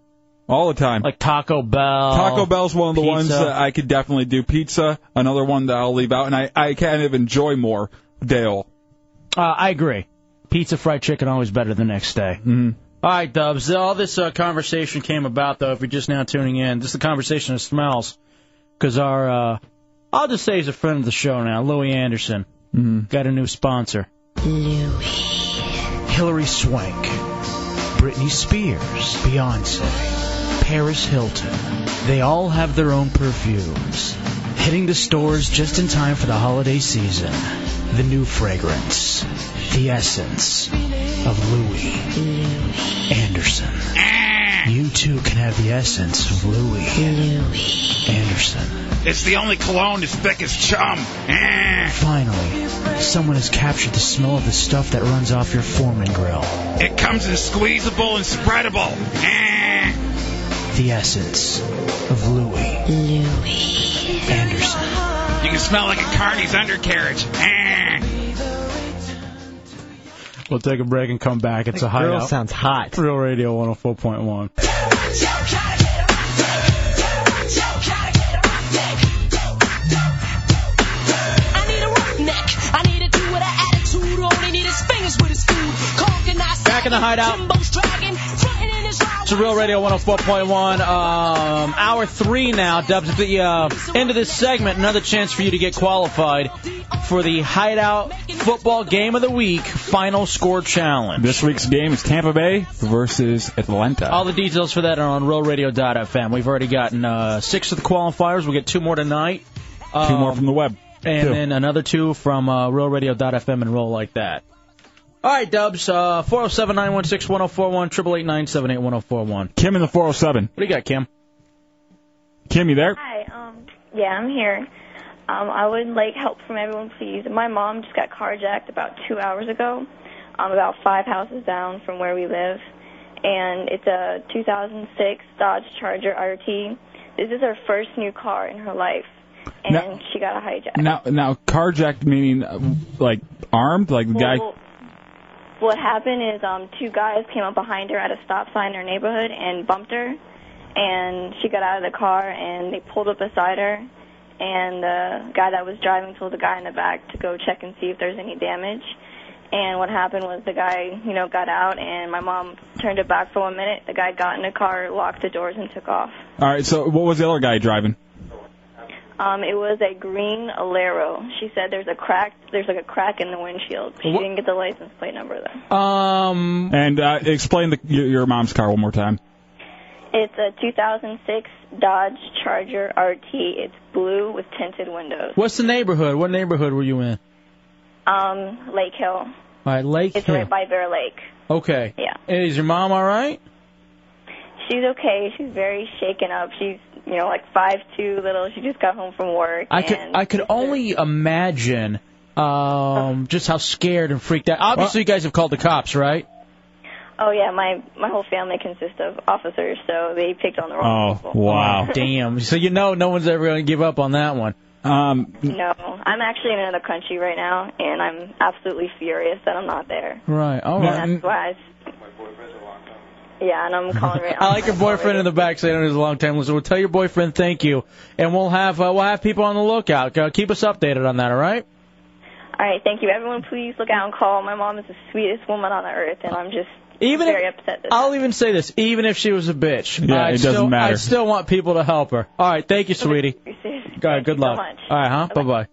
Speaker 3: all the time.
Speaker 4: Like Taco Bell.
Speaker 3: Taco Bell's one of the
Speaker 4: Uh, pizza.
Speaker 3: ones that I could definitely do. Pizza, another one that I'll leave out, and I, I kind of enjoy more. Dale.
Speaker 4: Uh, I agree. Pizza, fried chicken, always better the next day.
Speaker 6: Mm-hmm.
Speaker 4: Mm. All right, Dubs. All this uh, conversation came about, though, if you're just now tuning in. This is the conversation of smells. Because our, uh, I'll just say he's a friend of the show now, Louis Anderson.
Speaker 6: Mm-hmm.
Speaker 4: Mm. Got a new sponsor.
Speaker 7: Louis. Hillary Swank. Britney Spears. Beyonce. Paris Hilton. They all have their own perfumes. hitting the stores just in time for the holiday season. The new fragrance, the essence of Louis Anderson. You too can have the essence of Louis Anderson.
Speaker 12: It's the only cologne as thick as chum. Eh.
Speaker 7: Finally, someone has captured the smell of the stuff that runs off your Foreman grill.
Speaker 12: It comes in squeezable and spreadable. Eh.
Speaker 7: The essence of Louis. Louis Anderson.
Speaker 12: You can smell like a carny's undercarriage. Eh.
Speaker 27: We'll take a break and come back. It's a
Speaker 33: That girl
Speaker 27: hideout.
Speaker 33: sounds
Speaker 27: hot. Real Radio 104.1.
Speaker 13: I need a rough neck. I need a dude with an attitude. who Only need his fingers with his food. Conking
Speaker 4: Back in the hideout.
Speaker 13: Jimbo's dragon. Frontin' in his ride.
Speaker 4: It's Real Radio 104.1, um, hour three now. Dubs at the uh, end of this segment, another chance for you to get qualified for the Hideout Football Game of the Week Final Score Challenge.
Speaker 3: This week's game is Tampa Bay versus Atlanta.
Speaker 4: All the details for that are on RealRadio.fm. We've already gotten uh, six of the qualifiers. We'll get two more tonight. Um,
Speaker 3: Two more from the web.
Speaker 4: And
Speaker 3: Two.
Speaker 4: then another two from uh, RealRadio.fm and Roll Like That. All right, Dubs. Uh, 407 916 1041, 888 978 1041.
Speaker 3: Kim in the 407.
Speaker 4: What do you got, Kim?
Speaker 3: Kim, you there?
Speaker 26: Hi, um, yeah, I'm here. Um, I would like help from everyone, please. My mom just got carjacked about two hours ago, um, about five houses down from where we live, and it's a 2006 Dodge Charger RT. This is her first new car in her life, and
Speaker 3: No.
Speaker 26: she got a hijack.
Speaker 3: Now, now, carjacked meaning uh, like armed, like the guy.
Speaker 26: Well, what happened is um, two guys came up behind her at a stop sign in her neighborhood and bumped her, and she got out of the car and they pulled up beside her, and the guy that was driving told the guy in the back to go check and see if there's any damage. And what happened was the guy, you know, got out, and my mom turned it back for one minute. The guy got in the car, locked the doors, and took off.
Speaker 3: All right, so what was the other guy driving?
Speaker 26: Um, it was a green Alero. She said there's a crack, there's like a crack in the windshield. She
Speaker 3: Wha-
Speaker 26: didn't get the license plate number though.
Speaker 4: Um.
Speaker 3: And uh, explain the, your, your mom's car one more time.
Speaker 26: It's a 2006 Dodge Charger RT. It's blue with tinted windows.
Speaker 4: What's the neighborhood? What neighborhood were you in?
Speaker 26: Um, Lake Hill.
Speaker 4: All right, Lake
Speaker 26: It's
Speaker 4: Hill.
Speaker 26: right by Bear Lake.
Speaker 4: Okay.
Speaker 26: Yeah.
Speaker 4: Is your mom all right?
Speaker 26: She's okay. She's very shaken up. She's you know like five two little. She just got home from work.
Speaker 4: I could
Speaker 26: and
Speaker 4: I could only imagine um just how scared and freaked out. Obviously, you guys have called the cops, right?
Speaker 26: oh yeah, my my whole family consists of officers, so they picked on the wrong
Speaker 4: (laughs) Oh
Speaker 26: people. (laughs)
Speaker 4: wow! Damn. So you know, no one's ever going to give up on that one.
Speaker 3: Um.
Speaker 26: No, I'm actually in another country right now, and I'm absolutely furious that I'm not there.
Speaker 4: Right. All right.
Speaker 26: That's why. I, yeah, and I'm calling right
Speaker 4: I like your boyfriend in the back saying he's a long time listener. We'll tell your boyfriend thank you, and we'll have uh, we'll have people on the lookout. Uh, keep us updated on that. All right.
Speaker 26: All right, thank you. Everyone, please look out and call. My mom is the sweetest woman on the earth, and I'm just
Speaker 4: Even
Speaker 26: very
Speaker 4: if-
Speaker 26: upset. That
Speaker 4: I'll even say this: even if she was a bitch,
Speaker 3: Yeah,
Speaker 4: I'd
Speaker 3: it doesn't
Speaker 4: still,
Speaker 3: matter.
Speaker 4: I still want people to help her. All right. Thank you, sweetie. All right, good luck. All right, huh? Bye bye.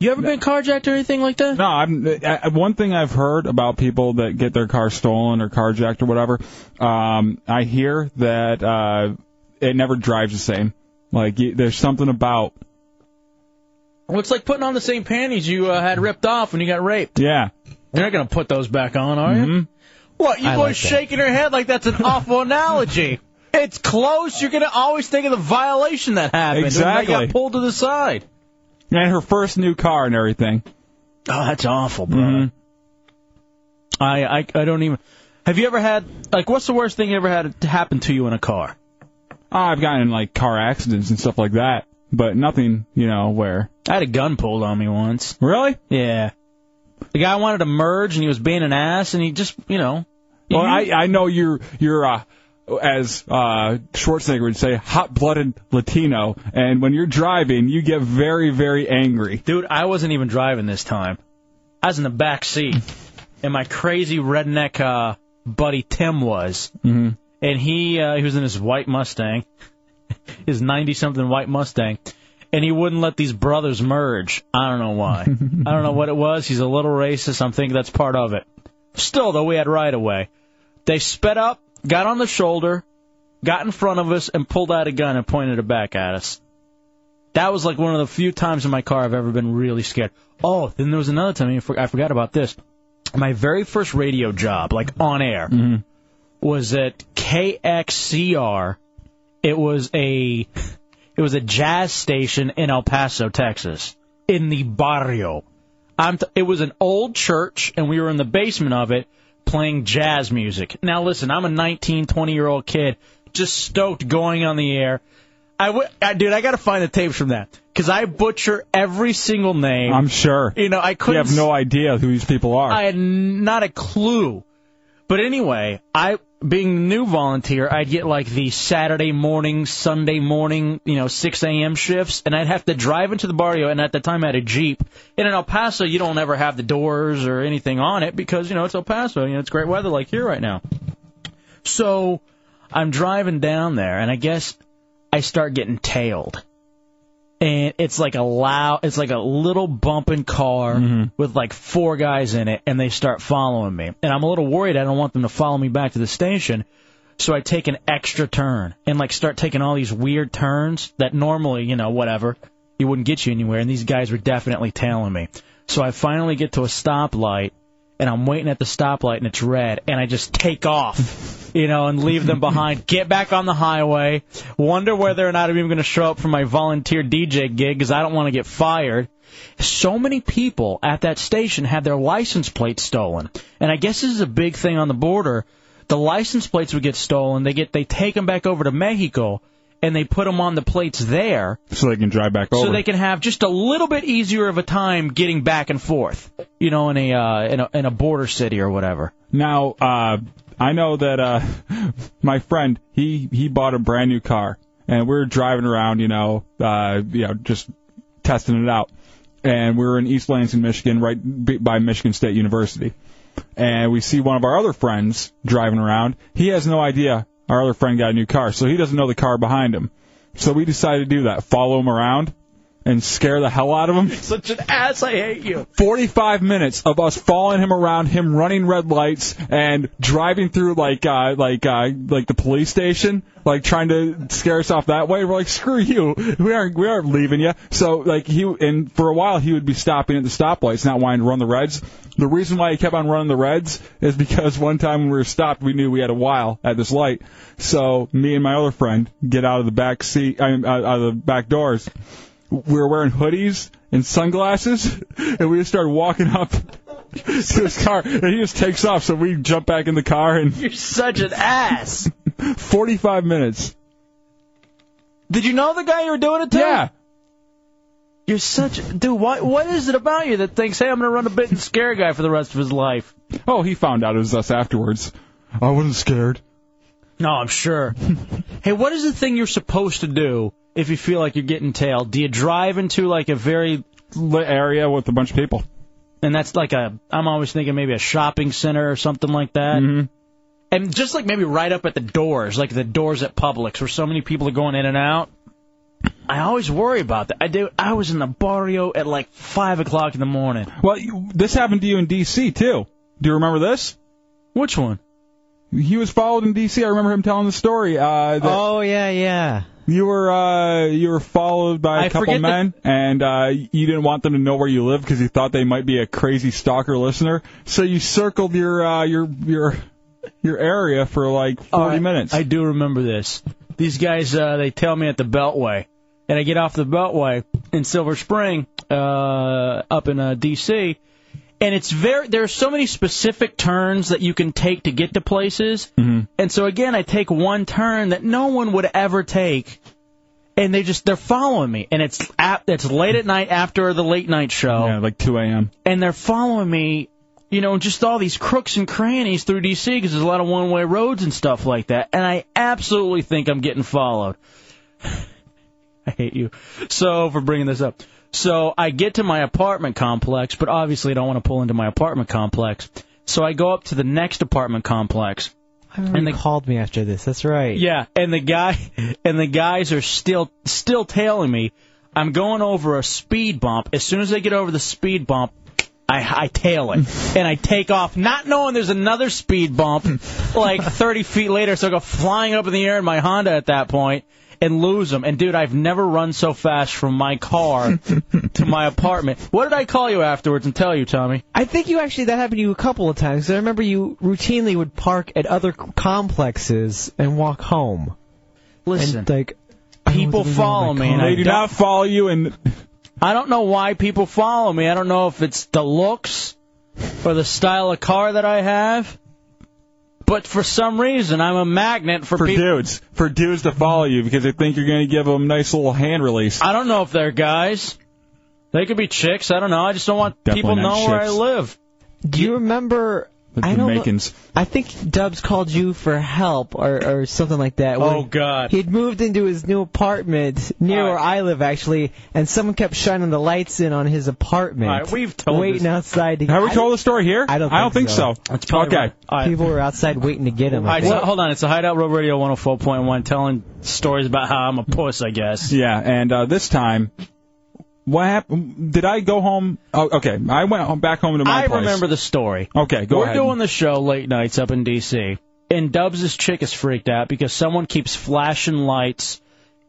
Speaker 4: You ever been carjacked or anything like that?
Speaker 3: No, I'm. I, I- one thing I've heard about people that get their car stolen or carjacked or whatever, um, I hear that uh, it never drives the same. Like you, there's something about.
Speaker 4: Well, it's like putting on the same panties you uh, had ripped off when you got raped.
Speaker 3: Yeah.
Speaker 4: You're not gonna put those back on, are you? What? You
Speaker 3: Mm-hmm. I
Speaker 4: boys
Speaker 3: like that.
Speaker 4: shaking your head like that's
Speaker 3: (laughs)
Speaker 4: an awful analogy. It's close. You're gonna always think of the violation that happened. when they
Speaker 3: Exactly.
Speaker 4: got pulled to the side.
Speaker 3: And her first new car and everything.
Speaker 4: Oh, that's awful, bro. Mm-hmm. I, I I don't even. Have you ever had like what's the worst thing you ever had happen to you in a car?
Speaker 3: I've gotten in like car accidents and stuff like that, but nothing, you know, where.
Speaker 4: I had a gun pulled on me once.
Speaker 3: Really?
Speaker 4: Yeah. The guy wanted to merge and he was being an ass and he just you know.
Speaker 3: Well, I I know you're you're uh, as uh, Schwarzenegger would say, hot-blooded Latino, and when you're driving, you get very very angry.
Speaker 4: Dude, I wasn't even driving this time. I was in the back seat, and my crazy redneck uh, buddy Tim was,
Speaker 3: Mm-hmm.
Speaker 4: and he uh, he was in his white Mustang, (laughs) his ninety something white Mustang, and he wouldn't let these brothers merge. I don't know why. I don't know what it was. He's a little racist. I'm thinking that's part of it. Still, though, we had right of way. They sped up, got on the shoulder, got in front of us, and pulled out a gun and pointed it back at us. That was like one of the few times in my car I've ever been really scared. Oh, then there was another time. I for- I forgot about this. My very first radio job, like on air,
Speaker 3: Mm-hmm.
Speaker 4: was at KXCR. It was a it was a jazz station in El Paso, Texas, in the barrio. I'm t- it was an old church, and we were in the basement of it playing jazz music. Now, listen, I'm a 19, 20 year old kid, just stoked going on the air. I w- I, dude, I got to find the tapes from that because I butcher every single name.
Speaker 3: I'm sure.
Speaker 4: You know, I couldn't.
Speaker 3: You have no idea who these people are.
Speaker 4: I had n- not a clue. But anyway, I being the new volunteer, I'd get like the Saturday morning, Sunday morning, you know, 6 a.m. shifts, and I'd have to drive into the barrio. And at the time, I had a jeep. And in El Paso, you don't ever have the doors or anything on it because you know it's El Paso. You know, it's great weather like here right now. So I'm driving down there, and I guess I start getting tailed and it's like a loud, it's like a little bumping car with like four guys in it, and they start following me. And I'm a little worried. I don't want them to follow me back to the station, so I take an extra turn and like start taking all these weird turns that normally, you know, whatever, you wouldn't get you anywhere. And these guys were definitely tailing me. So I finally get to a stoplight, and I'm waiting at the stoplight, and it's red, and I just take off, you know, and leave them behind. Get back on the highway. Wonder whether or not I'm even going to show up for my volunteer DJ gig because I don't want to get fired. So many people at that station had their license plates stolen, and I guess this is a big thing on the border. The license plates would get stolen. They get they take them back over to Mexico, and they put them on the plates there,
Speaker 3: so they can drive back over.
Speaker 4: so they can have just a little bit easier of a time getting back and forth, you know, in a uh, in a in a border city or whatever.
Speaker 3: Now, uh, I know that uh, (laughs) my friend he he bought a brand new car, and we were driving around, you know, uh, you know, just testing it out. And we were in East Lansing, Michigan, right b- by Michigan State University. And we see one of our other friends driving around. He has no idea our other friend got a new car, so he doesn't know the car behind him. So we decided to do that: follow him around and scare the hell out of him.
Speaker 4: Such an ass, I hate you.
Speaker 3: 45 minutes of us following him around, him running red lights and driving through like uh, like uh, like the police station, like trying to scare us off that way. We're like, screw you, we aren't we aren't leaving you. So like he and for a while he would be stopping at the stoplights, not wanting to run the reds. The reason why he kept on running the reds is because one time when we were stopped, we knew we had a while at this light. So me and my other friend get out of the back seat, I mean, out out of the back doors we were wearing hoodies and sunglasses, (laughs) and we just started walking up (laughs) to his car, and he just takes off. So we jump back in the car, and
Speaker 4: you're such an ass.
Speaker 3: (laughs) Forty-five minutes.
Speaker 4: Did you know the guy you were doing it to? Yeah. You're such dude. What what is it about you that thinks, hey, I'm gonna run a bit and scare a guy for the rest of his life?
Speaker 3: Oh, he found out it was us afterwards. I wasn't scared.
Speaker 4: No, I'm
Speaker 3: (laughs)
Speaker 4: sure. hey, what is the thing you're supposed to do if you feel like you're getting tailed? Do you drive into like a very
Speaker 3: lit area with a bunch of people?
Speaker 4: And that's like a I'm always thinking maybe a shopping center or something like that. Mm-hmm. And just like maybe right up at the doors, like the doors at Publix where so many people are going in and out. I always worry about that. I do. I was in the barrio at like five o'clock in the morning.
Speaker 3: Well, you- this happened to you in D.C. too. Do you remember this?
Speaker 4: Which one?
Speaker 3: He was followed in D.C. I remember him telling the story. Uh, that
Speaker 17: Oh yeah, yeah.
Speaker 3: You were uh, you were followed by a
Speaker 17: I
Speaker 3: couple
Speaker 17: forget the-
Speaker 3: men, and uh, you didn't want them to know where you lived because you thought they might be a crazy stalker listener. So you circled your uh, your your your area for like forty
Speaker 4: Alright,
Speaker 3: minutes.
Speaker 4: I do remember this. These guys, uh, they tell me at the Beltway, and I get off the Beltway in Silver Spring, uh, up in uh, D.C. And it's very there are so many specific turns that you can take to get to places,
Speaker 3: Mm-hmm.
Speaker 4: and so again I take one turn that no one would ever take, and they just they're following me, and it's at, it's late at night after the late night show,
Speaker 3: yeah, like two a.m.
Speaker 4: and they're following me, you know, just all these crooks and crannies through DC because there's a lot of one-way roads and stuff like that. And I absolutely think I'm getting followed. (laughs) I hate you so for bringing this up. So I get to my apartment complex, but obviously I don't want to pull into my apartment complex. So I go up to the next apartment complex.
Speaker 17: I remember
Speaker 4: And
Speaker 17: you called me after this. That's right.
Speaker 4: Yeah, and the guy and the guys are still still tailing me. I'm going over a speed bump. As soon as I get over the speed bump, I, I tail it and I take off, not knowing there's another speed bump like 30 feet later. So I go flying up in the air in my Honda at that point, and lose them. And dude, I've never run so fast from my car to my apartment. What did I call you afterwards and tell you, Tommy?
Speaker 17: I think you actually that happened to you a couple of times. 'cause I remember you routinely would park at other c- complexes and walk home.
Speaker 4: Listen,
Speaker 17: and, like I don't
Speaker 4: People
Speaker 17: know what to do with my
Speaker 4: follow me.
Speaker 17: car.
Speaker 4: And I don't- follow you, and I don't know why people follow me. I don't know if it's the looks or the style of car that I have. But for some reason, I'm a magnet for,
Speaker 3: for
Speaker 4: people.
Speaker 3: dudes, for dudes to follow you because they think you're going to give them a nice little hand release.
Speaker 4: I don't know if they're guys. They could be chicks. I don't know. I just don't want
Speaker 3: Definitely
Speaker 4: people
Speaker 3: not
Speaker 4: know where I
Speaker 3: chicks.
Speaker 4: live.
Speaker 17: Do you remember? I don't know-
Speaker 3: Jamaicans.
Speaker 17: I think Dubs called you for help or, or something like that.
Speaker 4: Oh,
Speaker 17: when
Speaker 4: God.
Speaker 17: He'd moved into his new apartment near where I live, actually, and someone kept shining the lights in on his apartment.
Speaker 4: All right, we've told
Speaker 17: waiting
Speaker 4: this-
Speaker 17: outside. To
Speaker 4: Have we told
Speaker 17: the
Speaker 3: story here?
Speaker 17: I don't. Think
Speaker 4: I don't think so.
Speaker 17: so.
Speaker 4: That's probably Okay. right. All right.
Speaker 17: People were outside waiting to get him.
Speaker 4: All
Speaker 17: I
Speaker 4: right, so,
Speaker 17: think.
Speaker 4: hold on. It's a Hideout Road Radio 104.1 telling stories about how I'm a puss, I guess.
Speaker 3: Yeah, and uh, this time, what happened? Did I go home? Oh, okay, I went home- back home to my
Speaker 4: I
Speaker 3: place.
Speaker 4: remember the story.
Speaker 3: Okay, go
Speaker 4: We're
Speaker 3: ahead.
Speaker 4: doing the show late nights up in D.C., and Dubs' chick is freaked out because someone keeps flashing lights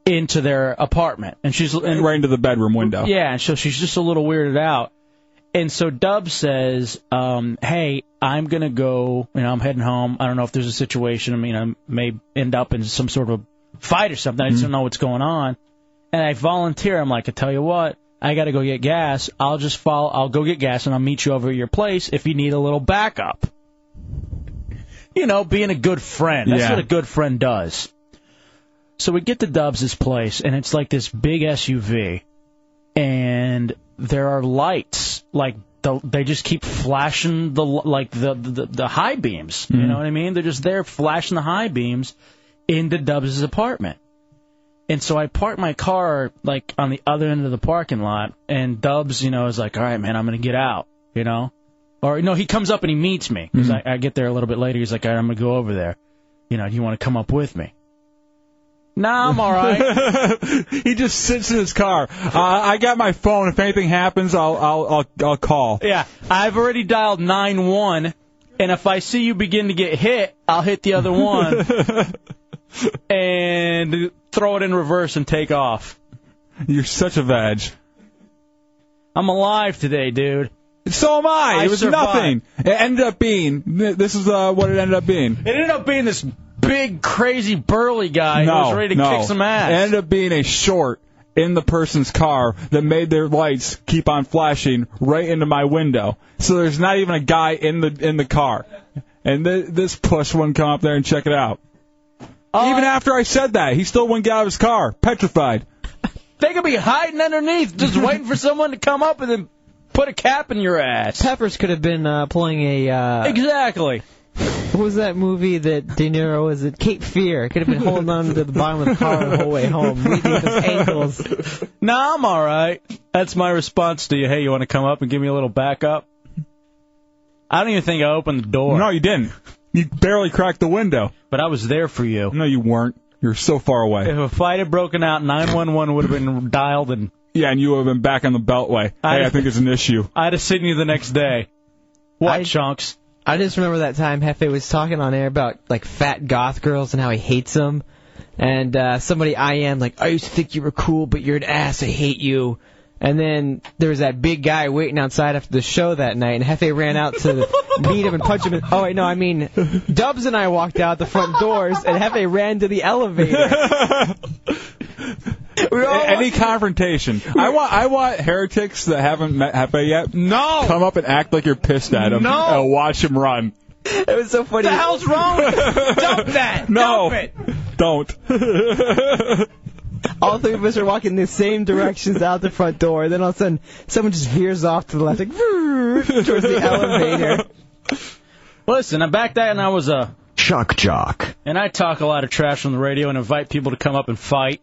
Speaker 4: into their apartment, and she's and
Speaker 3: right into the bedroom window.
Speaker 4: Yeah, and so she's just a little weirded out. And so Dub says, um, "Hey, I'm gonna go. You know, I'm heading home. I don't know if there's a situation. I mean, I may end up in some sort of fight or something. I just don't know what's going on." And I volunteer. I'm like, "I tell you what, I gotta go get gas. I'll just follow. I'll go get gas, and I'll meet you over at your place if you need a little backup." You know, being a good friend. That's
Speaker 3: Yeah.
Speaker 4: what a good friend does. So we get to Dubs' place, and it's like this big SUV and there are lights like the, they just keep flashing the l- like the the, the high beams. You know what I mean? They're just there flashing the high beams into Dubs' apartment. And so I park my car like on the other end of the parking lot, and Dubs, you know, is like, "All right, man, I'm gonna get out," you know, or no, he comes up and he meets me because I, I get there a little bit later. He's like, "All right, I'm gonna go over there," you know, "Do you want to come up with me?" Nah, I'm all right.
Speaker 3: (laughs) he just sits in his car. Uh, I got my phone. If anything happens, I'll I'll I'll, I'll call.
Speaker 4: Yeah, I've already dialed nine one, and if I see you begin to get hit, I'll hit the other
Speaker 3: (laughs)
Speaker 4: one and throw it in reverse and take off.
Speaker 3: You're such a veg.
Speaker 4: I'm alive today, dude.
Speaker 3: So am I.
Speaker 4: I
Speaker 3: it was
Speaker 4: survived.
Speaker 3: nothing. It ended up being. This is uh, what it ended up being.
Speaker 4: It ended up being this big, crazy, burly guy
Speaker 3: no,
Speaker 4: who Uh, was ready to
Speaker 3: no.
Speaker 4: kick some ass.
Speaker 3: It ended up being a short in the person's car that made their lights keep on flashing right into my window. So there's not even a guy in the in the car. And th- this puss wouldn't come up there and check it out.
Speaker 4: Uh,
Speaker 3: even after I said that, he still wouldn't get out of his car, petrified.
Speaker 4: they could be hiding underneath, just waiting for someone to come up and
Speaker 3: (laughs)
Speaker 4: then put a cap in your ass.
Speaker 17: Peppers could have been uh, pulling a. Uh,
Speaker 4: Exactly.
Speaker 17: What was that movie that De Niro was in? Cape Fear. Could have been holding on to the bottom of the car the whole way home, leaving his
Speaker 4: (laughs)
Speaker 17: ankles.
Speaker 4: Nah, I'm all right. That's my response to you. Hey, you want to come up and give me a little backup? I don't even think I opened the door.
Speaker 3: No, you didn't. You barely cracked the window.
Speaker 4: But I was there for you.
Speaker 3: No, you weren't. You're so far away.
Speaker 4: If a fight had broken out, 911 would have been dialed, and
Speaker 3: Yeah, and you would have been back on the beltway.
Speaker 4: I-
Speaker 3: hey, I think it's
Speaker 4: (laughs)
Speaker 3: an issue.
Speaker 4: I'd have seen you the next day. What chunks?
Speaker 17: I just remember that time Hefe was talking on air about like fat goth girls and how he hates them, and uh, somebody I am like I used to think you were cool, but you're an ass. I hate you. And then there was that big guy waiting outside after the show that night, and Hefe ran out (laughs) to meet him and punch him. In, oh wait, no, I mean Dubs and I walked out the front doors, and Hefe ran to the (laughs) elevator.
Speaker 3: Any confrontation. I want I want heretics that haven't met Hefe yet. No. Come up and act like you're pissed at him.
Speaker 27: No.
Speaker 3: And watch him run.
Speaker 17: It was so funny.
Speaker 27: The hell's wrong? Dump
Speaker 3: (laughs)
Speaker 27: that.
Speaker 3: No.
Speaker 27: Dump it.
Speaker 3: Don't.
Speaker 17: all three of us are walking the same directions out the front door. Then all of a sudden, someone just veers off to the left, like towards
Speaker 4: (laughs)
Speaker 17: the elevator.
Speaker 4: Listen, I'm back then I was a
Speaker 13: shock jock.
Speaker 4: and I talk a lot of trash on the radio and invite people to come up and fight.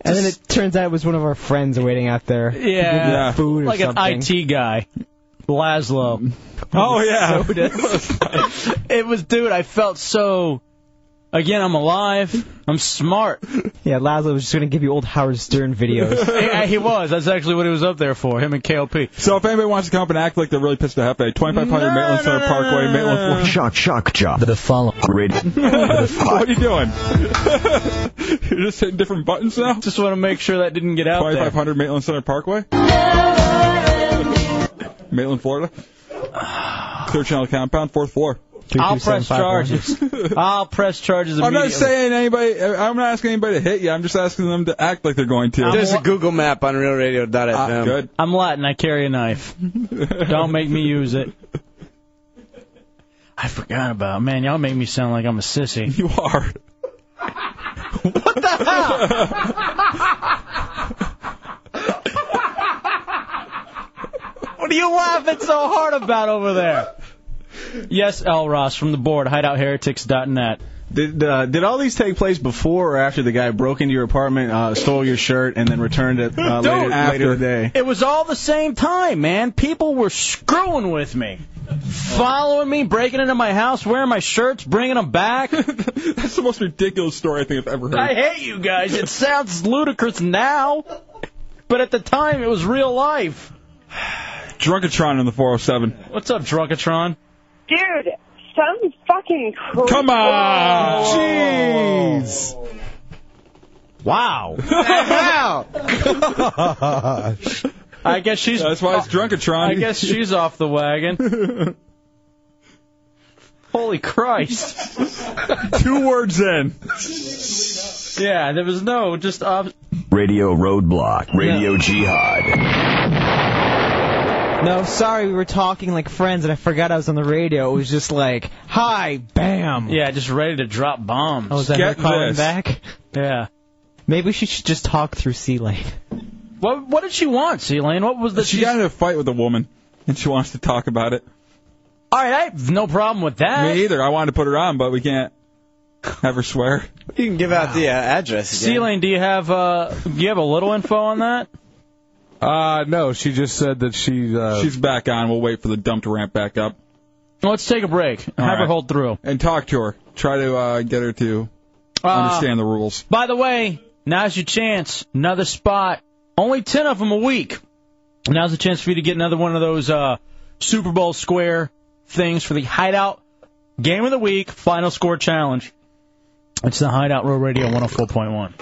Speaker 17: And then it turns out it was one of our friends waiting out there. to give
Speaker 4: Yeah,
Speaker 17: them Food or
Speaker 4: like
Speaker 17: something.
Speaker 4: an IT guy, Laszlo. (laughs)
Speaker 17: Oh, yeah.
Speaker 4: Sodas. it was, dude. I felt so Again, I'm alive. I'm smart.
Speaker 17: (laughs) Yeah, Laszlo was just going to give you old Howard Stern
Speaker 4: (laughs)
Speaker 17: videos.
Speaker 4: yeah, he was. That's actually what he was up there for. Him and KLP.
Speaker 3: So if anybody wants to come up and act like they're really pissed at Hefe, 2500 Maitland Center Parkway, Maitland, Florida.
Speaker 7: Shock, shock, job. The follow.
Speaker 3: what are you doing? (laughs) You're just hitting different buttons now?
Speaker 4: Just want to make sure that didn't get out there.
Speaker 3: 2500 Maitland Center Parkway? Maitland, Florida? Clear Channel Compound, fourth floor.
Speaker 4: I'll press charges. I'll press charges
Speaker 3: I'm
Speaker 4: immediately.
Speaker 3: not saying anybody, I'm not asking anybody to hit you. I'm just asking them to act like they're going to.
Speaker 4: There's a
Speaker 6: Google map on realradio.fm.
Speaker 3: Ah, good.
Speaker 4: I'm Latin. I carry a knife. Don't make me use it. I forgot about man. Y'all make me sound like I'm a sissy.
Speaker 3: You are.
Speaker 4: what the hell? what are you laughing so hard about over there? Yes, L. Ross from the board, hideoutheretics.net.
Speaker 20: Did uh, did all these take place before or after the guy broke into your apartment, uh, stole your shirt, and then returned it uh,
Speaker 4: Dude,
Speaker 20: later, later today?
Speaker 4: It was all the same time, man. People were screwing with me, following me, breaking into my house, wearing my shirts, bringing them back.
Speaker 3: (laughs) That's the most ridiculous story I think I've ever heard.
Speaker 4: I hate you guys. It sounds ludicrous now, but at the time it was real life.
Speaker 3: Drunkatron in the 407.
Speaker 4: What's up, Drunkatron?
Speaker 13: Dude, some fucking creep.
Speaker 3: Come on! Jeez!
Speaker 12: (laughs)
Speaker 4: Wow. (laughs) I guess she's.
Speaker 3: That's why it's Drunkatron.
Speaker 4: I guess she's off the
Speaker 3: (laughs)
Speaker 4: wagon. Holy Christ.
Speaker 3: Two words in.
Speaker 4: Yeah, there was no just ob-
Speaker 14: Radio Roadblock, Radio Jihad.
Speaker 17: No, sorry, we were talking like friends, and I forgot I was on the radio. It was just like, hi, bam.
Speaker 4: Yeah, just ready to drop bombs.
Speaker 17: Oh, is that her calling back?
Speaker 4: (laughs) Yeah.
Speaker 17: Maybe she should just talk through C lane.
Speaker 4: What What did she want, C Lane? What was the?
Speaker 3: She got in a fight with a woman, and she wants to talk about it.
Speaker 4: All right, I have no problem with that.
Speaker 3: Me either. I wanted to put her on, but we can't have her swear.
Speaker 6: You can give out the uh, address.
Speaker 4: C Lane, do you have uh, do you have a little info on that?
Speaker 10: Uh, no, she just said that she. Uh,
Speaker 3: She's back on. We'll wait for the dump to ramp back up.
Speaker 4: Let's take a break.
Speaker 3: All
Speaker 4: have her
Speaker 3: right.
Speaker 4: hold through.
Speaker 3: And talk to her. Try to uh, get her to
Speaker 4: Uh,
Speaker 3: understand the rules.
Speaker 4: By the way, now's your chance. Another spot. Only 10 of them a week. Now's the chance for you to get another one of those uh, Super Bowl square things for the Hideout Game of the Week Final Score Challenge. It's the Hideout Row Radio 104.1.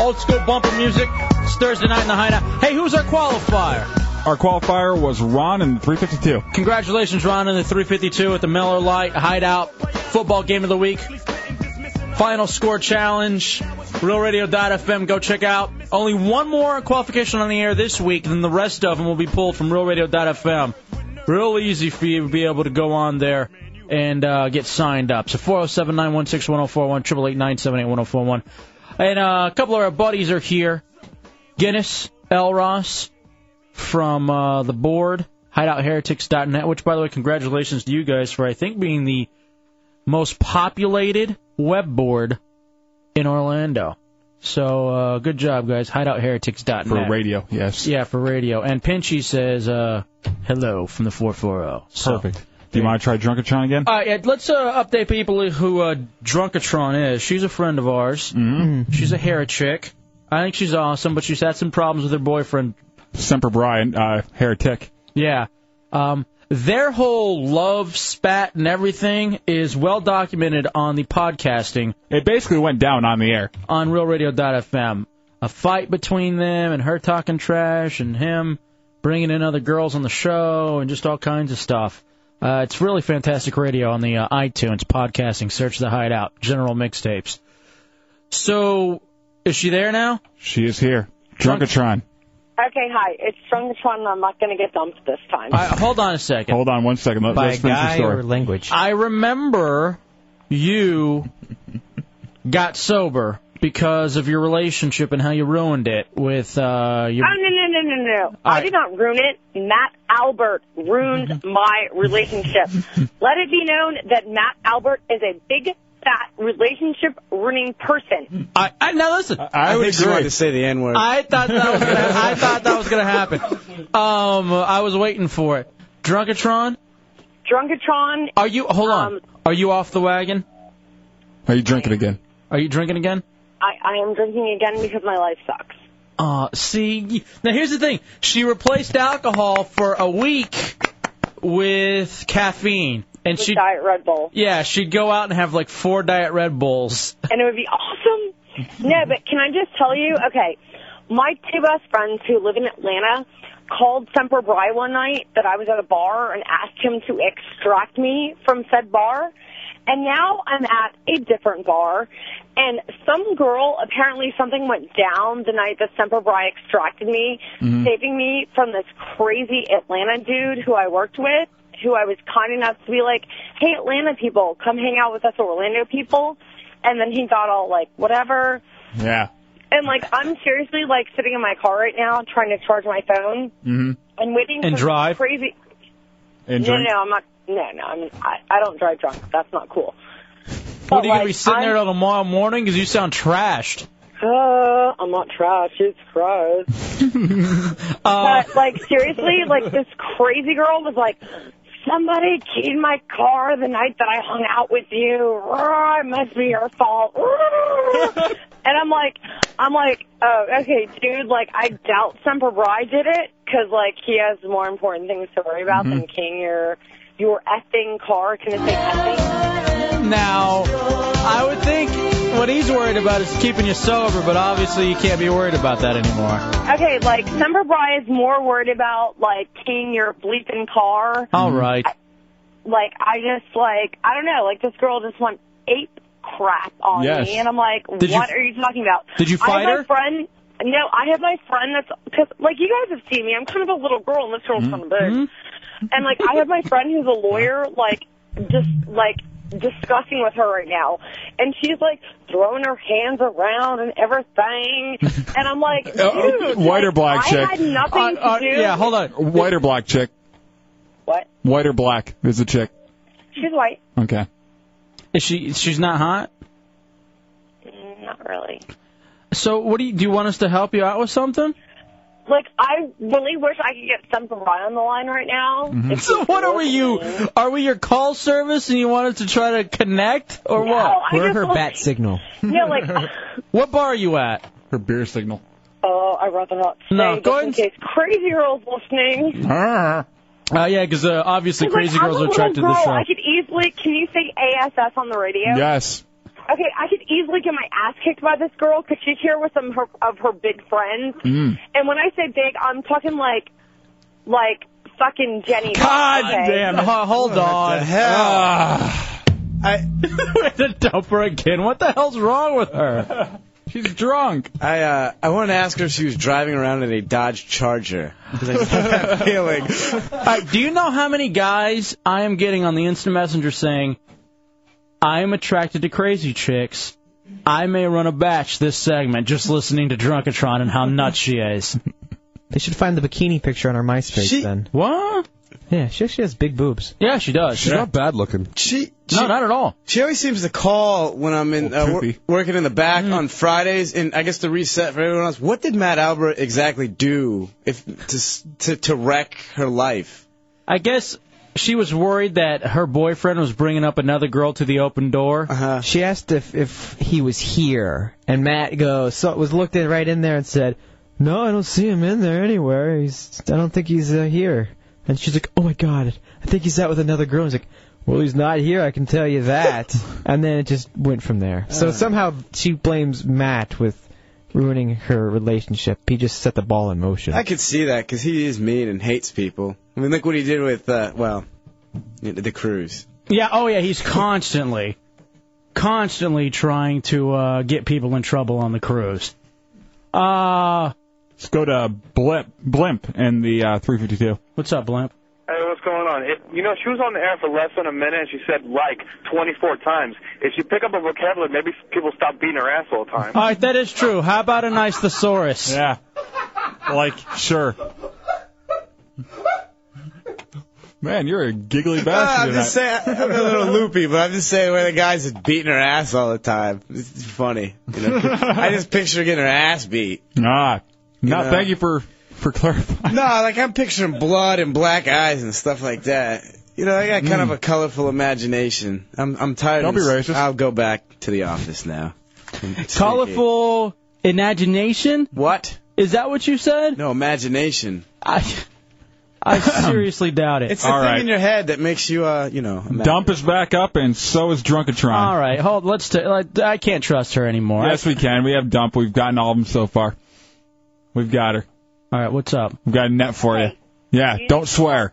Speaker 4: Old school bumper music. It's Thursday night in the Hideout. Hey, who's our qualifier?
Speaker 3: Our qualifier was Ron in 352.
Speaker 4: Congratulations, Ron, on the 352 at the Miller Lite Hideout Football Game of the Week. Final score challenge. RealRadio.fm. Go check out. Only one more qualification on the air this week, and then the rest of them will be pulled from RealRadio.fm. Real easy for you to be able to go on there and uh, get signed up. So 407 916 1041, 888 978 1041. And uh, a couple of our buddies are here Guinness, L. Ross, from uh, the board, hideoutheretics.net, which, by the way, congratulations to you guys for, I think, being the most populated web board in Orlando. So uh, good job, guys. Hideoutheretics.net.
Speaker 3: For radio, yes.
Speaker 4: Yeah, for radio. And Pinchy says, uh, hello from the oh. 440. So,
Speaker 3: Perfect. Do you want to try Drunkatron again?
Speaker 4: All right, Ed, let's uh, update people who uh, Drunkatron is. She's a friend of ours. Mm-hmm. She's a hair chick. I think she's awesome, but she's had some problems with her boyfriend,
Speaker 3: Semper Brian, uh, heretic.
Speaker 4: Yeah. Um, their whole love spat and everything is well documented on the podcasting
Speaker 3: It basically went down on the air.
Speaker 4: on RealRadio.fm. A fight between them and her talking trash and him bringing in other girls on the show and just all kinds of stuff. Uh, it's really fantastic radio on the uh, iTunes podcasting. Search the Hideout General Mixtapes. So, is she there now?
Speaker 3: She is here. Drunkatron.
Speaker 13: Okay, hi. It's from the fun. I'm not going to get dumped this time.
Speaker 4: I, hold on a second.
Speaker 3: Hold on one second. Let,
Speaker 4: By
Speaker 3: us finish
Speaker 4: guy
Speaker 3: the story.
Speaker 4: or
Speaker 17: language?
Speaker 4: I remember you got sober because of your relationship and how you ruined it with uh your
Speaker 13: Oh, no, no, no, no, no. I did not ruin it. Matt Albert
Speaker 4: Mm-hmm. (laughs)
Speaker 13: ruined my relationship. Let it be known that Matt Albert is a big that relationship ruining person.
Speaker 4: I, I now listen. I,
Speaker 6: I,
Speaker 4: would
Speaker 6: think she
Speaker 4: agree.
Speaker 6: wanted to say the N word.
Speaker 4: I thought that was gonna, I thought that was gonna happen. Um, I was waiting for it. Drunkatron,
Speaker 13: Drunkatron.
Speaker 4: are you? Hold on. Are you off the wagon?
Speaker 8: Are you drinking again?
Speaker 4: Are you drinking again?
Speaker 13: I, I am drinking again because my life sucks.
Speaker 4: Uh, see, y- now here's the thing. She replaced alcohol for a week with caffeine, and
Speaker 13: with
Speaker 4: she
Speaker 13: Diet Red Bull.
Speaker 4: yeah she'd go out and have like four diet Red (laughs) Bulls.
Speaker 13: and it would be awesome. No, but can I just tell you? Okay, my two best friends who live in Atlanta called Semper Bry one night that I was at a bar and asked him to extract me from said bar. And now I'm at a different bar, and some girl apparently something went down the night that Semper Bry extracted me,
Speaker 27: Mhm.
Speaker 13: saving me from this crazy Atlanta dude who I worked with, who I was kind enough to be like, "Hey, Atlanta people, come hang out with us Orlando people." And then he got all like, whatever.
Speaker 8: Yeah.
Speaker 13: And like, I'm seriously like sitting in my car right now trying to charge my phone
Speaker 8: Mm-hmm.
Speaker 13: and waiting
Speaker 8: And
Speaker 13: for
Speaker 8: drive?
Speaker 13: this crazy.
Speaker 8: And
Speaker 13: no,
Speaker 8: drink.
Speaker 13: no, I'm not. No, no, I mean, I, I don't drive drunk. That's not cool.
Speaker 4: What are you gonna be sitting there till tomorrow morning? 'Cause you sound (laughs) trashed.
Speaker 13: Uh, I'm not trash. It's gross.
Speaker 4: Uh,
Speaker 13: but like seriously, like this crazy girl was like, somebody keyed my car the night that I hung out with you. Rawr, it must be your
Speaker 4: (laughs)
Speaker 13: fault. Rawr. and I'm like, I'm like, oh, okay, dude. Like I doubt Semper Bry did it because like he has more important things to worry about
Speaker 4: Mm-hmm.
Speaker 13: than keying your your effing car. Can I say effing?
Speaker 4: Now, I would think what he's worried about is keeping you sober, but obviously you can't be worried about that anymore.
Speaker 13: Okay, like Semper Bry is more worried about like keying your bleeping car.
Speaker 4: All right.
Speaker 13: like I just like I don't know, like this girl just went ape crap on
Speaker 4: Yes.
Speaker 13: me, and I'm like,
Speaker 4: Did you-
Speaker 13: what are you talking about?
Speaker 4: Did you
Speaker 13: I
Speaker 4: fight her?
Speaker 13: have My friend, no, I have my friend that's because like you guys have seen me, I'm kind of a little girl, and this
Speaker 8: Mm-hmm.
Speaker 13: girl's kind of big, and like I have my friend who's a lawyer, like just like discussing with her right now and she's like throwing her hands around and everything and I'm like dude,
Speaker 8: (laughs) Uh, white or
Speaker 13: like,
Speaker 8: black
Speaker 13: I
Speaker 8: chick?
Speaker 13: had nothing
Speaker 8: Uh, uh,
Speaker 13: to do
Speaker 8: yeah, hold on. White or black chick?
Speaker 13: What?
Speaker 8: White or black is a chick.
Speaker 13: she's white
Speaker 8: Okay.
Speaker 4: Is she? She's not hot.
Speaker 13: not really
Speaker 4: So what do you do? You want us to help you out with something?
Speaker 13: Like, I really wish I could get some Rye on the line right now.
Speaker 4: (laughs)
Speaker 13: If
Speaker 4: So what are we? You are we your call service, and you want us to try to connect, or
Speaker 13: No,
Speaker 4: what?
Speaker 13: I We're just her want-
Speaker 4: bat
Speaker 13: (laughs)
Speaker 17: signal.
Speaker 13: No, like,
Speaker 4: (laughs) what bar are you at?
Speaker 8: Her
Speaker 4: (laughs)
Speaker 8: beer signal.
Speaker 13: oh, I rather not say.
Speaker 4: No,
Speaker 13: just
Speaker 4: go
Speaker 13: in case crazy girls listening.
Speaker 8: Uh,
Speaker 4: yeah, because uh, obviously
Speaker 13: 'Cause, like,
Speaker 4: crazy
Speaker 13: I'm
Speaker 4: girls
Speaker 13: a
Speaker 4: are
Speaker 13: little
Speaker 4: attracted to
Speaker 13: girl.
Speaker 4: the show.
Speaker 13: I could easily. Can you say ASS on the radio?
Speaker 8: Yes.
Speaker 13: Okay, I could easily get my ass kicked by this girl because she's here with some of her, of her big friends.
Speaker 8: Mm.
Speaker 13: And when I say big, I'm talking like, like fucking Jenny.
Speaker 4: God
Speaker 13: okay?
Speaker 4: Ah, damn it. Ho- Hold on. Ah. (laughs)
Speaker 6: I
Speaker 4: to dump her again. What the hell's wrong with her? (laughs) She's drunk.
Speaker 6: I uh, I wanted to ask her if she was driving around in a Dodge Charger. 'Cause I
Speaker 4: (laughs)
Speaker 6: just have that feeling.
Speaker 4: All right, do you know how many guys I am getting on the instant messenger saying, I am attracted to crazy chicks. I may run a batch this segment just listening to Drunkatron and how nuts she is.
Speaker 17: They should find the bikini picture on our MySpace
Speaker 4: She-
Speaker 17: then.
Speaker 4: What?
Speaker 17: Yeah, she actually has big boobs.
Speaker 4: Yeah, she does.
Speaker 17: She's Yeah. not
Speaker 6: bad looking. She,
Speaker 17: No,
Speaker 6: she-
Speaker 17: not
Speaker 4: at all.
Speaker 6: She always seems to call when I'm in uh, wor- working in the back
Speaker 4: Mm-hmm.
Speaker 6: on Fridays, and I guess to reset for everyone else. What did Matt Albert exactly do if to s- to, to wreck her life?
Speaker 4: I guess she was worried that her boyfriend was bringing up another girl to the open door.
Speaker 17: She asked if if he was here, and Matt goes so was looked at right in there and said, "No, I don't see him in there anywhere. He's I don't think he's uh, here." And she's like, "Oh my god, I think he's out with another girl." And he's like, "Well, he's not here. I can tell you
Speaker 6: (laughs)
Speaker 17: that." and then it just went from there.
Speaker 6: Uh.
Speaker 17: So somehow she blames Matt with ruining her relationship. He just set the ball in motion.
Speaker 6: I could see that because he is mean and hates people. I mean, look what he did with uh, well, the cruise.
Speaker 4: Yeah, oh yeah, he's constantly, constantly trying to uh, get people in trouble on the cruise. Uh,
Speaker 8: Let's go to Blimp, Blimp and the uh, 352.
Speaker 4: What's up, Blimp?
Speaker 1: Hey, what's going on? If, you know, she was on the air for less than a minute, and she said like 24 times. If she pick up a vocabulary, maybe people stop beating her ass all the time.
Speaker 4: All right, that is true. How about a nice thesaurus?
Speaker 8: Yeah. Like, sure. Man, you're
Speaker 6: (laughs)
Speaker 8: a giggly bastard.
Speaker 6: Uh, I'm just saying,
Speaker 8: tonight.
Speaker 6: I'm a little loopy, but I'm just saying, where the guy's beating her
Speaker 10: (sighs)
Speaker 6: ass all the time. It's funny. You know? I just picture her getting her ass beat.
Speaker 8: Ah, no,
Speaker 6: Yeah.
Speaker 8: thank you for for clarifying.
Speaker 6: No, like I'm picturing blood and black eyes and stuff like that. You know, I got kind
Speaker 8: Mm.
Speaker 6: of a colorful imagination. I'm I'm tired.
Speaker 10: Don't
Speaker 6: of
Speaker 10: be
Speaker 6: racist. I'll go back to the office now.
Speaker 18: Colorful imagination?
Speaker 6: What?
Speaker 18: Is that what you said?
Speaker 6: No, imagination.
Speaker 18: I, I seriously doubt it.
Speaker 6: It's the thing in your head that makes you, uh, you know. imagine.
Speaker 8: Dump is back up, and so is Drunkatron.
Speaker 18: All right, hold. Let's. T- like, I can't trust her anymore.
Speaker 8: Yes, we can. We have Dump. We've gotten all of them so far. We've got her.
Speaker 18: All right, what's up?
Speaker 8: We've got a net for you. Yeah, don't swear.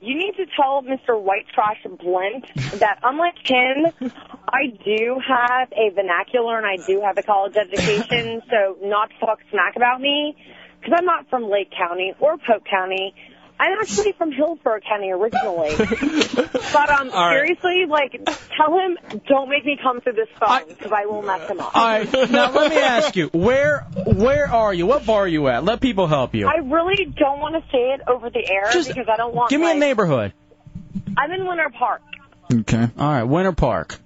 Speaker 13: You need to tell Mr. White Trash Blint that unlike him, I do have a vernacular and I do have a college education, so not talk smack about me, because I'm not from Lake County or Polk County. I'm actually from Hillsborough County originally. but um,
Speaker 18: All right.
Speaker 13: seriously, like, tell him don't make me come through this phone because I will mess him up.
Speaker 4: All right, now let me ask you, where where are you? What bar are you at? Let people help you.
Speaker 13: I really don't want to say it over the air because I don't want.
Speaker 4: Give me a
Speaker 13: like-
Speaker 4: neighborhood.
Speaker 13: I'm in Winter Park.
Speaker 8: Okay.
Speaker 4: All right, Winter Park.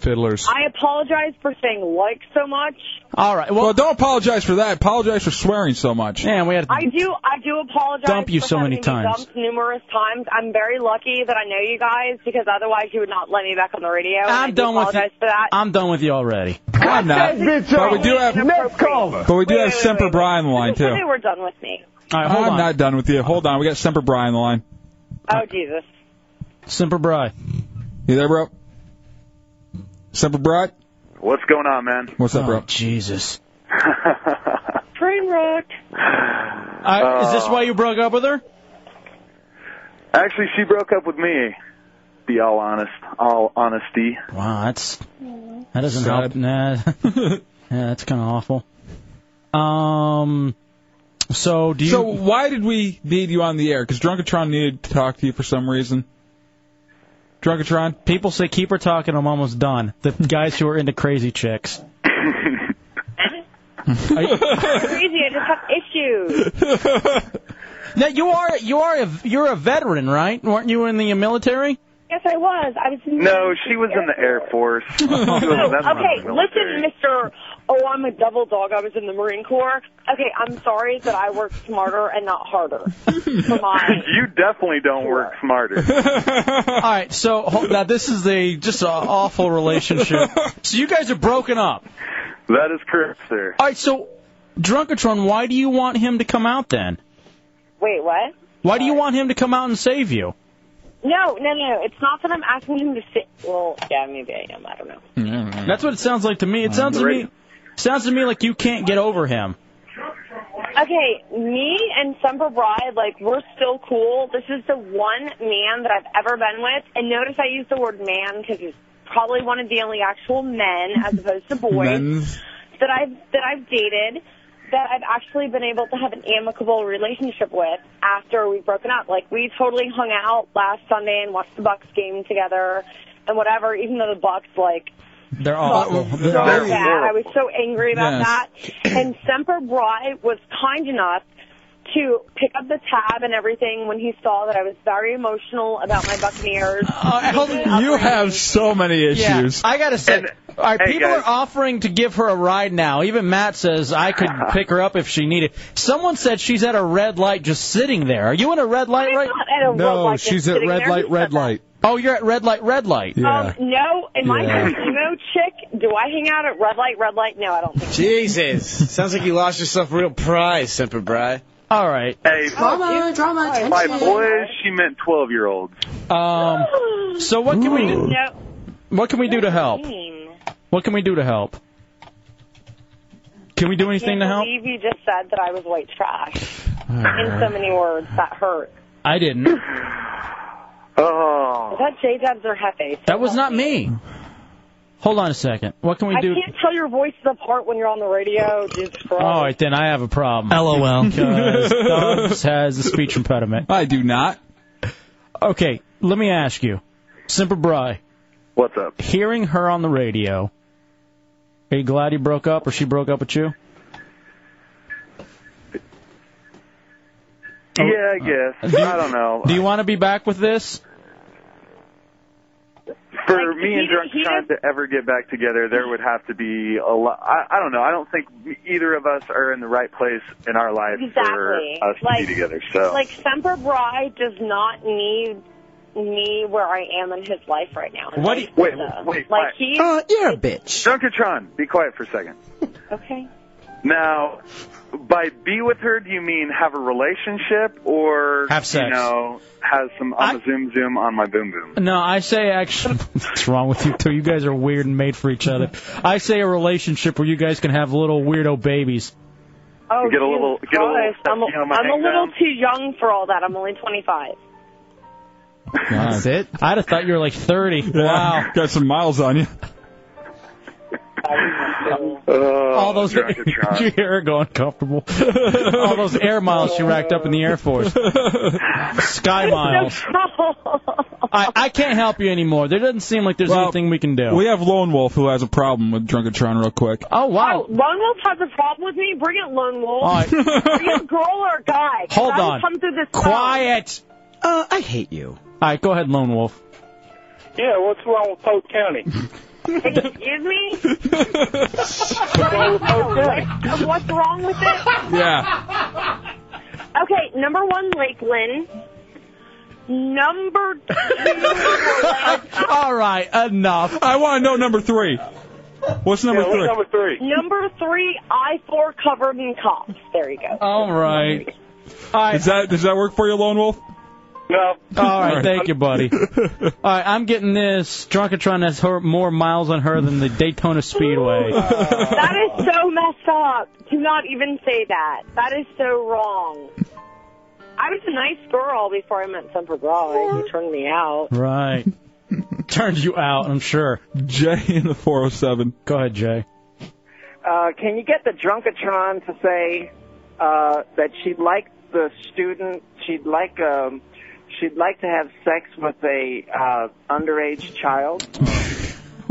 Speaker 10: Fiddlers.
Speaker 13: I apologize for saying like so much.
Speaker 4: All right.
Speaker 8: Well, don't apologize for that. Apologize for swearing so much.
Speaker 4: Yeah, we had.
Speaker 13: I do. I do apologize.
Speaker 8: Dump you
Speaker 13: for
Speaker 8: so
Speaker 13: having
Speaker 8: many
Speaker 13: been
Speaker 8: times.
Speaker 13: Dumped numerous times. I'm very lucky that I know you guys because otherwise you would not let me back on the radio. and I
Speaker 4: I'm
Speaker 13: do
Speaker 4: done with you.
Speaker 13: apologize for that.
Speaker 4: I'm done with you already.
Speaker 8: I'm not. But we do have
Speaker 13: Next caller.
Speaker 8: But we do have Semper Bry on the line too.
Speaker 13: They were done with me.
Speaker 4: All right, hold
Speaker 8: I'm
Speaker 4: on.
Speaker 8: not done with you. Hold on. We got Semper Bry on the line.
Speaker 13: Oh Jesus.
Speaker 4: Semper Bry.
Speaker 8: You there, bro? Semper Bry?
Speaker 12: What's going on,
Speaker 1: (laughs)
Speaker 12: man?
Speaker 8: What's up,
Speaker 4: Oh,
Speaker 8: bro?
Speaker 18: Jesus.
Speaker 13: Train wreck.
Speaker 4: Uh, is this why you broke up with her?
Speaker 12: Actually, she broke up with me. Be all honest, all honesty.
Speaker 18: Wow, that's
Speaker 13: Mm-hmm.
Speaker 18: that doesn't help. Nah, yeah, that's kind of awful.
Speaker 4: Um. So Oh, do you?
Speaker 8: So why did we need you on the air? Because Drunkatron needed to talk to you for some reason. Drunkatron.
Speaker 4: People say keep her talking. I'm almost done. The guys who are into crazy
Speaker 13: (laughs)
Speaker 4: chicks. Are you-
Speaker 13: Crazy. I just have issues.
Speaker 4: now you are you are a, you're a veteran, right? Weren't you in the military?
Speaker 13: Yes, I was. I was. in-
Speaker 12: No, she was in
Speaker 13: (laughs)
Speaker 12: the Air Force. She was- that's not
Speaker 13: okay,
Speaker 12: in the military.
Speaker 13: listen, Mister. Oh, I'm a devil dog. I was in the Marine Corps. Okay, I'm sorry that I worked smarter and not harder. Come on.
Speaker 12: You definitely don't work smarter.
Speaker 8: (laughs)
Speaker 4: All right, so hold, now this is a just an awful relationship. So you guys are broken up.
Speaker 12: That is correct, sir.
Speaker 4: All right, so Drunkatron, why do you want him to come out then?
Speaker 13: Wait, what?
Speaker 4: Why do you want him to come out and save you?
Speaker 13: No, no, no. It's not that I'm asking him to sit. Well, yeah, maybe I am. I don't know.
Speaker 4: That's what it sounds like to me. It sounds to me sounds to me like you can't get over him.
Speaker 13: Okay, me and Semper Bride, like, we're still cool. This is the one man that I've ever been with. And notice I use the word man because he's probably one of the only actual men as opposed to boys that I've that I've dated that I've actually been able to have an amicable relationship with after we've broken up. Like we totally hung out last Sunday and watched the Bucks game together and whatever, even though the Bucks like
Speaker 4: They're
Speaker 12: Oh,
Speaker 4: awful.
Speaker 13: so bad. Oh, I was so angry about
Speaker 4: Yes.
Speaker 13: that. And Semper Bry was kind enough to pick up the tab and everything when he saw that I was very emotional about my Buccaneers.
Speaker 4: Uh,
Speaker 8: You have so many issues.
Speaker 4: Yeah, I gotta say, all right,
Speaker 8: hey,
Speaker 4: people
Speaker 8: guys.
Speaker 4: are offering to give her a ride now. Even Matt says I could pick her up if she needed. Someone said she's at a red light, just sitting there. Are you in a red light right?
Speaker 13: at a red No, light just she's at sitting red there. light, Who
Speaker 4: red light. Oh, you're at red light, red light.
Speaker 13: Um, no, am I
Speaker 4: Yeah.
Speaker 13: an emo chick? Do I hang out at red light, red light? No, I don't think
Speaker 6: Jesus. Sounds like you lost yourself a real prize, Semper Bry.
Speaker 4: All right.
Speaker 12: Hey,
Speaker 13: Drama, drama,
Speaker 12: by boys, she meant 12 year olds.
Speaker 4: Um. So what can we do?
Speaker 13: No.
Speaker 4: What can we do to help? What can we do to help? Can we do anything
Speaker 13: Can't
Speaker 4: to help?
Speaker 13: believe you just said that I was white trash in so many words. That hurt.
Speaker 4: I
Speaker 13: (sighs)
Speaker 4: didn't.
Speaker 13: Was that J Dubs or Hefe?
Speaker 4: That was not me. Hold on a second. What can we
Speaker 13: I
Speaker 4: do?
Speaker 13: can't tell your voices apart when you're on the radio. Jesus Christ.
Speaker 4: All right, then I have a problem.
Speaker 18: LOL.
Speaker 4: Because Dubs has a speech impediment.
Speaker 8: I do not.
Speaker 4: Okay, let me ask you, Simper Bry,
Speaker 12: What's up?
Speaker 4: hearing her on the radio, are you glad you broke up or she broke up with you?
Speaker 12: Yeah, I guess. Uh, Oh, I don't know.
Speaker 4: Do you want to be back with this?
Speaker 12: For me and Drunk Sean to ever get back together, there would have to be a lot. I, I don't know. I don't think either of us are in the right place in our lives for
Speaker 13: Exactly.
Speaker 12: us
Speaker 13: Like-
Speaker 12: to be together. So
Speaker 13: Like Semper Bry does not need me where I am in his life right now.
Speaker 12: What do you- wait, wait,
Speaker 13: uh, like
Speaker 12: wait.
Speaker 13: he
Speaker 12: you're a bitch. Drunkatron, be quiet for a second.
Speaker 13: okay.
Speaker 12: Now, by be with her, do you mean have a relationship or
Speaker 4: Have sex.
Speaker 12: you know have some I'm a zoom zoom on my boom boom?
Speaker 18: No, I
Speaker 4: (laughs)
Speaker 18: say actually. What's wrong with you two? You guys are weird and made for each other. I say a relationship where you guys can have little weirdo babies.
Speaker 13: Oh,
Speaker 12: Get a
Speaker 13: Jesus
Speaker 12: little- get a little
Speaker 13: Christ. I'm, a,
Speaker 12: you know, my
Speaker 13: I'm a
Speaker 12: hang
Speaker 13: little
Speaker 12: down.
Speaker 13: too young for all that. I'm only 25.
Speaker 4: That's it. I'd have thought you were like
Speaker 8: (laughs)
Speaker 4: 30. Wow.
Speaker 8: Got some
Speaker 4: (laughs)
Speaker 8: miles on you.
Speaker 4: All those
Speaker 8: (laughs)
Speaker 12: Drunkatron.
Speaker 4: you hear her going comfortable. (laughs) All those air miles she racked up in the Air Force.
Speaker 13: (laughs)
Speaker 4: Sky miles. I, I can't help you anymore. There doesn't seem like there's
Speaker 8: Well,
Speaker 4: anything we can do.
Speaker 8: We have Lone Wolf who has a problem with Drunkatron real quick.
Speaker 4: oh wow.
Speaker 13: Lone Wolf has a problem with me. Bring it, Lone Wolf.
Speaker 8: All right.
Speaker 13: Are you a girl or a guy? 'Cause
Speaker 4: Hold
Speaker 13: I will
Speaker 4: on.
Speaker 13: Come through this
Speaker 4: Quiet. Uh, I hate you. All right, go ahead, Lone Wolf.
Speaker 8: (laughs)
Speaker 19: Yeah, what's wrong with Polk County?
Speaker 13: Excuse me? What do you know? What- What's wrong with it?
Speaker 27: Yeah.
Speaker 13: Okay, number one, Lakeland. Number
Speaker 4: All right, enough.
Speaker 8: I want to know number three. What's number three?
Speaker 13: number three, I four covered in cops. There you go.
Speaker 4: All right.
Speaker 8: Is that does that work for you, Lone Wolf?
Speaker 19: No.
Speaker 4: All right, thank you, buddy. (laughs) All right, I'm getting this. Drunkatron has her, more miles on her than the Daytona
Speaker 8: (laughs)
Speaker 4: Speedway.
Speaker 13: That is so messed up. Do not even say that. That is so wrong. I was a nice girl before I met Semper Grog. He turned me out.
Speaker 4: Right. Turned you out, I'm sure.
Speaker 8: Jay in the 407.
Speaker 4: Go ahead, Jay.
Speaker 21: Uh, can you get the drunkatron to say uh, that she'd like the student, she'd like um, she'd like to have sex with a uh, underage child?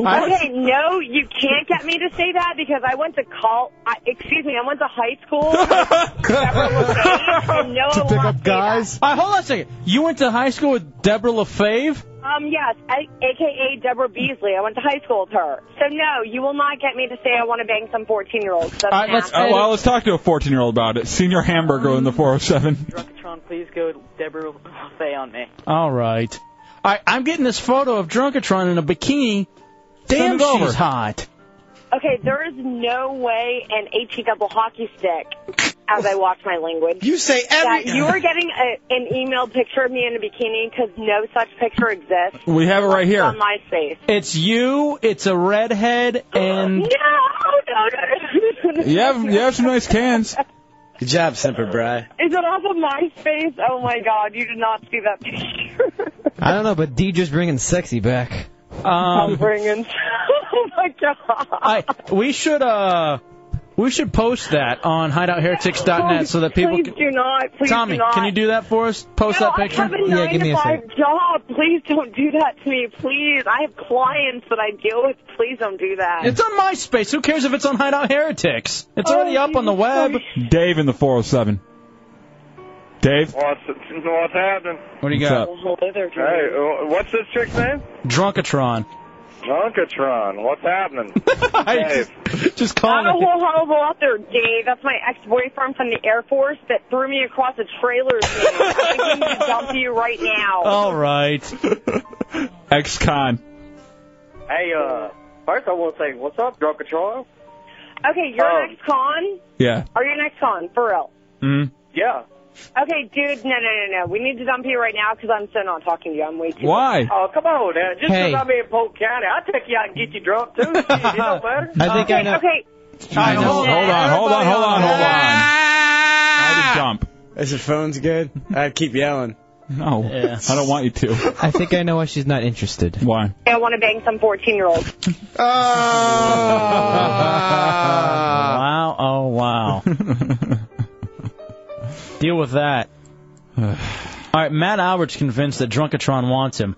Speaker 13: Okay, no, you can't get me to say that because I went to call. I, excuse me, I went to high school. with
Speaker 4: (laughs)
Speaker 13: Deborah LaFave, and no, one wants-
Speaker 4: guys? All right, hold on a second. You went to high school with Deborah LaFave?
Speaker 13: um, yes, I, AKA Deborah Beasley. I went to high school with her. So no, you will not get me to say I want to bang some 14 year old.
Speaker 8: All right, let's, uh, well, let's talk to a 14 year old about it. Senior Hamburger in the 407.
Speaker 22: Drunkatron, please go Deborah (laughs) Fay on me.
Speaker 4: All right. All right, I'm getting this photo of Drunkatron in a bikini. Damn,
Speaker 13: Send it over.
Speaker 4: she's hot.
Speaker 13: Okay, there is no way an HE double hockey stick, as I watch my language.
Speaker 6: You say every-
Speaker 13: That you are getting a, an emailed picture of me in a bikini because no such picture exists
Speaker 8: We have it right here.
Speaker 13: on my face.
Speaker 4: It's you, it's a redhead,
Speaker 8: Mm.
Speaker 4: and.
Speaker 13: No, no, no.
Speaker 8: You have, you have some nice cans.
Speaker 6: Good job, Semper Bry.
Speaker 13: Is it off of my face? Oh my god, you did not see that picture.
Speaker 17: I don't know, but D just bringing sexy back.
Speaker 8: Um,
Speaker 13: I'm bringing. (laughs) oh my god.
Speaker 4: Um, I we should uh we should post that on hideoutheretics.net so that people
Speaker 13: Please
Speaker 4: can.
Speaker 13: do not. Please
Speaker 4: Tommy,
Speaker 13: do not.
Speaker 4: can you do that for us? Post
Speaker 13: no,
Speaker 4: that picture.
Speaker 13: I have a nine to five job. Please don't do that to me. Please, I have clients that I deal with. Please don't do that.
Speaker 4: It's on MySpace. Who cares if it's on Hideout Heretics?
Speaker 13: Oh,
Speaker 4: It's already up on the web.
Speaker 8: Dave in the 407. Dave?
Speaker 1: What's, what's happening?
Speaker 4: What do you got?
Speaker 1: Hey, uh, what's this chick's name?
Speaker 8: (laughs)
Speaker 4: Drunkatron.
Speaker 1: Drunkatron.
Speaker 4: (laughs)
Speaker 1: What's happening? Dave.
Speaker 4: Just calling
Speaker 13: I'm a
Speaker 4: it.
Speaker 13: whole hobo out there, Dave. That's my ex-boyfriend from the Air Force that threw me across a trailer. I'm going to dump you right now.
Speaker 4: All
Speaker 3: (laughs)
Speaker 4: right.
Speaker 8: Ex con.
Speaker 21: Hey, uh, first I want to say what's up, drunkatron?
Speaker 13: Okay, you're
Speaker 21: uh,
Speaker 13: an ex-con?
Speaker 8: Yeah.
Speaker 13: Are you an ex-con, for real?
Speaker 8: Mm.
Speaker 21: Yeah.
Speaker 13: Okay, dude, no, no, no, no. We need to dump you right now because I'm so not talking to you. I'm way too...
Speaker 8: Why?
Speaker 21: Oh, come on now. Just 'cause
Speaker 13: Hey.
Speaker 21: I'm in Polk County, I'll take you out and get you drunk,
Speaker 13: (laughs)
Speaker 21: too. Shit, it don't matter.
Speaker 13: I think okay, I know. Okay,
Speaker 8: I know. Hold on, hold on, hold on, hold on. I had to jump.
Speaker 6: Ah! Is your phone's good? I'd keep yelling.
Speaker 8: No. I don't want you to.
Speaker 17: I think I know why she's not interested.
Speaker 8: Why?
Speaker 13: I want to bang some 14-year-old.
Speaker 4: wow. Oh,
Speaker 8: (laughs)
Speaker 4: wow. Deal with
Speaker 8: (sighs)
Speaker 4: that. All right, Matt Albert's convinced that Drunkatron wants him.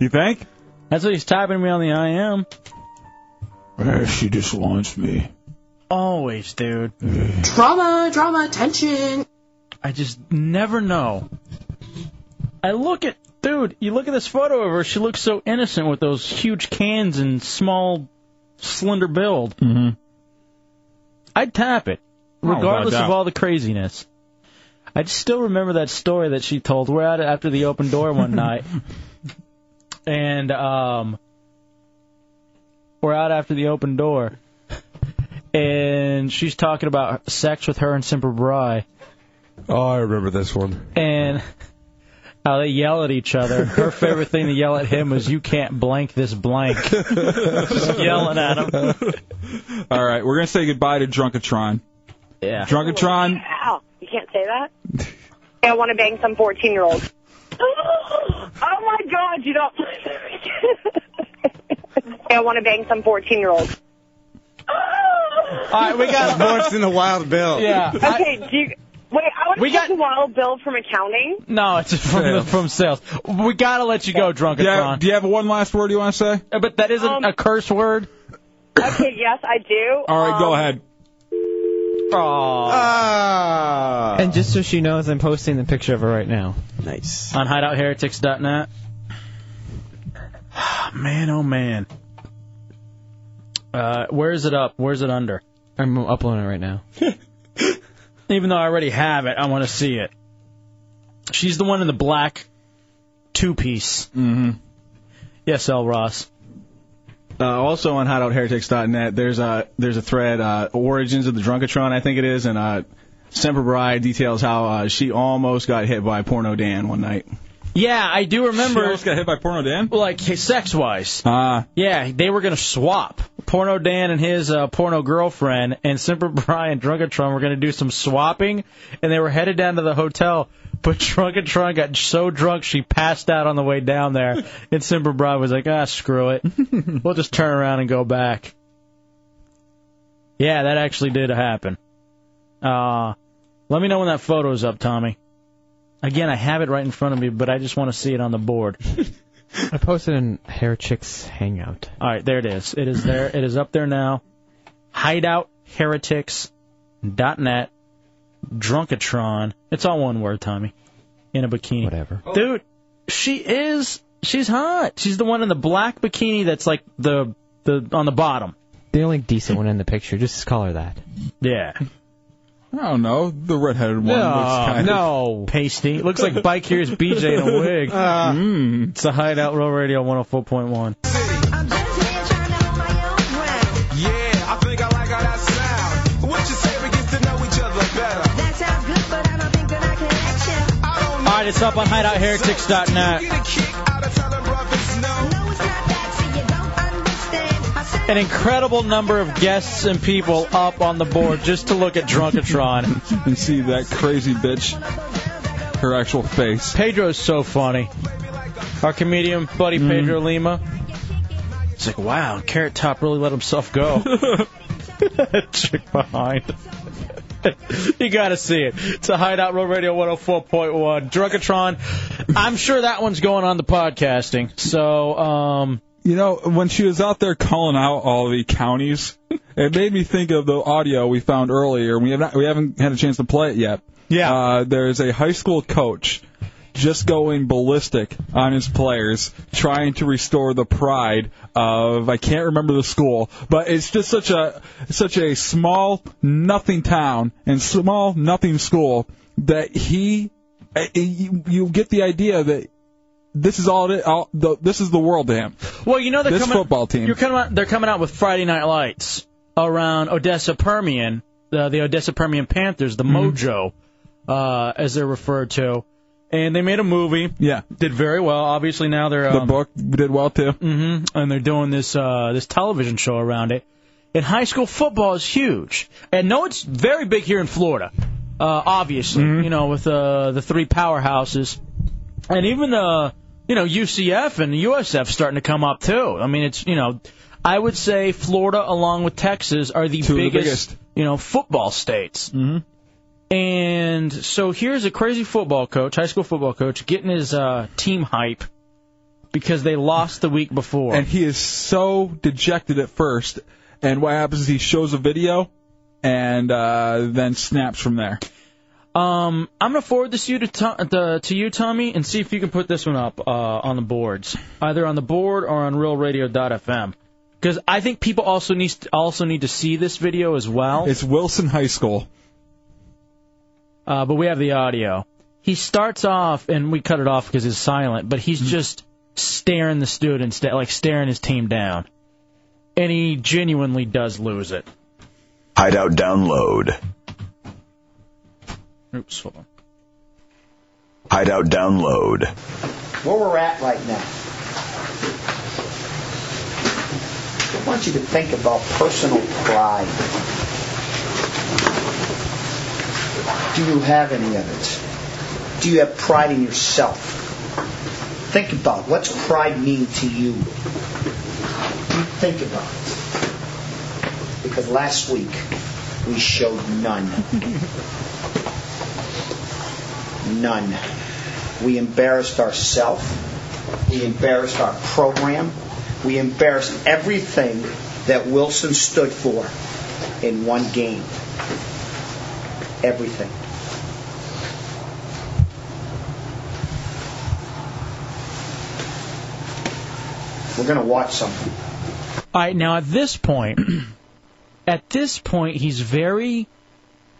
Speaker 8: You think?
Speaker 4: That's what he's typing me on the IM.
Speaker 8: she just wants me.
Speaker 4: Always, dude.
Speaker 27: Drama, drama, tension.
Speaker 4: I just never know. I look at dude, you look at this photo of her, she looks so innocent with those huge cans and small slender build. Mm-hmm. I'd tap it.
Speaker 18: Oh, without
Speaker 4: Regardless
Speaker 18: doubt.
Speaker 4: of all the craziness. I still remember that story that she told. We're out after the open door one
Speaker 18: (laughs)
Speaker 4: night. And um we're out after the open door. And she's talking about sex with her and Simper Bry.
Speaker 10: Oh, I remember this one.
Speaker 4: and how they yell at each other. Her favorite thing to yell at him was, "You can't blank this
Speaker 10: (laughs)
Speaker 4: blank." Just (laughs) yelling at him.
Speaker 3: (laughs) All right, we're gonna say goodbye to Drunkatron.
Speaker 4: Yeah.
Speaker 3: Drunkatron.
Speaker 13: Ow, you can't say that? I want to bang some 14 year
Speaker 21: (gasps)
Speaker 13: old. oh my god, you don't. (laughs) I want to bang some 14 year old.
Speaker 6: All right, we got more than the Wild Bill.
Speaker 13: Oh. (laughs) Okay, do you. Wait, I want to get the wild bill from accounting.
Speaker 4: No, it's from the, from sales. We gotta let you go, Drunkatron.
Speaker 3: Yeah, do you have one last word you want to say?
Speaker 4: But that isn't a curse word.
Speaker 1: (laughs)
Speaker 13: Okay, yes, I do.
Speaker 3: All right, go ahead.
Speaker 17: And just so she knows, I'm posting the picture of her right now.
Speaker 6: Nice.
Speaker 4: On
Speaker 20: (sighs)
Speaker 4: hideoutheretics.net. man, oh man. Uh, where is it up? Where's it under?
Speaker 17: I'm uploading it right now.
Speaker 4: (laughs) Even though I already have it, I want to see it. She's the one in the black two piece. Mm-hmm. Yes, L. Ross.
Speaker 20: Uh, also on hideoutheretics.net, there's a there's a thread uh, origins of the Drunkatron, I think it is, and uh, Semper Bride details how uh, she almost got hit by Porno Dan one night.
Speaker 4: Yeah, I do remember.
Speaker 20: She almost
Speaker 3: got hit by Porno Dan?
Speaker 4: Like, sex wise. Ah. yeah, they were going to swap. Porno Dan and his uh, porno girlfriend and Simper (laughs) Brian Drunkatron were going to do some swapping, and they were headed down to the hotel. But (laughs) Drunkatron got so drunk she passed out on the way down
Speaker 3: (laughs)
Speaker 4: there, and Simper Brian was like, ah, screw it. we'll just turn around and go back. Yeah, that actually did happen. Uh, let me know when that photo's up, Tommy. Again, I have it right in front of me, but I just want to see it on the board.
Speaker 17: I posted in Hair Chicks Hangout.
Speaker 4: All right, there it is. It is there. It is up there now. Hideoutheretics.net. Drunkatron. It's all one word, Tommy. In a bikini. Whatever. Dude, she is. She's hot. She's the one in the black bikini that's like the the on the bottom.
Speaker 17: The only decent one in the picture. Just call her that.
Speaker 4: Yeah.
Speaker 3: I don't know. The redheaded one looks kind of.
Speaker 4: no. pasty. Looks like Bike Here's BJ in a wig. Mm.
Speaker 3: Ah.
Speaker 4: It's a hideout, Roll Radio 104.1.
Speaker 27: Yeah, I think I like how that sound. What you say we get to know each other better. That sounds good, but I don't think that I can act I
Speaker 4: All right, it's up on hideoutheretics.net. An incredible number of guests and people up on the board just to look at Drunkatron.
Speaker 3: (laughs) You see that crazy bitch? Her actual face.
Speaker 4: Pedro's so funny. Our comedian buddy Pedro Lima. It's Mm. like, wow, Carrot Top really let himself (laughs) go. Chick behind. (laughs) you gotta see it. It's a Hideout Road Radio 104.1. Drunkatron. I'm sure that one's going on the podcasting. So, um,
Speaker 3: You know, when she was out there calling out all the counties, (laughs) it made me think of the audio we found earlier. We have not, we haven't had a chance to play it yet. Yeah. Uh, there's a high school coach just going ballistic on his players, trying to restore the pride of I can't remember the school, but it's just such a such a small nothing town and small nothing school that he eh, eh, you, you get the idea that this is all, it, all the, this is the world to him.
Speaker 4: Well, you know they're
Speaker 3: This
Speaker 4: coming,
Speaker 3: football team.
Speaker 4: You're coming out, they're coming out with Friday Night Lights around Odessa Permian, uh, the, the Odessa Permian Panthers, the
Speaker 3: Mm-hmm.
Speaker 4: Mojo, uh, as they're referred to, and they made a movie.
Speaker 3: Yeah,
Speaker 4: did very well. Obviously now they're
Speaker 3: The
Speaker 4: um,
Speaker 3: book did well too.
Speaker 4: hmm and they're doing this uh, this television show around it. And high school football is huge, and no, it's very big here in Florida. Uh, obviously,
Speaker 3: Mm-hmm.
Speaker 4: you know, with uh, the three powerhouses, and even uh, you know UCF and USF starting to come up too. I mean, it's you know, I would say Florida along with Texas are the,
Speaker 3: Two of the
Speaker 4: biggest,
Speaker 3: biggest.
Speaker 4: you know football states. Mm-hmm. And so here's a crazy football coach, high school football coach, getting his uh, team hype because they lost the week before.
Speaker 3: and he is so dejected at first. And what happens is he shows a video and uh, then snaps from there.
Speaker 4: Um, I'm gonna forward this you to, to, to to you, Tommy, and see if you can put this one up uh, on the boards, either on the board or on RealRadio.fm, because I think people also need also need to see this video as well.
Speaker 3: It's Wilson High School.
Speaker 4: Uh, but we have the audio. He starts off, and we cut it off because it's silent. But
Speaker 3: Mm-hmm.
Speaker 4: he's just staring the students, da- like staring his team down, and he genuinely does lose it.
Speaker 5: Hideout download.
Speaker 4: Oops, hold on.
Speaker 5: Hideout download.
Speaker 24: where we're at right now. I want you to think about personal pride. Do you have any of it? Do you have pride in yourself? Think about it. what's pride mean to you. You Think about it. Because last week we showed none. None. We embarrassed ourselves. We embarrassed our program. We embarrassed everything that Wilson stood for in one game. Everything. We're going to watch something.
Speaker 4: All right, now at this
Speaker 3: (clears throat)
Speaker 4: point, at this point, he's very.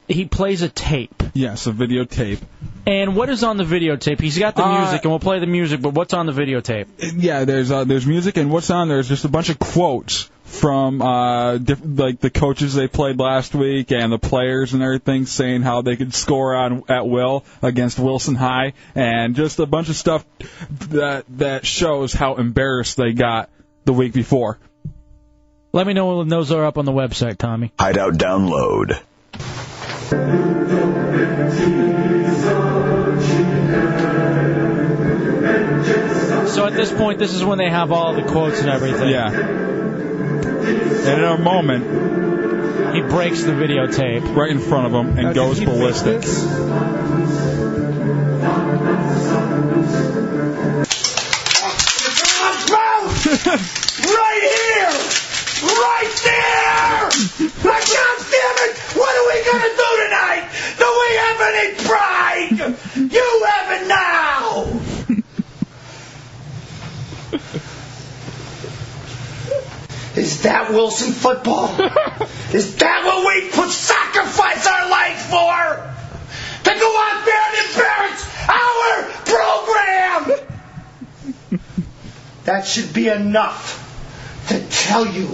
Speaker 4: He plays a tape.
Speaker 3: Yes, a videotape.
Speaker 4: And what is on the videotape? He's got the
Speaker 3: Uh,
Speaker 4: music, and we'll play the music, but what's on the videotape?
Speaker 3: Yeah, there's uh, there's music, and what's on there is just a bunch of quotes from uh, diff- like the coaches they played last week and the players and everything, saying how they could score on at will against Wilson High, and just a bunch of stuff that that shows how embarrassed they got the week before.
Speaker 4: Let me know when those are up on the website, Tommy.
Speaker 5: Hideout download.
Speaker 4: So at this point, this is when they have all the quotes and everything.
Speaker 3: Yeah. And in a moment,
Speaker 4: he breaks the videotape
Speaker 3: right in front of him and goes ballistic.
Speaker 27: (laughs) right here! Right there! Like, God damn it! What are we gonna do tonight? Do we have any pride? You have it now!
Speaker 24: Is that Wilson football? (laughs)
Speaker 27: Is that what we put sacrifice our life for? To go out there and embarrass our program! (laughs)
Speaker 24: That should be enough to tell you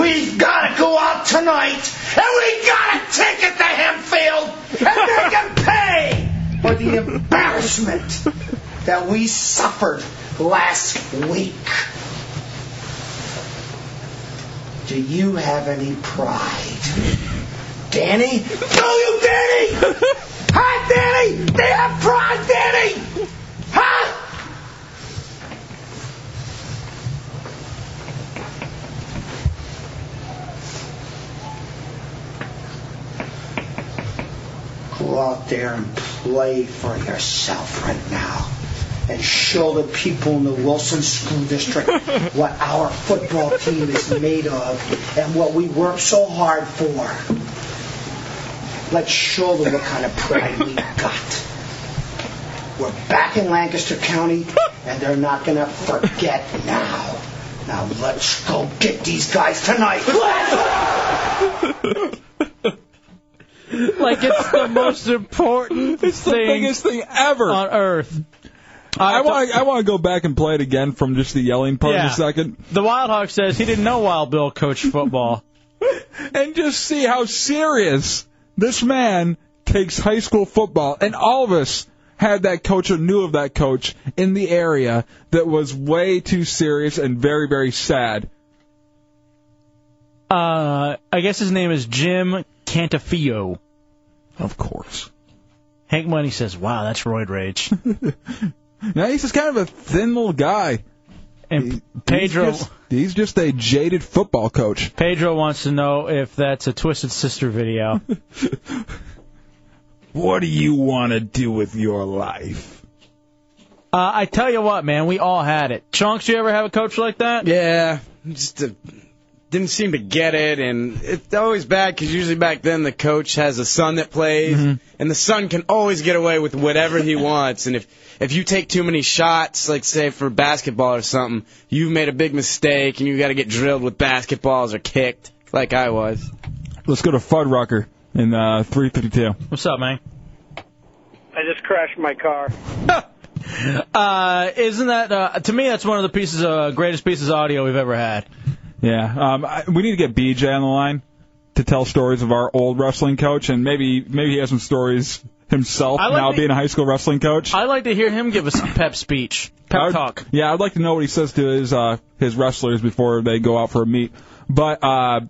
Speaker 24: we've got to go out tonight
Speaker 27: And we gotta take it to Hempfield and make them pay!
Speaker 24: for the embarrassment that we suffered last week. Do you have any pride? Danny?
Speaker 27: Do you, Danny? Hi, Danny! They have pride, Danny! Huh?
Speaker 24: Go out there and play for yourself right now. And show the people in the Wilson School District what our football team is made of and what we work so hard for. Let's show them what kind of pride we got. We're back in Lancaster County, and they're not going to forget now. Now let's go get these guys tonight. (laughs)
Speaker 4: like it's the most important
Speaker 3: (laughs) it's
Speaker 4: thing
Speaker 3: the biggest thing ever
Speaker 4: on earth.
Speaker 3: I want I want to go back and play it again from just the yelling part in
Speaker 4: Yeah.
Speaker 3: a second.
Speaker 4: The Wild Hawk says he didn't know Wild Bill coached football.
Speaker 3: (laughs) and just see how serious this man takes high school football. And all of us had that coach or knew of that coach in the area that was way too serious and very, very sad.
Speaker 4: Uh, I guess his name is Jim Cantafio. Of course. Hank Money says, "Wow, that's roid rage."
Speaker 3: (laughs) Now he's just kind of a thin little guy.
Speaker 4: And Pedro-
Speaker 3: He's just, he's just a jaded football coach.
Speaker 4: Pedro wants to know if that's a Twisted Sister
Speaker 3: (laughs)
Speaker 4: video.
Speaker 3: What do you want to do with your life?
Speaker 4: Uh, I tell you what, man, we all had it. Chunks, you ever have a coach like that?
Speaker 6: Yeah, just a didn't seem to get it, and it's always bad because usually back then the coach has a son that plays, and the son can always get away with whatever he wants. And if if you take too many shots, like say for basketball or something, you've made a big mistake, and you got to get drilled with basketballs or kicked, like I was.
Speaker 3: Let's go to Fuddrucker in uh, 352.
Speaker 4: What's up, man?
Speaker 12: I just crashed my car.
Speaker 4: Uh, isn't that uh, to me? That's one of the pieces, uh, greatest pieces of audio we've ever had.
Speaker 3: Yeah, um, I, we need to get BJ on the line to tell stories of our old wrestling coach, and maybe maybe he has some stories himself
Speaker 4: I like
Speaker 3: now
Speaker 4: the-
Speaker 3: being a high school wrestling coach.
Speaker 4: I like to hear him give us a pep speech, pep
Speaker 3: I would-
Speaker 4: talk.
Speaker 3: Yeah, I'd like to know what he says to his uh, his wrestlers before they go out for a meet. But uh,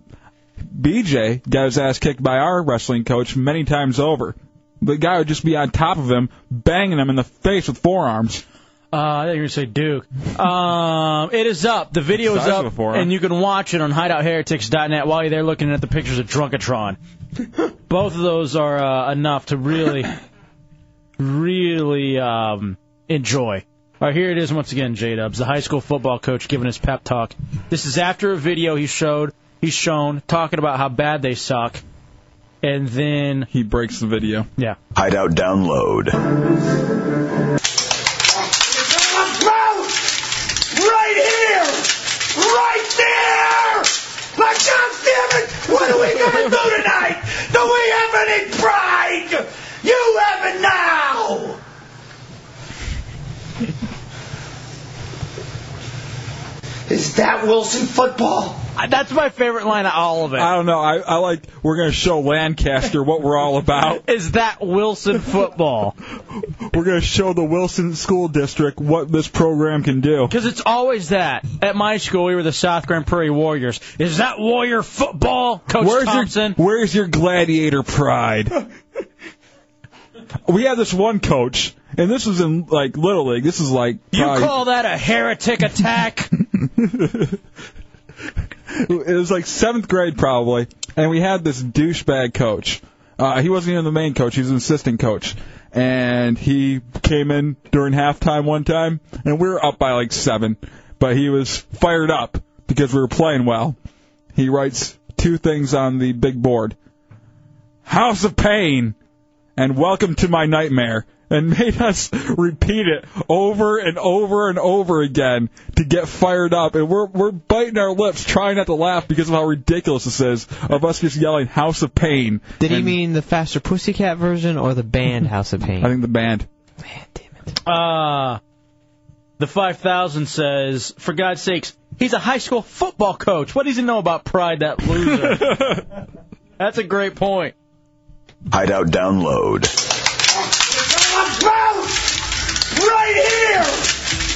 Speaker 3: BJ got his ass kicked by our wrestling coach many times over. The guy would just be on top of him, banging him in the face with forearms.
Speaker 4: Uh, I thought you were going to say Duke. Um, it is up. The video is
Speaker 3: Size
Speaker 4: up,
Speaker 3: of a forearm.
Speaker 4: and you can watch it on HideoutHeretics.net while you're there looking at the pictures of
Speaker 3: (laughs)
Speaker 4: Drunkatron. Both of those are uh, enough to really, really um, enjoy. All right, here it is once again, J Dubs, the high school football coach giving his pep talk. This is after a video he showed, he's shown, talking about how bad they suck, and then
Speaker 3: he breaks the video.
Speaker 4: Yeah.
Speaker 5: Hideout download.
Speaker 27: Right here! Right there! Like, God damn it! What are we gonna do tonight? Do we have any pride? You have it now!
Speaker 24: Is that Wilson football?
Speaker 4: That's my favorite line of all of it.
Speaker 3: I don't know. I, I like we're gonna show Lancaster what we're all about.
Speaker 4: Is that Wilson football?
Speaker 3: we're gonna show the Wilson school district what this program can do.
Speaker 4: Because it's always that. At my school, we were the South Grand Prairie Warriors. Is that Warrior football, (laughs) Coach
Speaker 3: where's
Speaker 4: Thompson?
Speaker 3: Your, where's your gladiator pride? we had this one coach, and this was in like little league. This is like
Speaker 4: you
Speaker 3: probably-
Speaker 4: call that a heretic attack?
Speaker 3: (laughs) it was like seventh grade probably, and we had this douchebag coach. Uh, he wasn't even the main coach; he was an assistant coach. And he came in during halftime one time, and we were up by like seven, but he was fired up because we were playing well. He writes two things on the big board: "House of Pain" and "Welcome to My Nightmare." And (laughs) made us repeat it over and over and over again to get fired up, and we're we're biting our lips, trying not to laugh because of how ridiculous this is of us just yelling "House of Pain."
Speaker 17: Did he
Speaker 3: And-
Speaker 17: mean the faster pussycat version or the band House of Pain?
Speaker 3: I think the band.
Speaker 4: Uh, the 5000 says, for God's sakes, he's a high school football coach. What does he know about pride, that loser?
Speaker 3: (laughs)
Speaker 4: That's a great point.
Speaker 5: Hideout download.
Speaker 27: Mouth! Right here!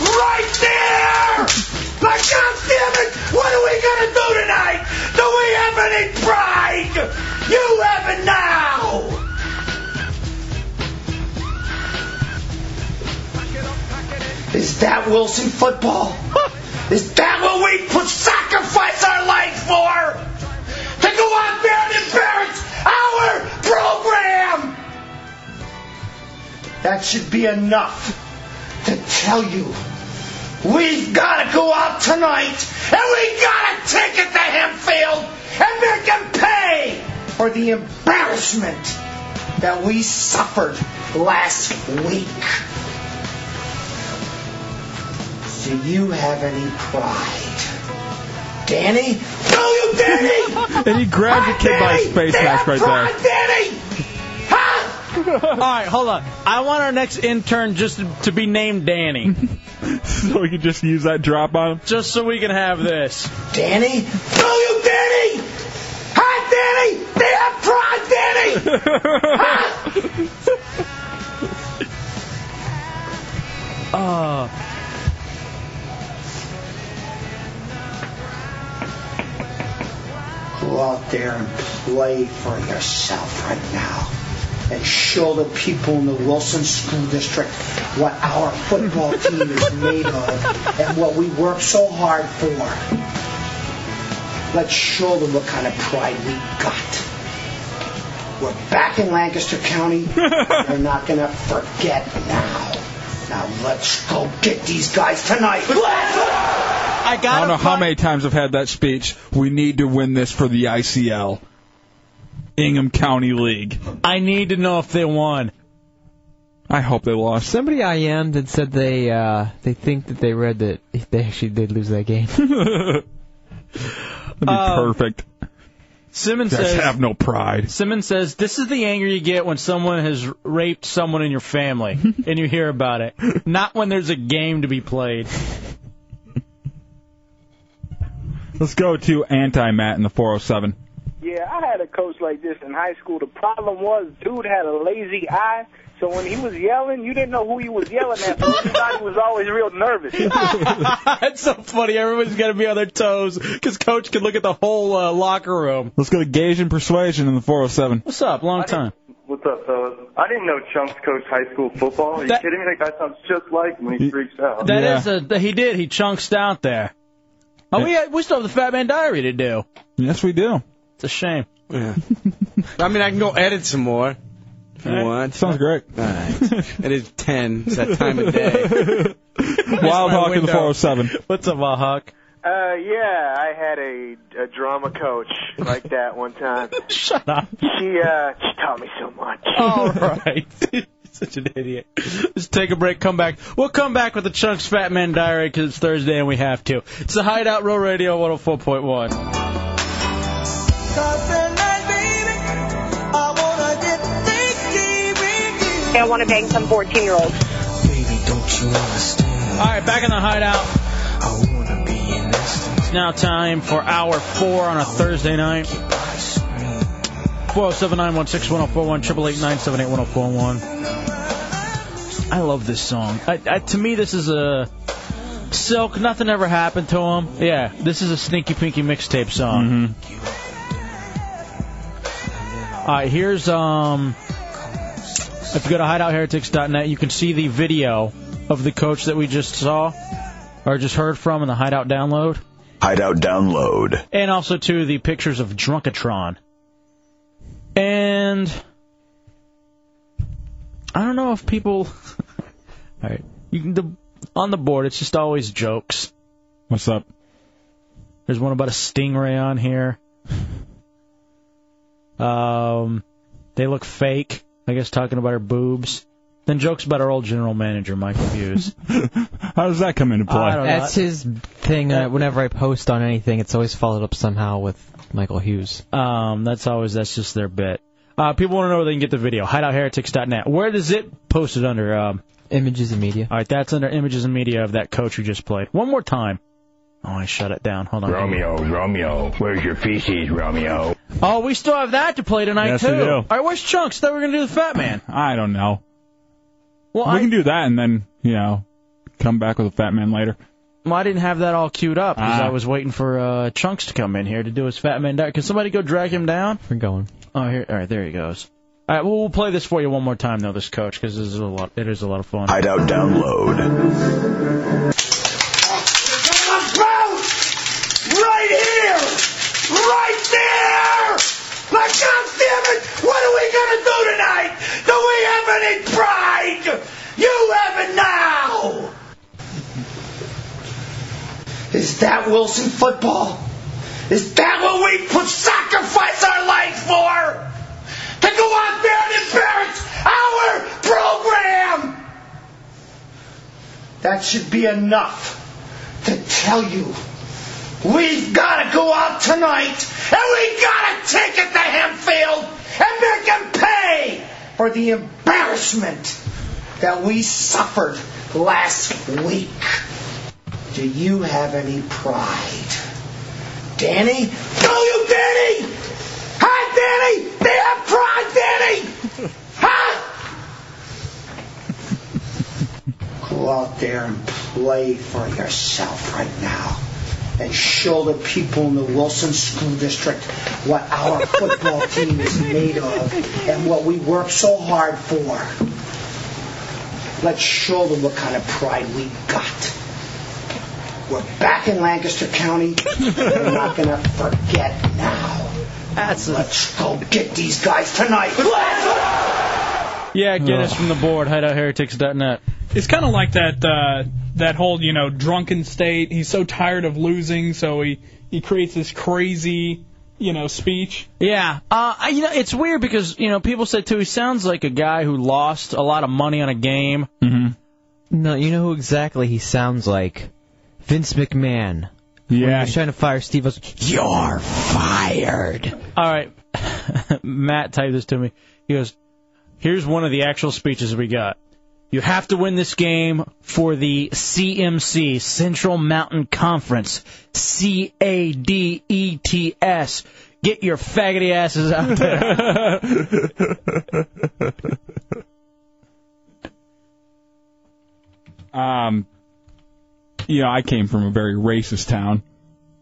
Speaker 27: Right there! Like, God damn it! What are we gonna do tonight? Do we have any pride? You have it now!
Speaker 24: Is that Wilson football?
Speaker 27: (laughs) Is that what we put sacrifice our life for? To go out there and embarrass our program!
Speaker 24: That should be enough to tell you we've got to go out tonight
Speaker 27: And we gotta take it to Hempfield and make them pay!
Speaker 24: for the embarrassment that we suffered last week. Do you have any pride? Danny?
Speaker 27: Do you, Danny?
Speaker 3: (laughs) and he grabbed the kid by his face mask right there.
Speaker 27: Danny!
Speaker 4: All right, hold on. I want our next intern just to- to be named (laughs) Danny,
Speaker 3: so we could just use that drop on him.
Speaker 4: just so we can have this. (laughs)
Speaker 27: Danny? Do you, Danny? Hi, Danny! They have pride,
Speaker 3: (laughs)
Speaker 27: Danny! Huh?
Speaker 4: Uh,
Speaker 24: Go out there and play for yourself right now. And show the people in the Wilson School District what our football team is made of and what we work so hard for. Let's show them what kind of pride we got. We're back in Lancaster County. They're not going to forget now. Now let's go get these guys tonight. Let's
Speaker 4: I
Speaker 3: I don't
Speaker 4: got
Speaker 3: know how many times I've had that speech. We need to win this for the ICL, Ingham County League.
Speaker 34: I need to know if they won.
Speaker 3: I hope they lost.
Speaker 17: Somebody I am that said they uh, they think that they read that they actually did lose that
Speaker 3: (laughs)
Speaker 17: game.
Speaker 3: That'd be
Speaker 34: Uh,
Speaker 17: Um,
Speaker 3: perfect.
Speaker 4: Simmons
Speaker 3: Just
Speaker 4: says-
Speaker 3: have no pride.
Speaker 4: Simmons says, "This is the anger you get when someone has raped someone in your (laughs) family, and you hear about it. Not when there's a game to be played."
Speaker 3: Let's go to anti Matt in the 407.
Speaker 12: Yeah, I had a coach like this in high school. The problem was, dude had a lazy eye. So when he was yelling, you didn't know who he was yelling at. So everybody was always real nervous.
Speaker 4: (laughs) That's so funny. Everybody's got to be on their toes because coach can look at the whole uh, locker room.
Speaker 3: Let's go to Gage and Persuasion in the 407.
Speaker 4: What's up? Long time.
Speaker 12: What's up, fellas? I didn't know Chunks coached high school football. Are you kidding me? That guy sounds just like him when he freaks out.
Speaker 4: That is a he did. He chunks out there. Oh, we we still have the Fat Man Diary to do.
Speaker 3: Yes, we do.
Speaker 4: It's a shame. (laughs)
Speaker 6: Yeah. I mean, I can go edit some more if you
Speaker 4: All right.
Speaker 6: want.
Speaker 3: Sounds great.
Speaker 6: All
Speaker 3: (laughs)
Speaker 6: right. It is 10. It's that (laughs) time of
Speaker 4: (laughs)
Speaker 12: (laughs)
Speaker 6: day.
Speaker 3: Wild Hawk in the 407.
Speaker 4: What's up, Wild Hawk?
Speaker 35: Uh, yeah, I had a, a drama coach like that one time.
Speaker 4: (laughs) Shut up. Oh,
Speaker 35: She, uh, she taught me so much.
Speaker 4: All right. (laughs) Such an idiot. Let's take a break, come back. We'll come back with the Chunks Fat Man Diary 'cause it's Thursday and we have to. It's the Hideout Row Radio 104.1.
Speaker 13: I want to bang some 14 year old.
Speaker 4: All right, back in the hideout. It's now time for hour four on a Thursday night. 407-916-1041, 888-978-1041. I love this song. I, I, to me, this is a Silk. Nothing ever happened to him. Yeah, this is a sneaky pinky mixtape song. All right, here's um. If you go to hideoutheretics.net, you can see the video of the coach that we just saw or just heard from in the hideout download,
Speaker 36: Hideout download.
Speaker 4: and also to the pictures of Drunkatron. And I don't know if people. (laughs) All right, you can, the on the board. It's just always jokes.
Speaker 3: What's up?
Speaker 4: There's one about a stingray on here. Um, they look fake. I guess talking about her boobs. Then jokes about our old general manager, Michael Hughes.
Speaker 3: (laughs) How does that come into
Speaker 4: play? I don't know.
Speaker 17: That's his thing. Uh, whenever I post on anything, it's always followed up somehow with Michael Hughes.
Speaker 4: Um, that's always that's just their bit. Uh, people want to know where they can get the video. HideoutHeretics.net. Where does it post it under? Um,
Speaker 17: Images and media.
Speaker 4: All right, that's under images and media of that coach who just played. One more time. Oh, I shut it down. Hold on.
Speaker 5: Romeo, Romeo, where's your feces, Romeo?
Speaker 4: Oh, we still have that to play tonight
Speaker 5: Yes,
Speaker 4: too.
Speaker 5: we do.
Speaker 4: All right, where's Chunks? Thought we were gonna do the Fat Man.
Speaker 3: I don't know.
Speaker 4: Well,
Speaker 3: we
Speaker 4: I-
Speaker 3: can do that and then, you know, come back with a fat man later.
Speaker 4: Well, I didn't have that all queued up because
Speaker 3: Ah.
Speaker 4: I was waiting for uh, Chunks to come in here to do his Fat Man diet. Can somebody go drag him down?
Speaker 17: We're going.
Speaker 4: Oh, here. All right, there he goes. All right, well, we'll play this for you one more time though, this coach, because this is a lot. It is a lot of fun.
Speaker 36: Hideout download.
Speaker 27: Right here! Right there! But God damn it! What are we gonna do tonight? Do we have any pride? You have it now!
Speaker 24: Is that Wilson football?
Speaker 27: Is that what we put sacrifice our lives for? To go out there and embarrass our program!
Speaker 24: That should be enough to tell you we've got to go out tonight
Speaker 27: And we gotta take it to Hempfield and make them pay!
Speaker 24: for the embarrassment that we suffered last week. Do you have any pride? Danny?
Speaker 27: Go you, Danny! Hi, Danny! They have pride, Danny! Huh?
Speaker 24: Go out there and play for yourself right now. And show the people in the Wilson School District what our football team is made of and what we work so hard for. Let's show them what kind of pride we got. We're back in Lancaster County. We're not going to forget now. Let's go get these guys tonight.
Speaker 4: Yeah, get us from the board. Hideoutheretics.net.
Speaker 7: It's kind of like that uh, that whole you know drunken state. He's so tired of losing, so he he creates this crazy you know
Speaker 3: (laughs)
Speaker 7: speech.
Speaker 4: Yeah, uh, I, you know it's weird because you know people said too he sounds like a guy who lost a lot of money on a game.
Speaker 17: Mm-hmm. No, you know who exactly he sounds like? Vince McMahon. Yeah. When he was trying to fire Steve Austin. You're fired.
Speaker 4: All right, (laughs) Matt typed this to me. He goes, "Here's one of the actual speeches we got. You have to win this game for the CMC Central Mountain Conference. C A D E T S. Get your faggoty asses out
Speaker 3: (laughs)
Speaker 4: there."
Speaker 3: Um, you know, I came from a very racist town.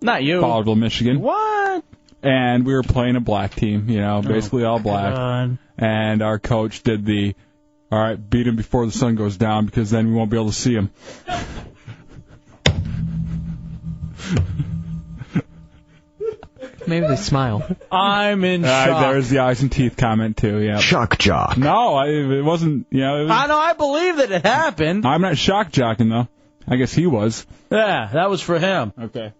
Speaker 4: Not you.
Speaker 3: Ballardville, Michigan.
Speaker 4: What?
Speaker 3: And we were playing a black team, you
Speaker 4: Oh.
Speaker 3: know, Oh, basically all black.
Speaker 4: God.
Speaker 3: And our coach did the, all right, beat him before the sun goes down because then we won't be able to see him.
Speaker 17: Maybe they smile.
Speaker 4: I'm in
Speaker 3: Uh,
Speaker 4: shock.
Speaker 3: there's the eyes and teeth comment too. Yeah.
Speaker 14: Shock jock.
Speaker 3: No, I, it wasn't. You know, it was,
Speaker 4: I know. I believe that it happened.
Speaker 3: I'm not shock jocking though. I guess he was.
Speaker 4: Yeah, that was for him.
Speaker 3: Okay.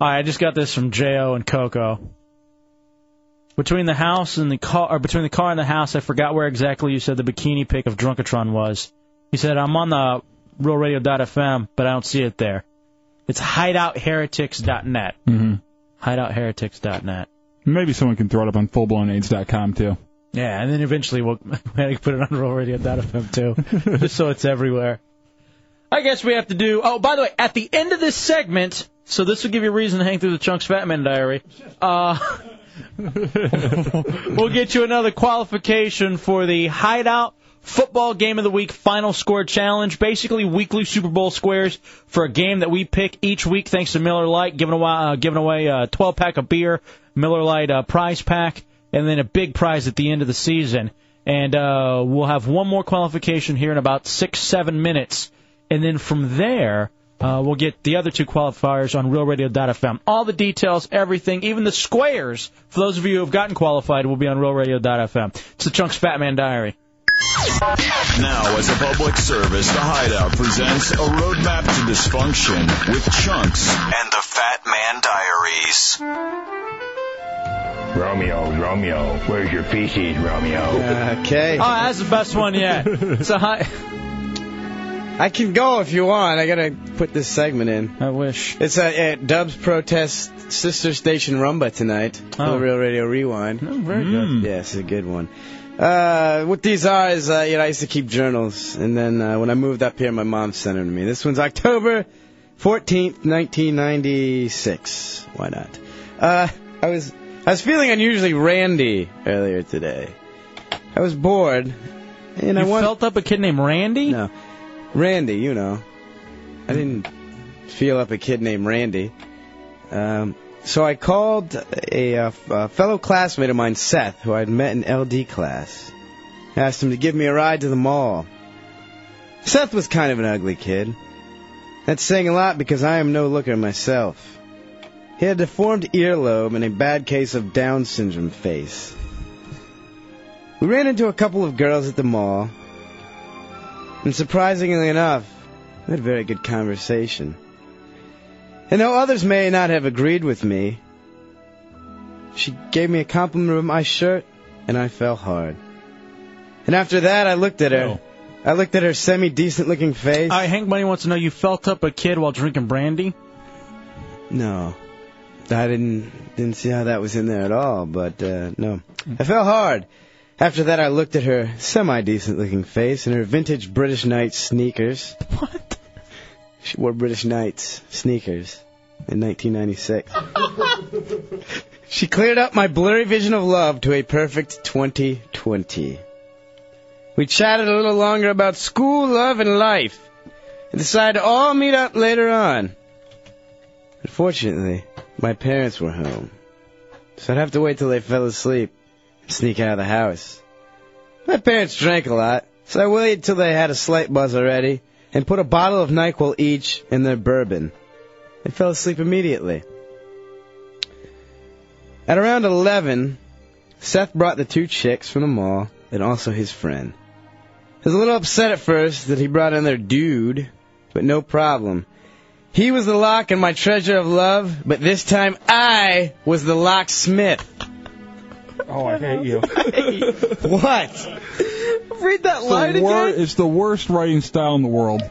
Speaker 4: All right, I just got this from Jo and Coco. Between the house and the car, or between the car and the house, I forgot where exactly you said the bikini pic of Drunkatron was. He said, "I'm on the RealRadio.fm, but I don't see it there. It's HideoutHeretics.net.
Speaker 3: hmm
Speaker 4: HideoutHeretics.net.
Speaker 3: Maybe someone can throw it up on fullblownaids.com too.
Speaker 4: Yeah, and then eventually we'll (laughs) we gotta put it on RealRadio.fm too, (laughs) just so it's everywhere. I guess we have to do. Oh, by the way, at the end of this segment, so this will give you a reason to hang through the Chunks Fat Man Diary. Uh, (laughs) we'll get you another qualification for the Hideout Football Game of the Week Final Score Challenge. Basically, weekly Super Bowl squares for a game that we pick each week. Thanks to Miller Lite, giving away uh, giving away a 12 pack of beer, Miller Lite uh, prize pack, and then a big prize at the end of the season. And uh, we'll have one more qualification here in about six seven minutes, and then from there. Uh, we'll get the other two qualifiers on RealRadio.fm. All the details, everything, even the squares, for those of you who have gotten qualified, will be on RealRadio.fm. It's the Chunks Fat Man Diary.
Speaker 14: Now, as a public service, The Hideout presents a roadmap to dysfunction with Chunks and the Fat Man Diaries.
Speaker 16: Romeo, Romeo, where's your feces, Romeo?
Speaker 6: Okay.
Speaker 4: Oh, that's the best one yet. It's a high.
Speaker 6: I can go if you want. I gotta put this segment in.
Speaker 4: I wish.
Speaker 6: It's uh, at Dubs Protest Sister Station Rumba tonight.
Speaker 4: Oh.
Speaker 6: The Real Radio Rewind.
Speaker 4: Oh, very
Speaker 6: good. Yes, a good one. Uh, what these are is, uh, you know, I used to keep journals, and then uh, when I moved up here, my mom sent them to me. This one's October 14th, 1996. Why not? Uh, I was I was feeling unusually randy earlier today. I was bored, and I
Speaker 4: you
Speaker 6: wanted
Speaker 4: felt up a kid named Randy?
Speaker 6: no. Randy, you know. I didn't feel up a kid named Randy. Um, so I called a, uh f- a fellow classmate of mine, Seth, who I'd met in LD class. Asked him to give me a ride to the mall. Seth was kind of an ugly kid. That's saying a lot because I am no looker myself. He had a deformed earlobe and a bad case of Down syndrome face. We ran into a couple of girls at the mall, and surprisingly enough, we had a very good conversation. And though others may not have agreed with me, she gave me a compliment of my shirt, and I fell hard. And after that, I looked at her. I looked at her semi-decent looking face.
Speaker 4: All right, Hank Bunny wants to know you felt up a kid while drinking brandy?
Speaker 6: No, I didn't didn't see how that was in there at all. But uh, no, I fell hard. After that, I looked at her semi-decent looking face and her vintage British Knights sneakers.
Speaker 4: What?
Speaker 6: She wore British Knights sneakers in 1996. she cleared up my blurry vision of love to a perfect 2020. We chatted a little longer about school, love, and life, and decided to all meet up later on. Unfortunately, my parents were home, so I'd have to wait till they fell asleep and sneak out of the house. My parents drank a lot, so I waited till they had a slight buzz already and put a bottle of NyQuil each in their bourbon. They fell asleep immediately. At around 11, Seth brought the two chicks from the mall and also his friend. I was a little upset at first that he brought in their dude, but no problem. He was the lock and my treasure of love, but this time I was the locksmith.
Speaker 3: Oh, I hate
Speaker 6: (laughs)
Speaker 3: you.
Speaker 6: what? Read that line
Speaker 3: the wor-
Speaker 6: again.
Speaker 3: It's the worst writing style in the world.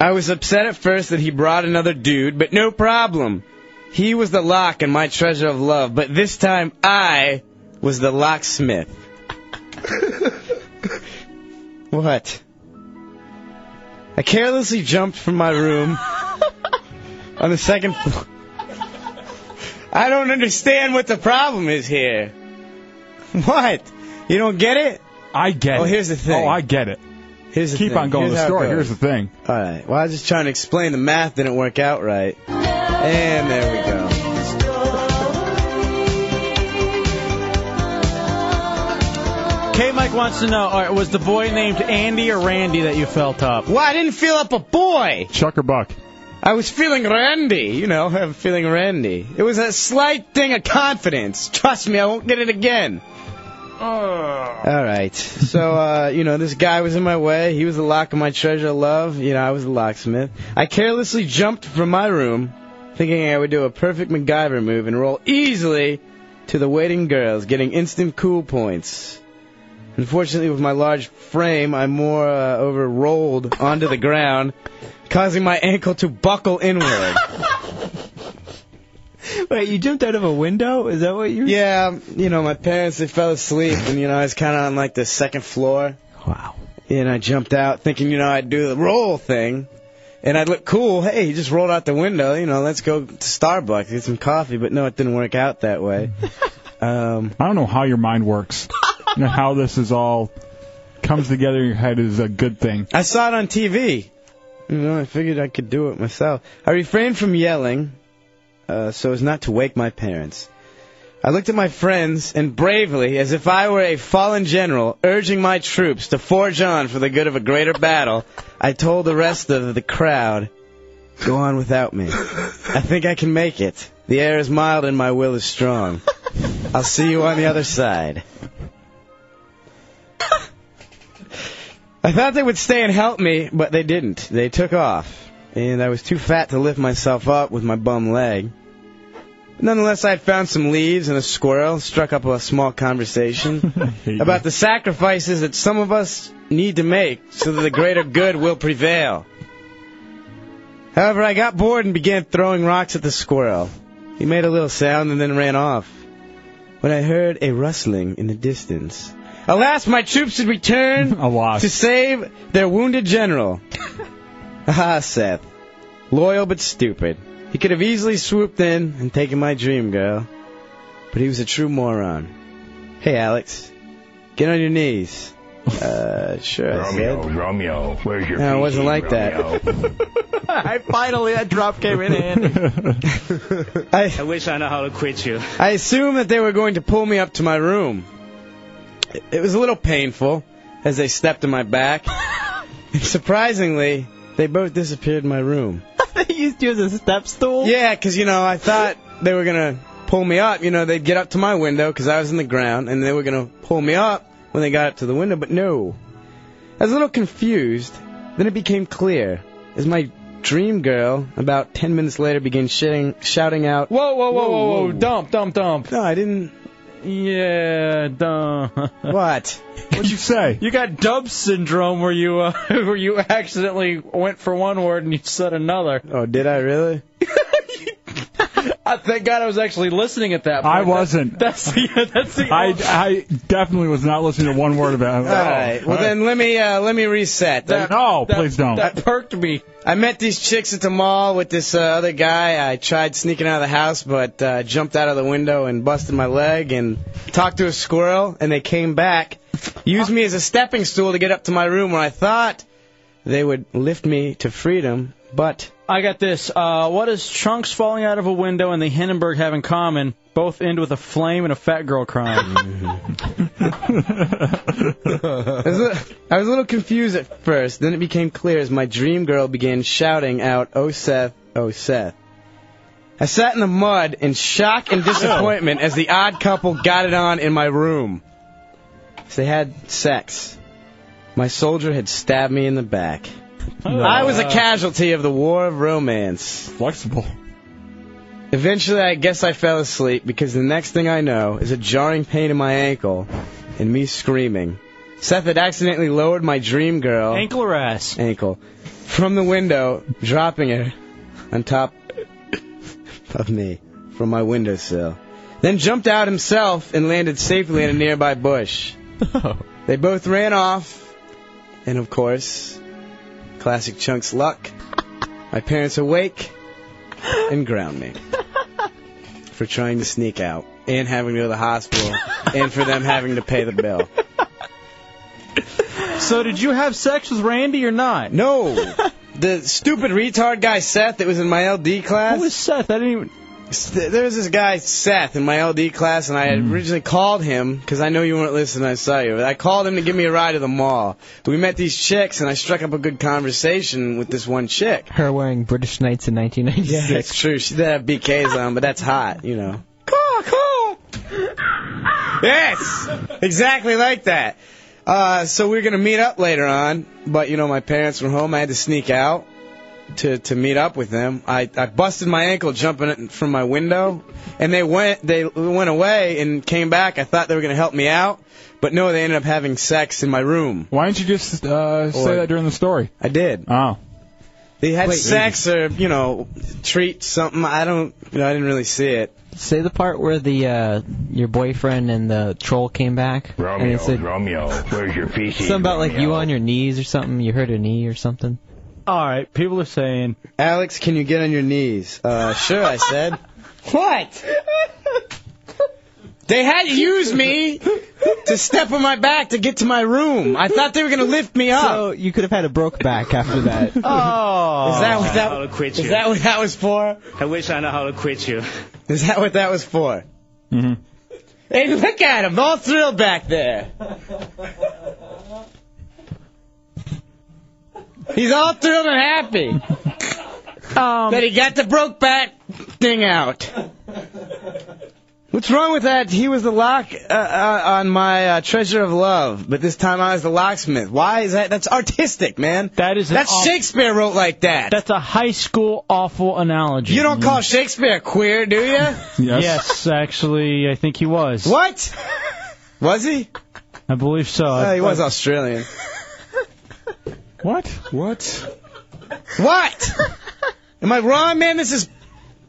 Speaker 6: I was upset at first that he brought another dude, but no problem. He was the lock and my treasure of love, but this time I was the locksmith. what? I carelessly jumped from my room on the second floor. I don't understand what the problem is here. What? You don't get it?
Speaker 3: I get
Speaker 6: oh,
Speaker 10: it.
Speaker 6: here's the thing.
Speaker 10: Oh, I
Speaker 3: get it.
Speaker 6: Here's the
Speaker 10: Keep
Speaker 6: thing.
Speaker 10: on going.
Speaker 6: Here's
Speaker 10: The
Speaker 6: how it
Speaker 10: story.
Speaker 6: goes.
Speaker 10: Here's the
Speaker 3: thing.
Speaker 6: All right. Well, I was just trying to explain the math didn't work out right. And there we go.
Speaker 4: K Mike wants to know: all right, Was the boy named Andy or Randy that you felt up?
Speaker 6: Well, I didn't feel up a boy.
Speaker 10: Chuck or Buck?
Speaker 6: I was feeling randy, you know, I'm feeling randy. It was a slight thing of confidence. Trust me, I won't get it again.
Speaker 4: Oh.
Speaker 6: All right. So, uh, you know, this guy was in my way. He was the lock of my treasure of love. You know, I was the locksmith. I carelessly jumped from my room, thinking I would do a perfect MacGyver move and roll easily to the waiting girls, getting instant cool points. Unfortunately, with my large frame, I more uh, over rolled onto the ground, causing my ankle to buckle inward.
Speaker 17: (laughs) Wait, you jumped out of a window? Is that what you?
Speaker 6: Yeah, um, you know, my parents they fell asleep, and you know I was kind of on like the second floor.
Speaker 17: Wow.
Speaker 6: And I jumped out thinking, you know, I'd do the roll thing, and I'd look cool. Hey, he just rolled out the window. You know, let's go to Starbucks get some coffee. But no, it didn't work out
Speaker 17: (laughs)
Speaker 6: that way. Um,
Speaker 3: I don't know how your mind works. and how this is all comes together in your head is a good thing.
Speaker 6: I saw it on TV. You know, I figured I could do it myself. I refrained from yelling, uh, so as not to wake my parents. I looked at my friends and bravely, as if I were a fallen general, urging my troops to forge on for the good of a greater battle, I told the rest of the crowd, Go on without me. I think I can make it. The air is mild and my will is strong. I'll see you on the other side. I thought they would stay and help me, but they didn't. They took off, and I was too fat to lift myself up with my bum leg. Nonetheless, I had found some leaves and a squirrel, struck up a small conversation about the sacrifices that some of us need to make so that the greater good will prevail. However, I got bored and began throwing rocks at the squirrel. He made a little sound and then ran off. When I heard a rustling in the distance, alas, my troops had returned to save their (laughs) wounded general. ah, Seth. Loyal but stupid. He could have easily swooped in and taken my dream girl, but he was a true moron. Hey, Alex, get on your knees. Uh, sure. I said.
Speaker 16: Romeo, Romeo, where's your
Speaker 6: No, it wasn't
Speaker 16: PC,
Speaker 6: like that.
Speaker 16: Romeo?
Speaker 6: (laughs) I finally that drop came in handy. I,
Speaker 25: wish I know how to quit you.
Speaker 6: I assumed that they were going to pull me up to my room. It- It was a little painful as they stepped on my back. And surprisingly, they both disappeared in my room.
Speaker 17: they used (laughs) you as a step stool.
Speaker 6: Yeah, 'cause you know I thought they were gonna pull me up. You know they'd get up to my window 'cause I was in the ground, and they were gonna pull me up when they got up to the window. But no, I was a little confused. Then it became clear as my dream girl, about ten minutes later, began shitting, shouting out,
Speaker 4: Whoa, whoa, whoa, whoa, whoa! (laughs) Dump, dump, dump!
Speaker 6: No, I didn't.
Speaker 4: Yeah, dump. (laughs)
Speaker 6: What?
Speaker 4: What'd
Speaker 3: you say?
Speaker 4: You got dub syndrome where you uh, (laughs) where you accidentally went for one word and you said another.
Speaker 6: Oh, did I really?
Speaker 4: (laughs) I thank God I was actually listening at that. point.
Speaker 3: I wasn't.
Speaker 4: That's the, that's the
Speaker 3: I, I definitely was not listening to one word of it. All
Speaker 6: All right. Well, then let me uh, let me reset.
Speaker 3: That- no, that- please don't. that
Speaker 4: perked me.
Speaker 6: I met these chicks at the mall with this uh, other guy. I tried sneaking out of the house, but uh, jumped out of the window and busted my leg and talked to a squirrel. And they came back, used me as a stepping stool to get up to my room where I thought they would lift me to freedom. But
Speaker 4: I got this. Uh, what does chunks falling out of a window and the Hindenburg have in common? Both end with a flame and a fat girl
Speaker 3: (laughs)
Speaker 4: crying.
Speaker 6: I was, a little, I was a little confused at first. Then it became clear as my dream girl began shouting out, "Oh Seth, oh Seth." I sat in the mud
Speaker 10: (laughs)
Speaker 6: in shock and disappointment as the odd couple got it on in my room. So they had sex. My soldier had stabbed me in the back.
Speaker 4: Oh.
Speaker 6: I was a casualty of the War of Romance.
Speaker 3: Flexible.
Speaker 6: Eventually, I guess I fell asleep because the next thing I know is a jarring pain in my ankle and me screaming. Seth had accidentally lowered my dream girl.
Speaker 4: Ankle or ass?
Speaker 6: Ankle. From the window, dropping her on top of me from my windowsill. Then jumped out himself and landed safely in a nearby bush.
Speaker 4: (laughs)
Speaker 6: They both ran off, and of course, classic Chunk's luck. My parents awake and ground me for trying to sneak out and having to go to the hospital and for them having to pay the bill.
Speaker 4: So did you have sex with Randy or not?
Speaker 6: No. The stupid retard guy Seth that was in my LD class. Who was
Speaker 4: Seth? I didn't even.
Speaker 6: There was this guy Seth in my LD class, and I had originally called him because I know you weren't listening. I saw you, but I called him to give me a ride to the mall. We met these chicks, and I struck up a good conversation with this one
Speaker 17: (laughs)
Speaker 6: chick.
Speaker 17: Her wearing British Knights in
Speaker 6: Yeah,
Speaker 17: 1996.
Speaker 6: it's true. She did have BKs on, but that's hot, you know. Caw, caw. Yes, exactly like that. Uh, so we were gonna meet up later on, but you know my parents were home. I had to sneak out to to meet up with them. I I busted my ankle jumping it from my window, and they went they went away and came back. I thought they were gonna help me out, but no, they ended up having sex in my room.
Speaker 3: Why didn't you just uh, say that during the story?
Speaker 6: I did.
Speaker 3: Oh.
Speaker 6: They had
Speaker 3: Wait.
Speaker 6: sex or you know treat something. I don't. You know, I didn't really see it.
Speaker 17: Say the part where the uh, your boyfriend and the troll came back. and
Speaker 16: Romeo,
Speaker 17: it said
Speaker 16: Romeo, where's your feces?
Speaker 17: something about like you on your knees or something. You hurt a knee or something.
Speaker 4: All right, people are saying.
Speaker 6: Alex, can you get on your knees? Uh, sure, I said. what? They had to use me to step on my back to get to my room. I thought they were going to lift me up.
Speaker 17: So you could have had a broke back after (laughs) that.
Speaker 6: oh. Is that what
Speaker 25: I know how to
Speaker 6: that,
Speaker 25: quit
Speaker 6: is
Speaker 25: you.
Speaker 6: that what that was for?
Speaker 25: I wish I know how to quit you.
Speaker 6: Is that what that was for?
Speaker 3: Mm-hmm.
Speaker 6: Hey, look at him. All thrilled back there. He's all thrilled and happy. that he got the broke back thing out.
Speaker 27: (laughs)
Speaker 6: What's wrong with that? He was the lock uh, uh, on my uh, Treasure of Love, but this time I was the locksmith. Why is that? That's artistic, man. That
Speaker 4: is an
Speaker 6: That's
Speaker 4: aw-
Speaker 6: Shakespeare wrote like that.
Speaker 4: That's a high school awful analogy.
Speaker 6: you don't call Shakespeare queer, do you?
Speaker 4: Yes. actually, I think he was.
Speaker 6: What? Was he?
Speaker 4: I believe so.
Speaker 6: Uh, he was Australian.
Speaker 3: What?
Speaker 6: What? What? Am I wrong, man? This is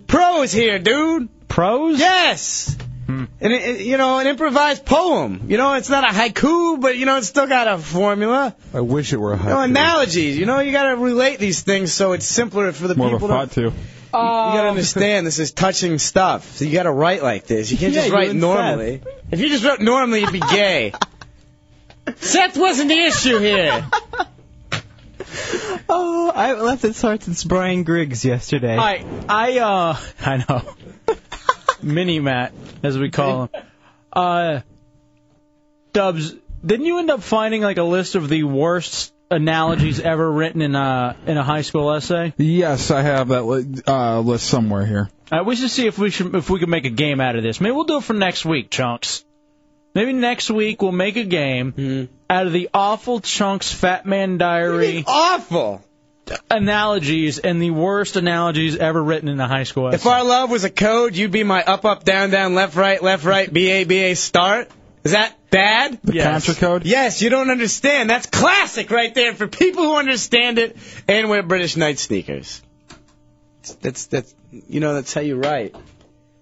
Speaker 6: prose here, dude.
Speaker 4: Prose?
Speaker 6: Yes. And it, it- you know, an improvised poem. You know, it's not a haiku, but you know, it's still got a formula.
Speaker 10: I wish it were a
Speaker 6: You know,
Speaker 10: hot.
Speaker 6: analogies. You know, you got to relate these things so it's simpler for the
Speaker 10: More of a
Speaker 6: people
Speaker 10: thought
Speaker 3: to.
Speaker 6: You, you gotta understand this is touching stuff. So you gotta write like this. You can't
Speaker 27: Yeah,
Speaker 6: just
Speaker 27: you
Speaker 6: write
Speaker 27: and
Speaker 6: normally. If you just wrote normally, you'd be gay. (laughs) Seth wasn't the issue (laughs) here.
Speaker 17: Oh, I haven't left its heart since Brian Griggs yesterday.
Speaker 4: I I uh I know. Mini Matt, as we call him. Uh Dubs, didn't you end up finding like a list of the worst analogies ever written in a in a high school essay?
Speaker 3: Yes, I have that li- uh, list somewhere here.
Speaker 4: I wish to see if we should if we could make a game out of this. Maybe we'll do it for next week, chunks. Maybe next week we'll make a game out of the awful chunks Fat Man Diary
Speaker 6: awful
Speaker 4: analogies and the worst analogies ever written in a high school.
Speaker 6: If our love was a code, you'd be my up, up, down, down, left, right, left, right, B A B A start. Is that bad?
Speaker 3: The contra code?
Speaker 6: Yes, you don't understand. That's classic right there for people who understand it and wear British night sneakers. That's that's you know that's how you write.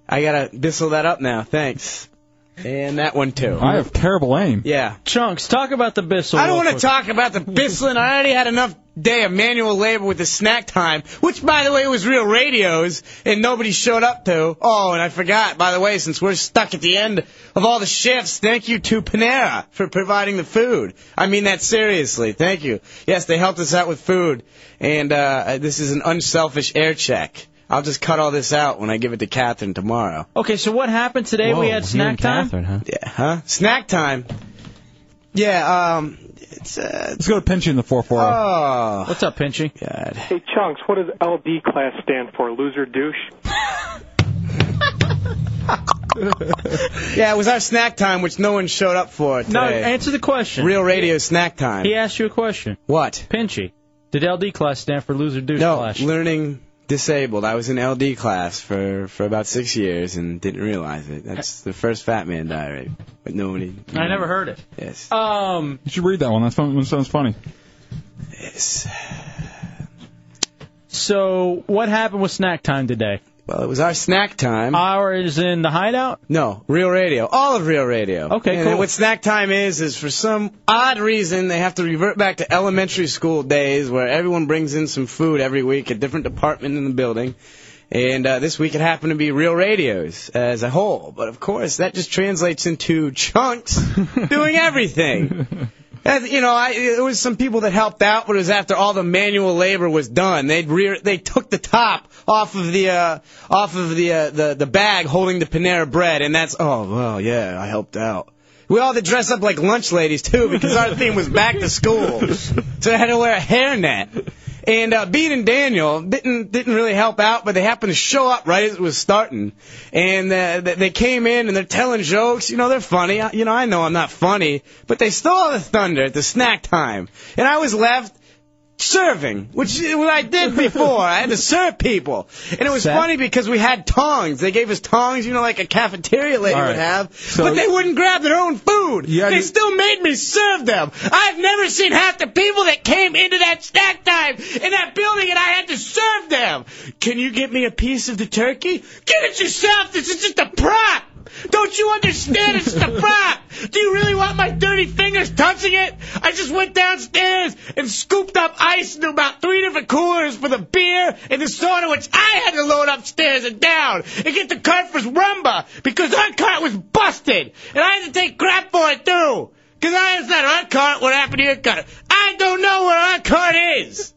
Speaker 6: I gotta bissel that up now. Thanks. And that one too.
Speaker 3: I have terrible aim.
Speaker 6: Yeah.
Speaker 4: Chunks, talk about the Bissell.
Speaker 6: I don't
Speaker 4: real
Speaker 6: want to
Speaker 4: quick.
Speaker 6: talk about the Bisslin. I already had enough day of manual labor with the snack time, which, by the way, was real radios, and nobody (laughs) showed up to. Oh, and I forgot, by the way, since we're stuck at the end of all the shifts, thank you to Panera for providing the food. I mean that seriously. Thank you. Yes, they helped us out with food, and uh, this is an unselfish air check. I'll just cut all this out when I give it to Catherine tomorrow.
Speaker 4: Okay, so what happened today? we had snack time.
Speaker 17: huh?
Speaker 6: Yeah, huh? Snack time. Yeah, um, it's, uh,
Speaker 3: Let's go to Pinchy in the 440.
Speaker 6: Oh.
Speaker 4: What's up, Pinchy?
Speaker 26: Hey, Chunks, what does LD class stand for? Loser douche?
Speaker 10: (laughs) yeah, it was our snack time, which no one showed up for today.
Speaker 4: No, answer the question.
Speaker 10: Real radio snack time.
Speaker 4: He asked you a question.
Speaker 10: What?
Speaker 4: Pinchy. Did LD class stand for loser dude
Speaker 10: no,
Speaker 4: class?
Speaker 10: learning disabled. I was in LD class for, for about six years and didn't realize it. That's the first Fat Man Diary, but nobody.
Speaker 4: I never heard it.
Speaker 10: Yes.
Speaker 4: Um.
Speaker 3: You should read that one. That's fun. That sounds funny.
Speaker 10: Yes.
Speaker 4: So what happened with snack time today?
Speaker 10: Well, it was our snack time.
Speaker 4: Our is in the hideout.
Speaker 10: No, Real Radio. All of Real Radio.
Speaker 4: Okay,
Speaker 10: and
Speaker 4: cool.
Speaker 10: What snack time is is for some odd reason they have to revert back to elementary school days where everyone brings in some food every week, a different department in the building. And uh, this week it happened to be Real Radios as a whole, but of course that just translates into chunks
Speaker 4: (laughs)
Speaker 6: (laughs)
Speaker 10: doing everything. That, you know, I, it was some people that helped out, but it was after all the manual labor was done. They rear, they took the top off of the uh, off of the, uh, the the bag holding the Panera bread, and that's oh well, yeah, I helped out. We all had to dress up like lunch ladies too, because our theme was back to school, so I had to wear a hairnet. And uh, Bean and Daniel didn't didn't really help out, but they happened to show up right as it was starting, and uh, th- they came in and they're telling jokes. You know they're funny. I- You know I know I'm not funny, but they stole the thunder at the snack time, and I was left serving, which is what I did before. I had to serve people, and it was
Speaker 6: Seth?
Speaker 10: funny because we had tongs. They gave us tongs, you know, like a cafeteria lady
Speaker 6: All right.
Speaker 10: would have,
Speaker 6: So-
Speaker 10: but they wouldn't grab their own food.
Speaker 6: Yeah,
Speaker 10: they
Speaker 6: you-
Speaker 10: still made me serve them. I've never seen half the people that came into that snack time in that building, and I had to serve them. Can you get me a piece of the turkey? Get it yourself. This is just a prop. Don't you understand? It's just a prop. Do you really want my dirty fingers touching it? I just went downstairs and scooped up ice into about three different coolers for the beer and the soda, which I had to load upstairs and down and get the cart for rumba because our cart was busted and I had to take crap for it too. Because I was not our cart, what happened to your cart? I don't know where our cart is.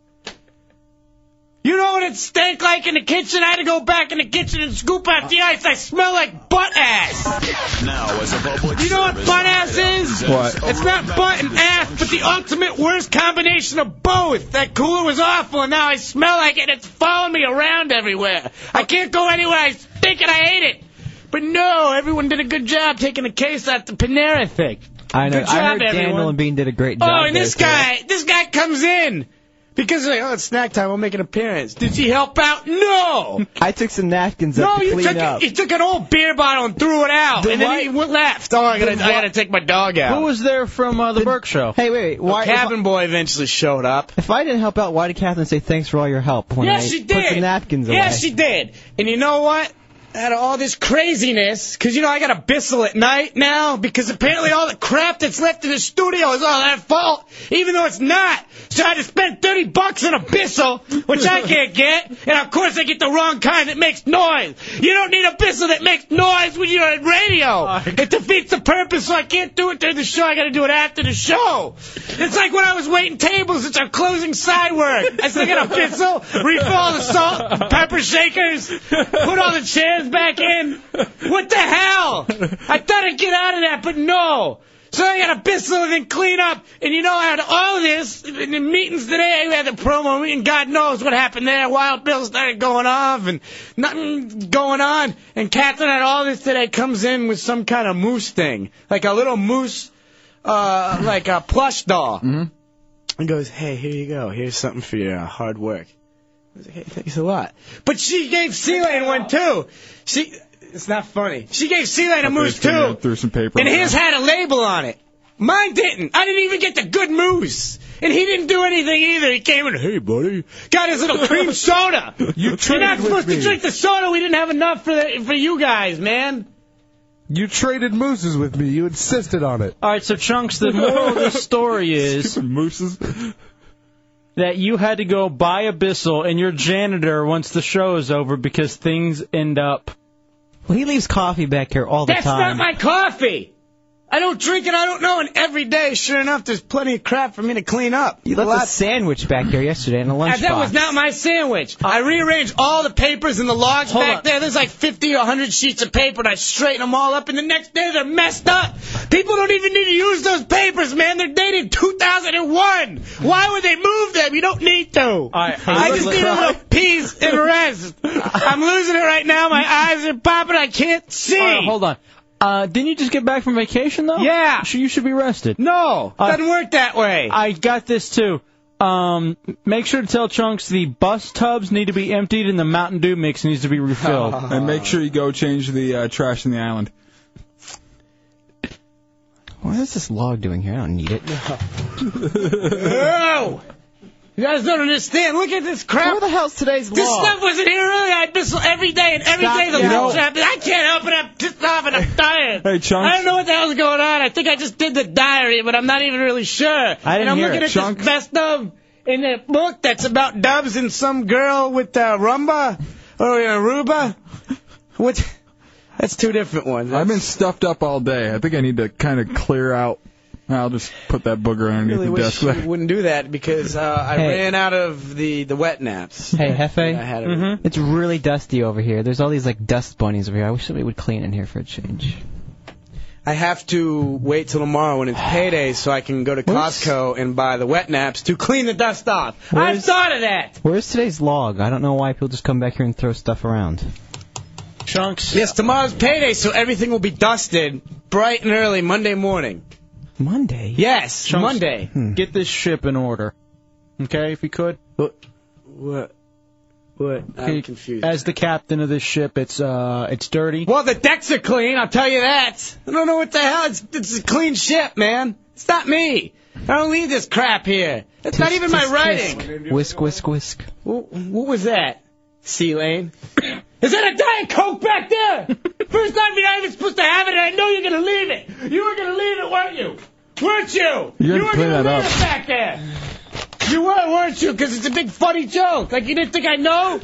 Speaker 10: You know what it stank like in the kitchen? I had to go back in the kitchen and scoop out the ice. I smell like butt ass.
Speaker 5: Now, as a public
Speaker 10: You know what
Speaker 5: service
Speaker 10: butt ass
Speaker 5: hideout
Speaker 10: is?
Speaker 5: presents
Speaker 10: It's
Speaker 5: a
Speaker 10: not
Speaker 5: roadmap
Speaker 10: butt
Speaker 5: to
Speaker 10: and ass, but the ultimate worst combination of both. That cooler was awful, and now I smell like it. It's following me around everywhere. I can't go anywhere. I stink and I hate it. But no, everyone did a good job taking the case out the Panera thing.
Speaker 17: I know.
Speaker 10: Good
Speaker 17: I
Speaker 10: job,
Speaker 17: heard
Speaker 10: everyone.
Speaker 17: Daniel and Bean did a great job.
Speaker 10: Oh, and
Speaker 17: there,
Speaker 10: this
Speaker 17: too.
Speaker 10: guy, this guy comes in because like, oh, it's snack time. I'll make an appearance. Did he help out? No.
Speaker 17: (laughs) I took some napkins
Speaker 10: No,
Speaker 17: up to
Speaker 10: you
Speaker 17: clean
Speaker 10: took
Speaker 17: up.
Speaker 10: you took an old beer bottle and threw it out,
Speaker 17: The
Speaker 10: and then
Speaker 17: white-
Speaker 10: he went left. Oh, I gotta,
Speaker 17: The
Speaker 10: I
Speaker 17: whi-
Speaker 10: gotta take my dog out.
Speaker 4: Who was there from uh, the Burke show?
Speaker 17: Hey, wait, wait. Why?
Speaker 10: The cabin boy eventually showed up.
Speaker 17: If I didn't help out, why did Catherine say thanks for all your help when
Speaker 10: yes,
Speaker 17: I
Speaker 10: she
Speaker 17: put
Speaker 10: did.
Speaker 17: the napkins away?
Speaker 10: yes, she did. And you know what? Out of all this craziness, 'cause you know I got a Bissell at night now, because apparently all the crap that's left in the studio is all that fault, even though it's not. So I had to spend 30 bucks on a Bissell, which I can't get, and of course I get the wrong kind that makes noise. You don't need a Bissell that makes noise when you're on radio. It defeats the purpose, so I can't do it during the show. I got to do it after the show. It's like when I was waiting tables, it's our closing side work. I still (laughs) got a Bissell, refill all the salt, pepper shakers, put all the chairs back in. What the hell? I thought I'd get out of that, but no. So I got a pistol and then clean up. And you know, I had all this in the meetings today. We had the promo meeting. God knows what happened there. Wild Bill started going off and nothing going on. And Catherine had all this today comes in with some kind of moose thing. Like a little moose, uh, like a plush doll. Mm-hmm. And goes, hey, here you go. Here's something for your uh, hard work. I was like, hey, thanks a lot. But she gave Sealand one too. She, it's not funny. She gave Sealand a moose too.
Speaker 3: Through some paper.
Speaker 10: And his had a label on it. Mine didn't. I didn't even get the good moose. And he didn't do anything either. He came in, hey buddy, got his little
Speaker 3: (laughs)
Speaker 10: cream soda.
Speaker 3: You
Speaker 10: You're
Speaker 3: traded
Speaker 10: not
Speaker 3: with
Speaker 10: supposed
Speaker 3: me.
Speaker 10: to drink the soda. We didn't have enough for the, for you guys, man.
Speaker 37: You traded mooses with me. You insisted on it.
Speaker 4: All right, so chunks. The moral
Speaker 37: (laughs)
Speaker 4: of the story is that you had to go buy a Bissell and your janitor once the show is over because things end up.
Speaker 17: Well, he leaves coffee back here all the
Speaker 10: That's
Speaker 17: time.
Speaker 10: not my coffee. I don't drink it. I don't know. And every day, sure enough, there's plenty of crap for me to clean up.
Speaker 17: you left
Speaker 10: Lots
Speaker 17: a sandwich back here yesterday in a lunchbox.
Speaker 10: That was not my sandwich. I
Speaker 4: Uh,
Speaker 10: rearranged all the papers and the logs
Speaker 17: Hold
Speaker 10: back
Speaker 17: on.
Speaker 10: there. There's like 50 or 100 sheets of paper, and I straighten them all up, and the next day they're messed up. People don't even need to use those papers, man. They're dated 2001. Why would they move them? You don't need to.
Speaker 4: All right, (laughs)
Speaker 10: I just need a little peas
Speaker 6: please, in rest. I'm losing it right now. My eyes are popping. I can't see.
Speaker 4: All right, hold on. Uh, didn't you just get back from vacation though?
Speaker 6: Yeah.
Speaker 4: So you should be rested.
Speaker 6: No, doesn't work that way.
Speaker 4: I got this too. Um, make sure to tell Chunks the bus tubs need to be emptied and the Mountain Dew mix needs to be refilled.
Speaker 3: and make sure you go change the uh, trash in the island.
Speaker 17: What is this log doing here? I don't
Speaker 6: (laughs)
Speaker 17: need it.
Speaker 6: Oh! You guys don't understand. Look at this crap. What the hell's today's This
Speaker 27: law?
Speaker 6: stuff wasn't here earlier. I'd miss every day, and every
Speaker 27: Stop
Speaker 6: day the
Speaker 27: it. You
Speaker 6: lunch
Speaker 27: know-
Speaker 6: happened. I can't open up pissed off, and I'm tired.
Speaker 3: Hey, Chunks.
Speaker 6: I don't know what the hell's going on. I think I just did the diary, but I'm not even really sure. I didn't and I'm
Speaker 4: hear
Speaker 6: looking
Speaker 4: it.
Speaker 6: at
Speaker 4: Chunks.
Speaker 6: this best of in a book that's about dubs and some girl with uh, rumba or uh, Aruba. What? That's two different ones.
Speaker 3: I've been stuffed up all day. I think I need to kind of clear out. I'll just put that booger underneath
Speaker 6: really
Speaker 3: the
Speaker 6: wish
Speaker 3: desk
Speaker 6: you
Speaker 3: there.
Speaker 6: wouldn't do that because uh, I
Speaker 17: Hey.
Speaker 6: ran out of the, the wet naps.
Speaker 17: Hey, Hefe. Mm-hmm.
Speaker 6: I had it.
Speaker 17: It's really dusty over here. There's all these like dust bunnies over here. I wish somebody would clean in here for a change.
Speaker 6: I have to wait till tomorrow when it's payday so I can go to Costco and buy the wet naps to clean the dust off. I
Speaker 17: Where's-
Speaker 6: thought of that.
Speaker 17: Where's today's log? I don't know why people just come back here and throw stuff around.
Speaker 4: Chunks.
Speaker 6: Yes, tomorrow's payday, so everything will be dusted bright and early Monday morning.
Speaker 17: Monday.
Speaker 6: Yes,
Speaker 4: Chunks,
Speaker 6: Monday.
Speaker 4: Get this ship in order. Okay, if you could.
Speaker 6: What? What? I'm confused.
Speaker 4: As the captain of this ship, it's uh, it's dirty.
Speaker 6: Well, the decks are clean. I'll tell you that. I don't know what the hell. It's, it's a clean ship, man. It's not me. I don't leave this crap here. It's not even my writing.
Speaker 17: Whisk, whisk, whisk.
Speaker 6: Wh- What was that? Sea lane. Is that a Diet Coke
Speaker 4: (laughs)
Speaker 6: back there? First time you're not even supposed to have it, and I know you're gonna leave it. You were gonna leave it, weren't you? Weren't you?
Speaker 27: You gotta
Speaker 6: were
Speaker 27: clean
Speaker 6: gonna
Speaker 27: that
Speaker 6: leave
Speaker 27: up.
Speaker 6: it back there. You were, weren't you? Because it's a big funny joke. Like you didn't think
Speaker 4: (laughs)
Speaker 6: I know.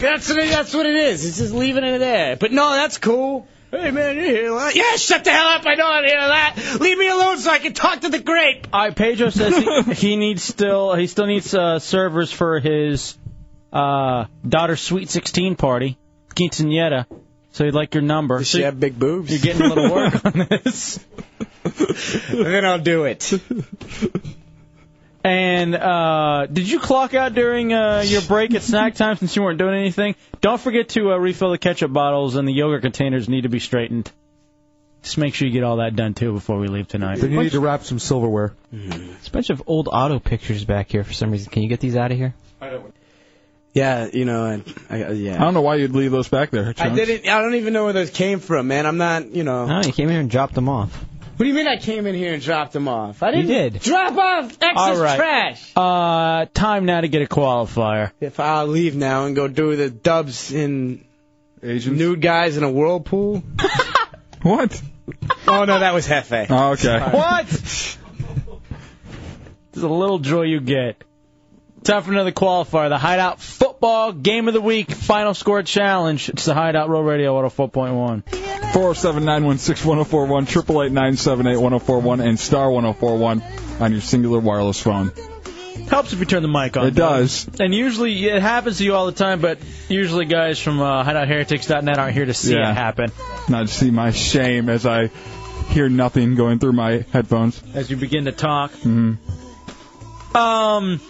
Speaker 6: that's what it, that's what it is. It's just leaving it there. But no, that's cool. Hey man, you hear that? Yeah, shut the hell up. I know I hear that. Leave me alone so I can talk to the grape.
Speaker 4: All right, Pedro
Speaker 6: (laughs)
Speaker 4: says he, he needs still he still needs uh, servers for his uh, daughter's sweet sixteen party, quinceanera. So he'd like your number. Does
Speaker 6: she have big boobs?
Speaker 4: You're getting a little work
Speaker 6: (laughs)
Speaker 4: on this.
Speaker 6: then I'll do it.
Speaker 4: (laughs) And uh, did you clock out during uh, your break at snack time since you weren't doing anything? Don't forget to uh, refill the ketchup bottles and the yogurt containers need to be straightened. Just make sure you get all that done too before we leave tonight. Mm-hmm.
Speaker 10: Then you need to wrap some silverware.
Speaker 17: It's a bunch of old auto pictures back here for some reason. Can you get these out of here?
Speaker 6: Yeah, you know, and I, yeah.
Speaker 3: I don't know why you'd leave those back there.
Speaker 6: I
Speaker 3: Chunks.
Speaker 6: didn't. I don't even know where those came from, man. I'm not, you know.
Speaker 17: Oh, you came here and dropped them off.
Speaker 6: What do you mean I came in here and dropped them off? I
Speaker 4: You
Speaker 6: didn't
Speaker 4: did.
Speaker 6: drop off excess
Speaker 4: All right.
Speaker 6: trash.
Speaker 4: Uh, time now to get a qualifier.
Speaker 6: If I leave now and go do the dubs in nude guys in a whirlpool.
Speaker 3: (laughs) what?
Speaker 6: Oh no, that was Hefe.
Speaker 3: Oh, okay.
Speaker 4: What? There's a little joy you get. Time for another qualifier. The Hideout Football Game of the Week Final Score Challenge. It's the Hideout Roll Radio 104.1.
Speaker 3: Four oh seven nine one six one zero four one triple eight nine seven eight one zero four one and star one zero four one on your singular wireless phone.
Speaker 4: Helps if you turn the mic on.
Speaker 3: It does.
Speaker 4: And usually it happens to you all the time, but usually guys from uh, hideoutheretics.net aren't here to see
Speaker 3: Yeah.
Speaker 4: it happen.
Speaker 3: Not to see my shame as I hear nothing going through my headphones.
Speaker 4: As you begin to talk.
Speaker 3: Mhm.
Speaker 4: Um,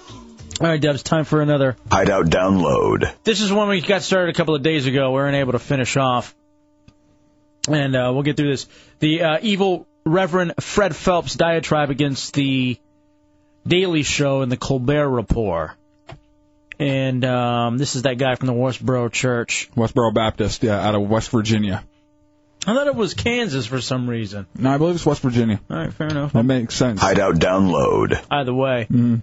Speaker 4: all right, Dubs, time for another
Speaker 14: Hideout download.
Speaker 4: This is one we got started a couple of days ago. We weren't able to finish off. And uh, we'll get through this. The uh, evil Reverend Fred Phelps diatribe against the Daily Show and the Colbert Report. And um, this is that guy from the Westboro Church.
Speaker 3: Westboro Baptist, yeah, out of West Virginia.
Speaker 4: I thought it was Kansas for some reason.
Speaker 3: No, I believe it's West Virginia.
Speaker 4: All right, fair enough.
Speaker 3: That makes sense.
Speaker 14: Hideout download.
Speaker 4: Either way.
Speaker 3: Mm.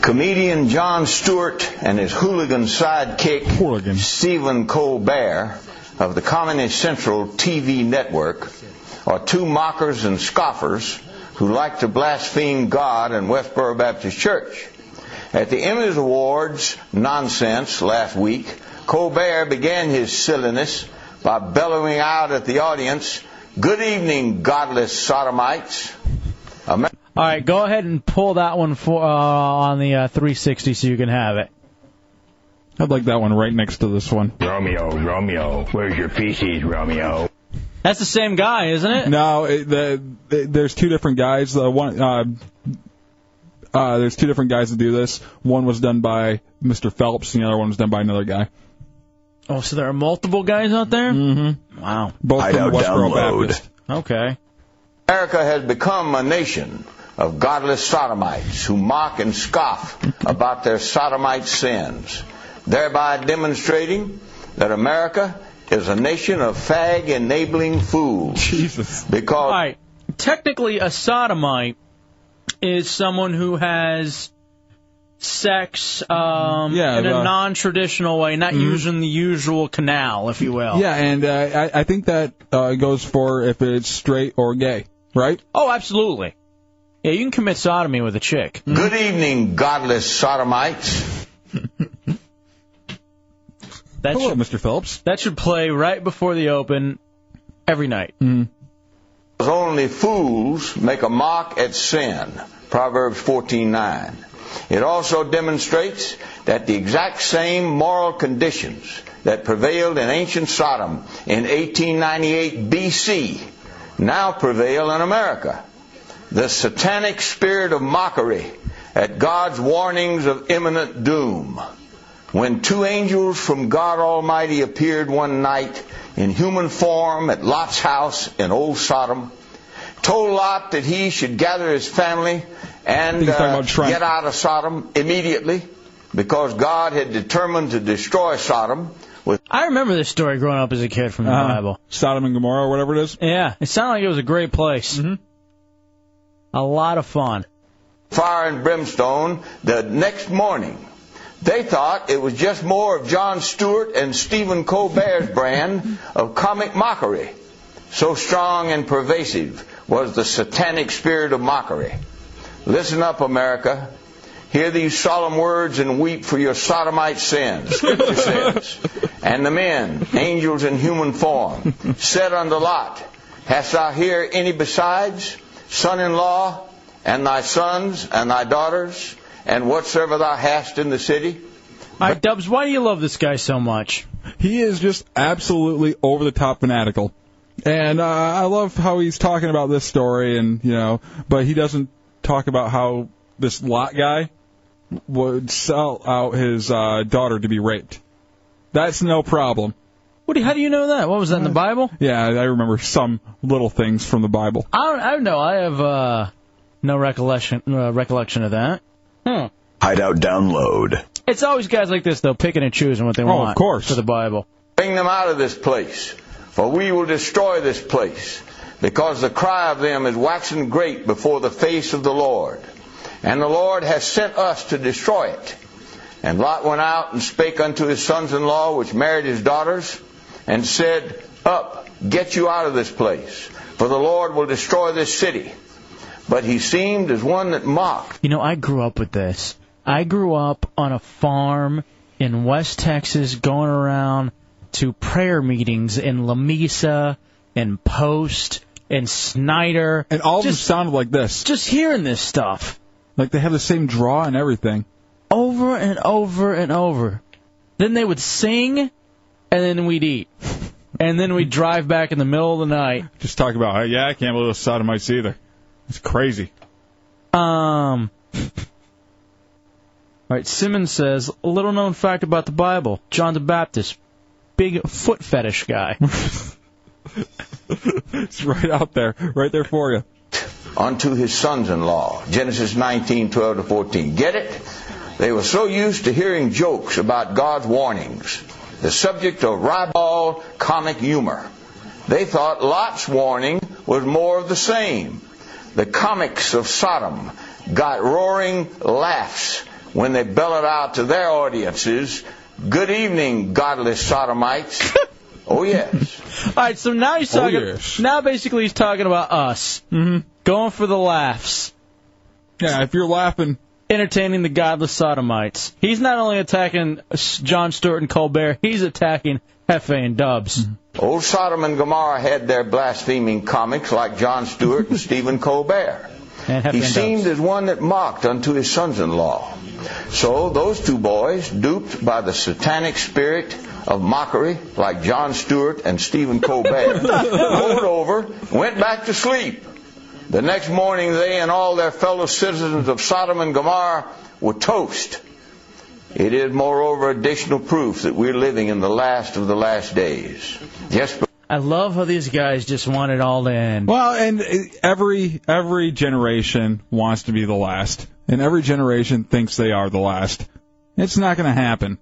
Speaker 25: Comedian John Stewart and his hooligan sidekick Stephen Colbert of the Communist Central TV network are two mockers and scoffers who like to blaspheme God and Westboro Baptist Church. At the Emmys Awards nonsense last week, Colbert began his silliness by bellowing out at the audience, Good evening, godless sodomites. Amer-
Speaker 4: All right, go ahead and pull that one for uh, on the uh, 360 so you can have it.
Speaker 8: I'd like that one right next to this one.
Speaker 16: Romeo, Romeo, where's your feces, Romeo?
Speaker 4: That's the same guy, isn't it?
Speaker 8: No, it, the, the, there's two different guys. The one, uh, uh, there's two different guys that do this. One was done by Mr. Phelps, and the other one was done by another guy.
Speaker 4: Oh, so there are multiple guys out there? Mm-hmm. Wow.
Speaker 8: Both from the
Speaker 25: Hideout
Speaker 8: Westboro
Speaker 25: download.
Speaker 8: Baptist.
Speaker 4: Okay.
Speaker 25: America has become a nation of godless sodomites who mock and scoff about their sodomite sins, thereby demonstrating that America is a nation of fag enabling fools. Jesus. Because
Speaker 4: All right. Technically, a sodomite is someone who has sex um,
Speaker 3: Yeah,
Speaker 4: in a
Speaker 3: uh,
Speaker 4: non-traditional way,
Speaker 8: mm-hmm.
Speaker 4: not using the usual canal, if you will.
Speaker 3: Yeah, and uh, I, I think that uh, goes for if it's straight or gay, right?
Speaker 4: Oh, absolutely. Yeah, you can commit sodomy with a chick.
Speaker 25: Good evening, godless sodomites.
Speaker 4: That
Speaker 25: Hello,
Speaker 4: should,
Speaker 8: Mr. Phelps.
Speaker 4: That should play right before the open every night.
Speaker 8: Mm-hmm.
Speaker 25: Because only fools make a mock at sin. Proverbs 14:9. It also demonstrates that the exact same moral conditions that prevailed in ancient Sodom in 1898 BC now prevail in America. The satanic spirit of mockery at God's warnings of imminent doom. When two angels from God Almighty appeared one night in human form at Lot's house in Old Sodom, told Lot that he should gather his family and
Speaker 8: he's talking
Speaker 25: uh,
Speaker 8: about Trump.
Speaker 25: get out of Sodom immediately because God had determined to destroy Sodom with
Speaker 4: I remember this story growing up as a kid from the
Speaker 25: Uh-huh.
Speaker 4: Bible.
Speaker 8: Sodom and Gomorrah, or whatever it is.
Speaker 4: Yeah, it sounded like it was a great place. Mm-hmm. A lot of fun.
Speaker 25: fire and brimstone the next morning. They thought it was just more of John Stewart and Stephen Colbert's brand of comic mockery. So strong and pervasive was the satanic spirit of mockery. Listen up, America. Hear these solemn words and weep for your sodomite sins, Scripture says. And the men, angels in human form, said unto Lot, Hast thou here any besides? Son in law, and thy sons, and thy daughters, and whatsoever thou hast in the city?
Speaker 4: All right, Dubs, why do you love this guy so much?
Speaker 8: He is just absolutely over the top fanatical. And uh, I love how he's talking about this story, and you know, but he doesn't talk about how this lot guy would sell out his uh, daughter to be raped. That's no problem.
Speaker 4: What? do- How do you know that? What was that in the Bible?
Speaker 8: Yeah, I remember some little things from the Bible.
Speaker 4: I don't, I don't know. I have uh, no recollection uh, recollection of that. Hmm.
Speaker 14: Hideout download.
Speaker 4: It's always guys like this though, picking and choosing what they
Speaker 25: of
Speaker 4: want.
Speaker 25: course.
Speaker 4: For the Bible.
Speaker 25: Bring them out of this place, for we will destroy this place, because the cry of them is waxing great before the face of the Lord. And the Lord has sent us to destroy it. And Lot went out and spake unto his sons in law, which married his daughters, and said, Up, get you out of this place, for the Lord will destroy this city. But he seemed as one that mocked.
Speaker 4: You know, I grew up with this. I grew up on a farm in West Texas, going around to prayer meetings in La Mesa and Post and Snyder.
Speaker 8: And all of them sounded like this.
Speaker 4: Just hearing this stuff.
Speaker 8: Like they have the same draw and everything.
Speaker 4: Over and over and over. Then they would sing, and then we'd eat. And then we'd drive back in the middle of the night.
Speaker 8: Just talk about, yeah, I can't believe those sodomites either. It's crazy.
Speaker 4: Um. All right, Simmons says a little known fact about the Bible: John the Baptist, big foot fetish guy.
Speaker 8: (laughs) It's right out there, right there for you.
Speaker 25: unto his sons-in-law. Genesis 19, 12 to 14. Get it? They were so used to hearing jokes about God's warnings, the subject of ribald comic humor. They thought Lot's warning was more of the same. The comics of Sodom got roaring laughs when they bellowed out to their audiences, Good evening, godless sodomites. oh, yes.
Speaker 4: All right, so now he's
Speaker 25: Oh,
Speaker 4: talking. Now basically he's talking about us going for the laughs.
Speaker 8: Mm-hmm. Yeah, if you're laughing,
Speaker 4: entertaining the godless sodomites. He's not only attacking S- John Stewart and Colbert; he's attacking Hefe and Dubs.
Speaker 8: Mm-hmm.
Speaker 25: Old (laughs) Sodom and Gomorrah had their blaspheming comics like John Stewart and Stephen Colbert.
Speaker 4: And
Speaker 25: he
Speaker 4: Hefty and
Speaker 25: seemed as one that mocked unto his sons in law. So those two boys, duped by the satanic spirit of mockery, like John Stewart and Stephen
Speaker 16: (laughs)
Speaker 25: Colbert, rolled over, went back to sleep. The next morning, they and all their fellow citizens of Sodom and Gomorrah were toast. It is, moreover, additional proof that we're living in the last of the last days. Yes,
Speaker 38: I love how these guys just want it all in.
Speaker 3: Well, and uh, every every generation wants to be the last, and every generation thinks they are the last. It's not going to happen.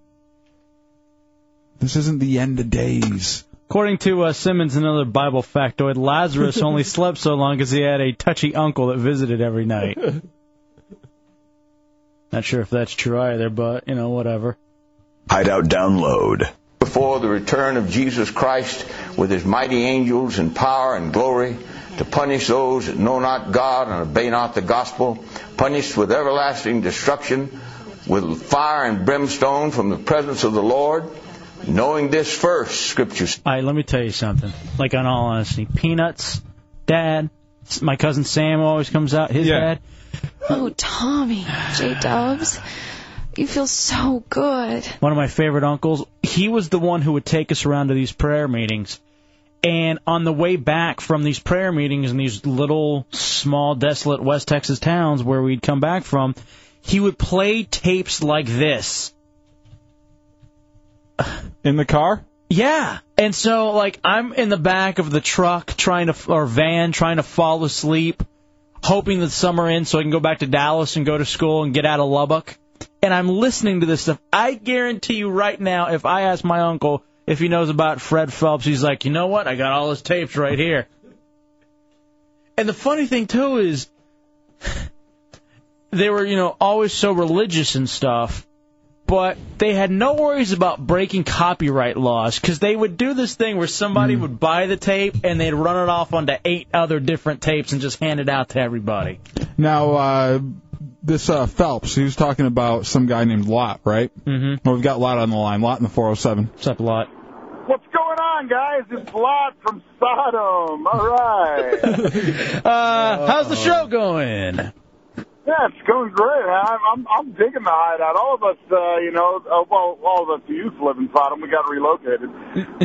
Speaker 3: This isn't the end of days.
Speaker 4: According to uh, Simmons, another Bible factoid,
Speaker 8: (laughs)
Speaker 4: Lazarus only slept so long because he had a touchy uncle that visited every
Speaker 8: (laughs)
Speaker 4: night. Not sure if that's true either, but, you know, whatever.
Speaker 25: Hideout download. Before the return of Jesus Christ with his mighty angels in power and glory to punish those that know not God and obey not the gospel, punished with everlasting destruction, with fire and brimstone from the presence of the Lord, knowing this first, Scripture
Speaker 4: All right, let me tell you something. Like, on all honesty, Peanuts, Dad, s- my cousin Sam always comes out, his dad.
Speaker 39: Oh, Tommy, J Dubs, you feel so good.
Speaker 4: one of my favorite uncles, he was the one who would take us around to these prayer meetings. And on the way back from these prayer meetings in these little, small, desolate West Texas towns where we'd come back from, he would play tapes like this.
Speaker 3: In the car?
Speaker 4: Yeah. And so, like, I'm in the back of the truck trying to, or van trying to fall asleep, hoping that summer ends so I can go back to Dallas and go to school and get out of Lubbock. And I'm listening to this stuff. I guarantee you right now, if I ask my uncle if he knows about Fred Phelps, he's like, you know what? I got all his tapes right here. And the funny thing, too, is (laughs) they were, you know, always so religious and stuff, but they had no worries about breaking copyright laws because they would do this thing where somebody would buy the tape and they'd run it off onto eight other different tapes and just hand it out to everybody.
Speaker 3: Now, uh, this uh, Phelps, he was talking about some guy named Lot, right? Mm-hmm. Well, we've got Lot on the line. Lot in the 407.
Speaker 4: What's up, Lot?
Speaker 12: What's going on, guys? It's Lot from Sodom.
Speaker 40: (laughs)
Speaker 12: All right.
Speaker 4: Uh, how's the show going?
Speaker 12: Yeah, it's going great. I'm I'm, I'm digging the hideout. All of us, uh, you know, uh, well, all of us youth live in Sodom. We got
Speaker 40: (laughs)
Speaker 12: relocated,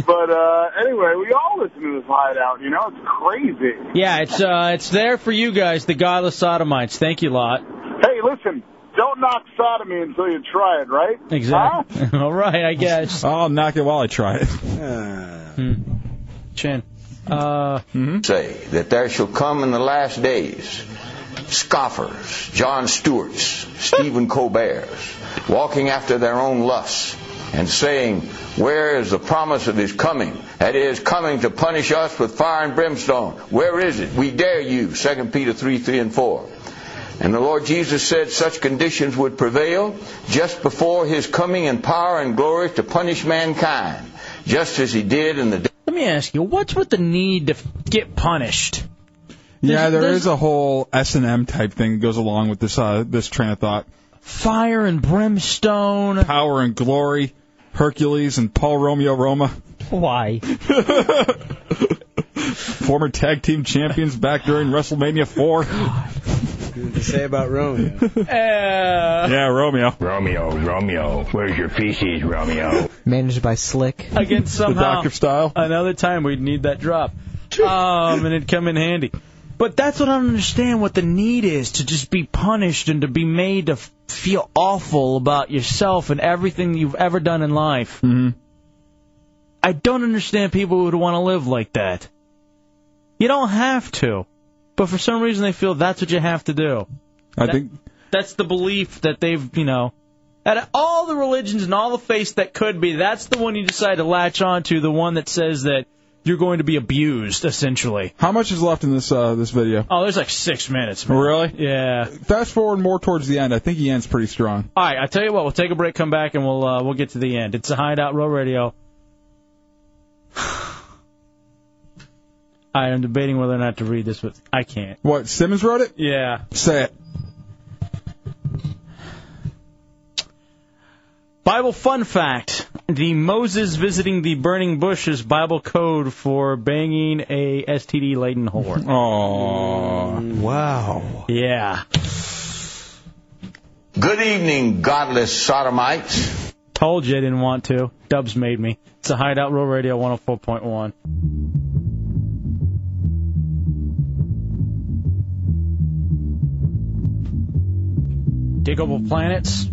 Speaker 12: but uh, anyway, we all listen to this hideout. You know, it's crazy.
Speaker 4: Yeah, it's uh, it's there for you guys, the godless sodomites. Thank you, Lot.
Speaker 12: Hey, listen, don't knock sodomy until you try it, right? Huh?
Speaker 4: Exactly. (laughs) All right, I guess.
Speaker 3: I'll knock it while I try it.
Speaker 4: Hmm. Chin. Uh,
Speaker 25: say that there shall come in the last days scoffers, John Stewarts, Stephen Colberts, walking after their own lusts, and saying, Where is the promise of his coming? That is, coming to punish us with fire and brimstone. Where is it? We dare you. 2 Peter 3, 3 and 4. And the Lord Jesus said such conditions would prevail just before his coming in power and glory to punish mankind, just as he did in the day.
Speaker 4: Let me ask you, what's with the need to get punished?
Speaker 3: Yeah, there is a whole S and M type thing that goes along with this uh, this train of thought.
Speaker 4: Fire and brimstone,
Speaker 3: power and glory, Hercules and Paul Romeo Roma,
Speaker 4: Why?
Speaker 3: (laughs) former tag team champions back during WrestleMania four.
Speaker 41: What to say about Romeo?
Speaker 4: yeah,
Speaker 3: Romeo.
Speaker 5: Romeo, Romeo, where's your feces, Romeo?
Speaker 42: Managed by Slick.
Speaker 4: Again, somehow.
Speaker 42: Doctor
Speaker 3: style.
Speaker 4: Another time we'd need that drop. Um, and it'd come in handy. But that's what I don't understand what the need is to just be punished and to be made to f- feel awful about yourself and everything you've ever done in life.
Speaker 3: Mm-hmm.
Speaker 4: I don't understand people who would want to live like that. You don't have to. But for some reason they feel that's what you have to do.
Speaker 3: I
Speaker 4: That-
Speaker 3: think
Speaker 4: that's the belief that they've, you know, out of all the religions and all the faiths that could be, that's the one you decide to latch on to, the one that says that you're going to be abused, essentially.
Speaker 3: How much is left in this uh, this video?
Speaker 4: Oh, there's like six minutes. Man.
Speaker 3: Really?
Speaker 4: Yeah.
Speaker 3: Fast forward more towards the end. I think he ends pretty strong.
Speaker 4: All right, I tell you what, we'll take a break, come back, and we'll uh, we'll get to the end. It's a Hideout Row Radio. (sighs) I am debating whether or not to read this, but I can't.
Speaker 3: What Simmons wrote it?
Speaker 4: Yeah.
Speaker 3: Say it.
Speaker 4: Bible fun fact. The Moses visiting the burning bush is Bible code for banging a STD laden whore.
Speaker 3: Oh,
Speaker 4: wow. Yeah.
Speaker 25: Good evening, godless sodomites.
Speaker 4: Told you I didn't want to. Dubs made me. It's a Hideout Roll Radio 104.1. Diggable Planets.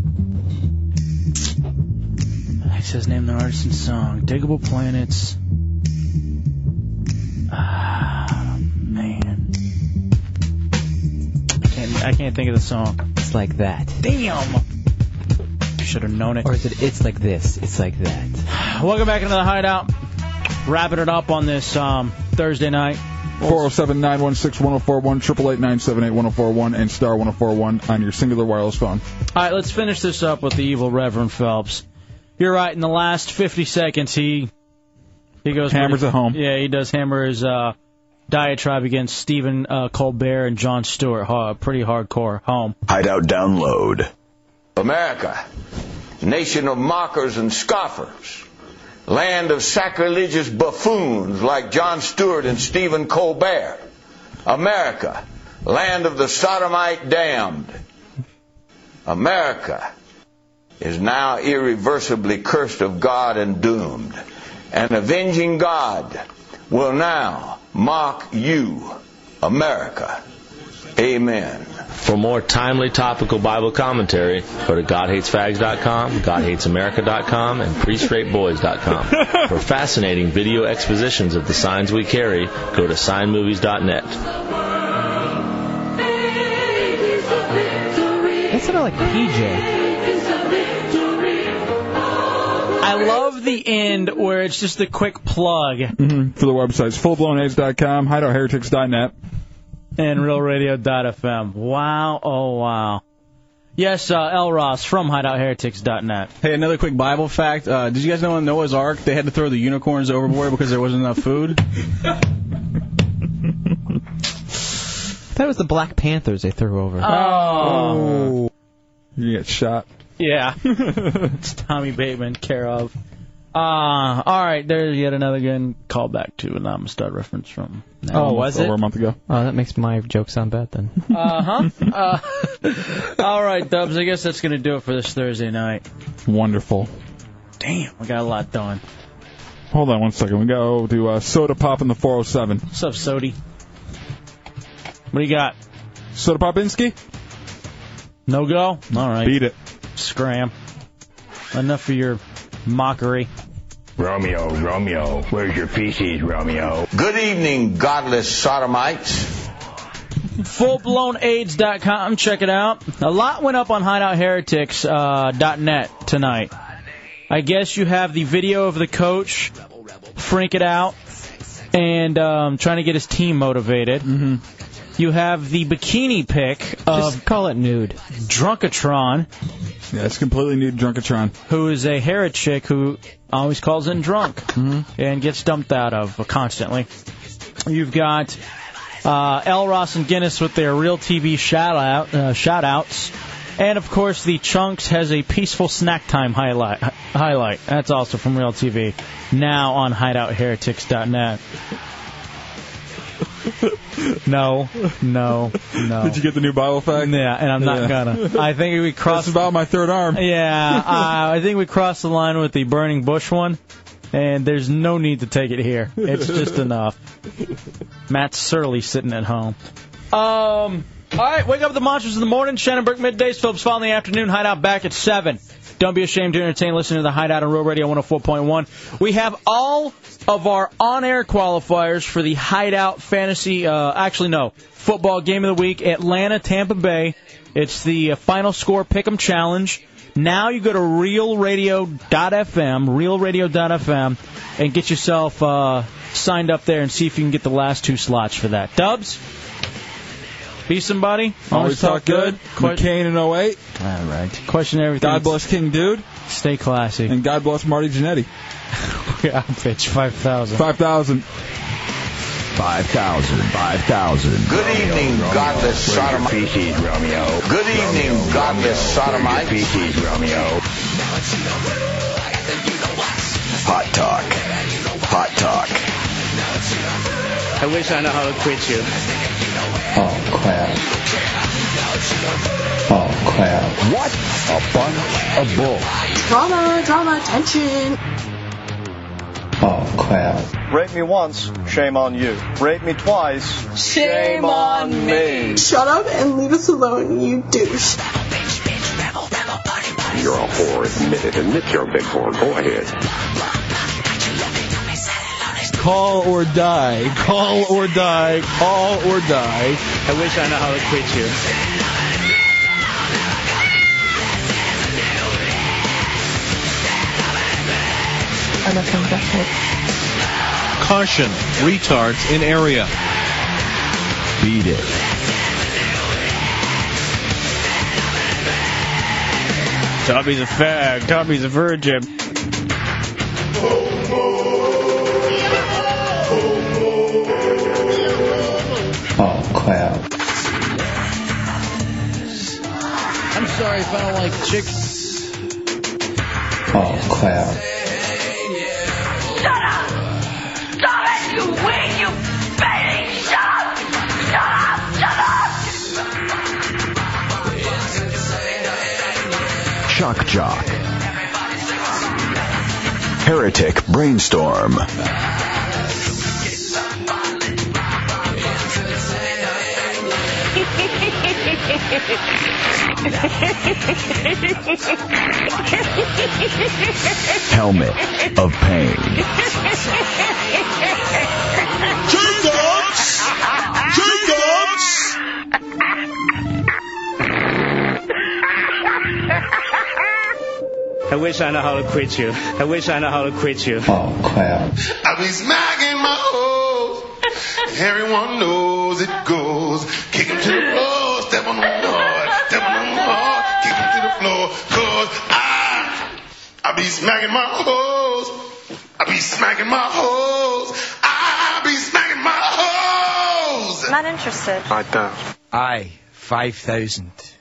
Speaker 4: It says name the artist and song. Diggable Planets. Ah, man. I can't, I can't think of the song.
Speaker 17: It's like that.
Speaker 4: Damn! Should have known it.
Speaker 17: Or is it? It's like this. It's like that.
Speaker 4: Welcome back into the Hideout. Wrapping it up on this um, Thursday night.
Speaker 3: 407 916 1041, 888 978 1041, and star 1041 on your singular wireless phone.
Speaker 4: All right, let's finish this up with the evil Reverend Phelps. You're right. In the last 50 seconds, he he goes
Speaker 3: Hammers
Speaker 4: pretty-
Speaker 3: it home.
Speaker 4: Yeah, he does hammer his uh, diatribe against Stephen uh, Colbert and John Stewart. Uh, pretty hardcore home.
Speaker 25: Hideout download. America, nation of mockers and scoffers, land of sacrilegious buffoons like John Stewart and Stephen Colbert. America, land of the sodomite damned. America is now irreversibly cursed of God and doomed. An avenging God will now mock you, America. Amen.
Speaker 1: For more timely topical Bible commentary, go to GodHatesFags.com, GodHatesAmerica.com, and
Speaker 8: (laughs)
Speaker 1: PriestRateBoys.com. For fascinating video expositions of the signs we carry, go to SignMovies.net.
Speaker 17: That sounded like PJ.
Speaker 4: I love the end where it's just a quick plug
Speaker 3: hmm For the websites, fullblownaids.com, hideoutheretics.net.
Speaker 4: and RealRadio.fm. Wow, oh wow. Yes, uh, L. Ross from HideoutHeretics.net.
Speaker 20: Hey, another quick Bible fact. Uh, did you guys know on Noah's Ark they had to throw the unicorns overboard because there wasn't enough food?
Speaker 17: That was the Black Panthers they threw over.
Speaker 4: Oh.
Speaker 3: You get shot.
Speaker 4: (laughs) Yeah. it's Tommy Bateman, care of. Uh, all right, there's yet another good callback to an I'm a stud reference from.
Speaker 17: Oh, was it?
Speaker 4: Uh
Speaker 3: month ago.
Speaker 17: Oh, that makes my joke sound bad then.
Speaker 4: (laughs) huh. Uh, Uh-huh. all right, Dubs. I guess that's gonna do it for this Thursday night.
Speaker 3: Wonderful.
Speaker 4: Damn, we got a lot done.
Speaker 3: Hold on one second. We go to uh, Soda Pop in the 407.
Speaker 4: What's up, Sody? What do you got?
Speaker 3: Soda Popinski?
Speaker 4: No go? All right.
Speaker 3: Beat it.
Speaker 4: Scram. Enough of your mockery.
Speaker 16: Romeo, Romeo, where's your feces, Romeo?
Speaker 25: Good evening, godless sodomites.
Speaker 4: FullBlownAids.com. Check it out. A lot went up on HideoutHeretics.net uh, .net tonight. I guess you have the video of the coach frank it out and um, trying to get his team motivated. Mm-hmm. You have the bikini pic of
Speaker 17: Just call it nude.
Speaker 4: Drunkatron.
Speaker 3: Yeah, it's completely new Drunkatron.
Speaker 4: Who is a Herod chick who always calls in drunk
Speaker 3: Mm-hmm.
Speaker 4: and gets dumped out of constantly. You've got uh, L. Ross and Guinness with their real TV shout out uh, shout outs. And of course, the Chunks has a peaceful snack time highlight. Highlight that's also from Real TV, now on
Speaker 3: (laughs)
Speaker 4: HideoutHeretics.net. No, no, no.
Speaker 3: Did you get the new Bible fact?
Speaker 4: Yeah, and I'm not gonna. I think we crossed.
Speaker 3: That's about my third arm. (laughs)
Speaker 4: Yeah, uh, I think we crossed the line with the burning bush one, and there's no need to take it here. It's
Speaker 3: (laughs)
Speaker 4: just enough. Matt Surley sitting at home. Um. All right, wake up with the monsters in the morning. Shannonburg middays, Phillips Fall in the afternoon. Hideout back at seven. Don't be ashamed to entertain. Listen to the Hideout on Real Radio 104.1. We have all of our on-air qualifiers for the Hideout Fantasy. Uh, actually, no, football game of the week: Atlanta, Tampa Bay. It's the uh, final score pick'em challenge. Now you go to realradio.fm, realradio.fm, and get yourself uh, signed up there and see if you can get the last two slots for that. Dubs, be somebody.
Speaker 3: Always talk good. McCain in 08.
Speaker 4: All right. Question everything.
Speaker 3: God bless King Dude.
Speaker 4: Stay classy.
Speaker 3: And God bless Marty
Speaker 4: (laughs)
Speaker 3: Jannetty.
Speaker 4: yeah, bitch, 5,000.
Speaker 3: 5,000.
Speaker 14: 5,000, 5,000.
Speaker 25: Good evening, godless sodomites.
Speaker 16: Feces, Romeo.
Speaker 25: Good evening, godless sodomites.
Speaker 16: Feces, Romeo.
Speaker 6: Hot Talk. Hot Talk.
Speaker 10: I wish I know how to quit you.
Speaker 6: Oh, crap. Oh, crap. What a bunch
Speaker 2: Drama,
Speaker 6: of bull.
Speaker 2: drama, tension.
Speaker 6: Oh, crap.
Speaker 14: Rape me once, shame on you. Rape me twice, shame on me.
Speaker 2: Shut up and leave us alone, you douche.
Speaker 5: You're a whore. Admit it. Admit you're a big whore. Go ahead.
Speaker 40: Call or die. Call or die. Call or die.
Speaker 10: I wish I know how to quit you.
Speaker 16: Caution, retards in area. Beat it.
Speaker 10: Tommy's a fag. Tommy's a virgin.
Speaker 6: Oh, crap.
Speaker 4: I'm sorry if I don't like chicks.
Speaker 6: Oh, crap.
Speaker 27: Stop it, you wig, you (laughs) baby! Shut up! Shut up! Shut up!
Speaker 12: Shock Jock. Heretic Brainstorm. Helmet of Pain.
Speaker 27: Jacobs! Jacobs!
Speaker 10: I wish I know how to quit you. I wish I know how to quit you.
Speaker 6: Oh, crap.
Speaker 27: I be smacking my hoes. Everyone knows it goes. Kick 'em to the floor, step on them hard, step on them hard, kick 'em to the floor. Cause I, I be smacking my hoes. I be smacking my hoes. I be smacking my hoes.
Speaker 2: Not interested.
Speaker 5: I, 5,000.